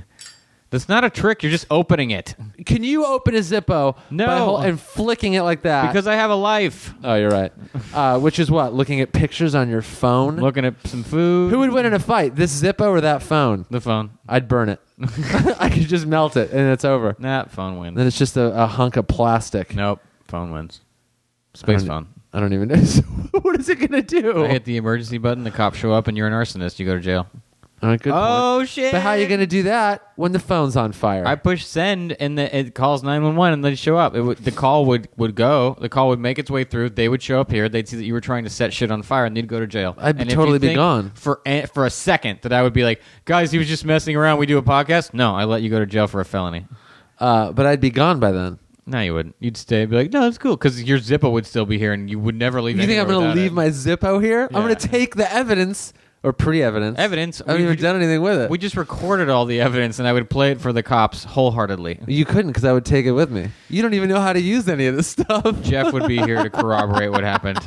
Speaker 3: That's not a trick. You're just opening it
Speaker 2: Can you open a Zippo
Speaker 3: No.
Speaker 2: by hol- and flicking it like that?
Speaker 3: because I have a life.
Speaker 2: oh, you're right. Uh, which is what? Looking at pictures on your phone?
Speaker 3: Looking at some food.
Speaker 2: Who would win in a fight, this Zippo or that phone?
Speaker 3: the phone?
Speaker 2: I'd burn it. I could just melt it and it's over.
Speaker 3: Nah, phone wins.
Speaker 2: Then it's just a, a hunk of plastic.
Speaker 3: Nope, phone wins. Space
Speaker 2: I don't- e-
Speaker 3: phone.
Speaker 2: I don't even know. So what is it going to do?
Speaker 3: I hit the emergency button. The cops show up, and you're an arsonist. You go to jail.
Speaker 2: All right, good point.
Speaker 3: shit!
Speaker 2: But how are you going to do that when the phone's on fire?
Speaker 3: Oh, I push send, and the, it calls nine one one, and they show up. It would, the call would would go. The call would make its way through. They would show up here. They'd see that you were trying to set shit on fire, and they'd go to jail.
Speaker 2: I'd
Speaker 3: And if you
Speaker 2: totally be
Speaker 3: think
Speaker 2: gone.
Speaker 3: for a- for a second. That I would be like, guys, he was just messing around. We do a podcast. No, I let you go to jail for a felony.
Speaker 2: uh, but I'd be gone by then.
Speaker 3: No, you wouldn't. You'd stay. Be like, no, that's cool, because your Zippo would still be here, and you would never leave.
Speaker 2: You think I'm
Speaker 3: anywhere
Speaker 2: going to
Speaker 3: without
Speaker 2: leave
Speaker 3: it.
Speaker 2: my Zippo here? I'm
Speaker 3: Yeah.
Speaker 2: going to take the evidence or pre-evidence.
Speaker 3: Evidence.
Speaker 2: I haven't
Speaker 3: We-
Speaker 2: even
Speaker 3: we-
Speaker 2: done anything with it.
Speaker 3: We just recorded all the evidence, and I would play it for the cops wholeheartedly.
Speaker 2: you couldn't because I would take it with me. You don't even know how to use any of this stuff.
Speaker 3: Jeff would be here to corroborate what happened.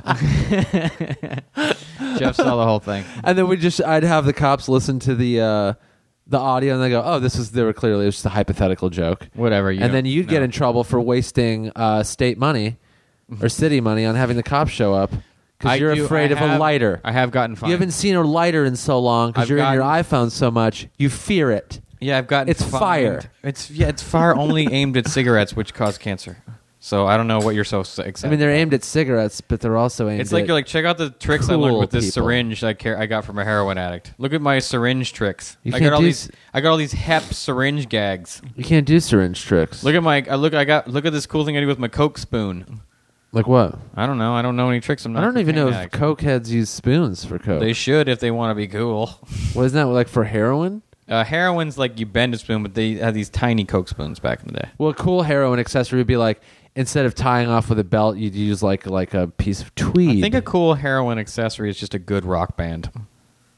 Speaker 3: Jeff saw the whole thing.
Speaker 2: and then we just I'd have the cops listen to the uh, the audio and they go, "Oh, this is they were clearly it was just a hypothetical joke."
Speaker 3: Whatever. You
Speaker 2: and then
Speaker 3: don't
Speaker 2: you'd get
Speaker 3: know.
Speaker 2: in trouble for wasting uh, state money or city money on having the cops show up
Speaker 3: Mm-hmm. I
Speaker 2: because you're
Speaker 3: do-
Speaker 2: afraid
Speaker 3: I
Speaker 2: of a
Speaker 3: have-
Speaker 2: lighter.
Speaker 3: I have gotten fined.
Speaker 2: You haven't seen a lighter in so long because
Speaker 3: I've
Speaker 2: you're in your
Speaker 3: gotten-
Speaker 2: iPhone so much. You fear it.
Speaker 3: Yeah, I've gotten.
Speaker 2: It's
Speaker 3: fined.
Speaker 2: fire.
Speaker 3: It's yeah, it's fire only aimed at cigarettes, which cause cancer. So I don't know what you're so s- excited.
Speaker 2: I mean, they're
Speaker 3: about.
Speaker 2: aimed at cigarettes, but they're also aimed.
Speaker 3: It's like
Speaker 2: at-
Speaker 3: you're like, check out the tricks I learned
Speaker 2: cool
Speaker 3: with this
Speaker 2: people.
Speaker 3: syringe I care I got from a heroin addict. Look at my syringe tricks.
Speaker 2: You
Speaker 3: I
Speaker 2: can't
Speaker 3: got all
Speaker 2: do
Speaker 3: these.
Speaker 2: s-
Speaker 3: I got all these hep syringe gags.
Speaker 2: you can't do syringe tricks.
Speaker 3: Look at my. I look. I got. Look at this cool thing I do with my coke spoon.
Speaker 2: like what?
Speaker 3: I don't know. I don't know any tricks. I'm
Speaker 2: I
Speaker 3: not. a
Speaker 2: don't even know
Speaker 3: cocaine
Speaker 2: if
Speaker 3: addict.
Speaker 2: coke heads use spoons for coke.
Speaker 3: They should if they want to be cool.
Speaker 2: Wasn't that like for heroin?
Speaker 3: Uh, heroin's like you bend a spoon, but they had these tiny coke spoons back in the day.
Speaker 2: Well, a cool heroin accessory would be like instead of tying off with a belt, you'd use like like a piece of tweed.
Speaker 3: I think a cool heroin accessory is just a good rock band.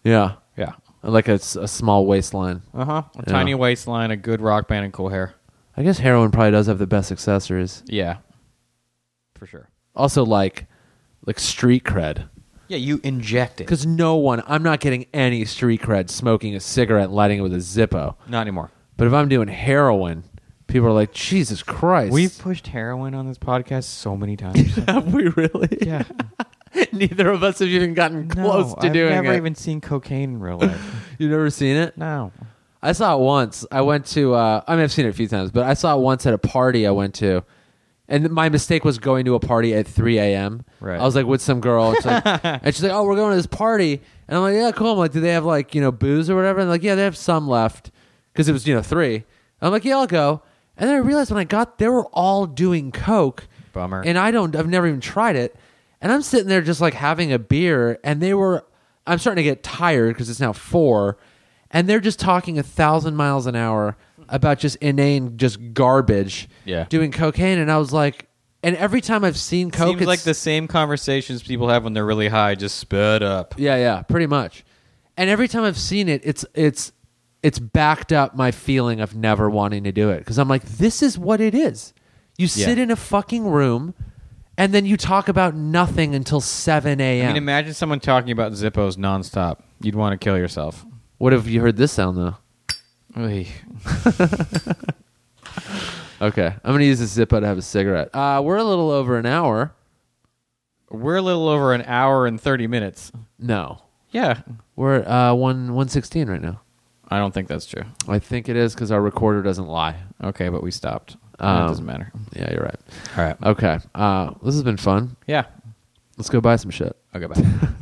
Speaker 2: yeah,
Speaker 3: Yeah.
Speaker 2: like a, s- a small waistline.
Speaker 3: Uh huh. A
Speaker 2: Yeah.
Speaker 3: tiny waistline, a good rock band, and cool hair.
Speaker 2: I guess heroin probably does have the best accessories.
Speaker 3: Yeah. For sure.
Speaker 2: Also, like like street cred,
Speaker 3: Yeah, you inject it.
Speaker 2: because no one, I'm not getting any street cred smoking a cigarette, and lighting it with a Zippo.
Speaker 3: Not anymore.
Speaker 2: But if I'm doing heroin, people are like, Jesus Christ,
Speaker 3: We've pushed heroin on this podcast so many times.
Speaker 2: have we really?
Speaker 3: yeah.
Speaker 2: Neither of us have even gotten close
Speaker 3: no,
Speaker 2: to
Speaker 3: I've
Speaker 2: doing
Speaker 3: never
Speaker 2: it.
Speaker 3: even seen cocaine in real life.
Speaker 2: You've never seen it?
Speaker 3: no.
Speaker 2: I saw it once. I went to. Uh, I mean, I've seen it a few times, but I saw it once at a party I went to, and my mistake was going to a party at 3 a.m.
Speaker 3: Right.
Speaker 2: I was like with some girl, and she's like, and she's like, "Oh, we're going to this party," and I'm like, "Yeah, cool." I'm like, "Do they have like you know booze or whatever?" And like, "Yeah, they have some left," because it was you know three. I'm like, "Yeah, I'll go." And then I realized when I got, they were all doing coke.
Speaker 3: Bummer.
Speaker 2: And I don't. I've never even tried it. And I'm sitting there just like having a beer, and they were. I'm starting to get tired because it's now four, and they're just talking a thousand miles an hour about just inane, just garbage.
Speaker 3: Yeah.
Speaker 2: Doing cocaine, and I was like, and every time I've seen coke,
Speaker 3: Seems like
Speaker 2: it's-
Speaker 3: the same conversations people have when they're really high, just sped up.
Speaker 2: Yeah, yeah, pretty much. And every time I've seen it, it's it's it's backed up my feeling of never wanting to do it because I'm like, this is what it is. You sit
Speaker 3: Yeah.
Speaker 2: in a fucking room, and then you talk about nothing until seven
Speaker 3: I
Speaker 2: a.m.
Speaker 3: mean, imagine someone talking about Zippos nonstop. You'd want to kill yourself.
Speaker 2: What have you heard this sound though?
Speaker 3: Oy.
Speaker 2: Okay, I'm gonna use a Zippo to have a cigarette. Uh, we're a little over an hour.
Speaker 3: We're a little over an hour and 30 minutes.
Speaker 2: No,
Speaker 3: Yeah.
Speaker 2: we're at, uh, one one sixteen right now.
Speaker 3: I don't think that's true.
Speaker 2: I think it is because our recorder doesn't lie.
Speaker 3: Okay, but we stopped.
Speaker 2: Um,
Speaker 3: that doesn't matter.
Speaker 2: Yeah, you're right.
Speaker 3: All right.
Speaker 2: Okay, uh, this has been fun.
Speaker 3: Yeah.
Speaker 2: Let's go buy some shit.
Speaker 3: Okay, bye.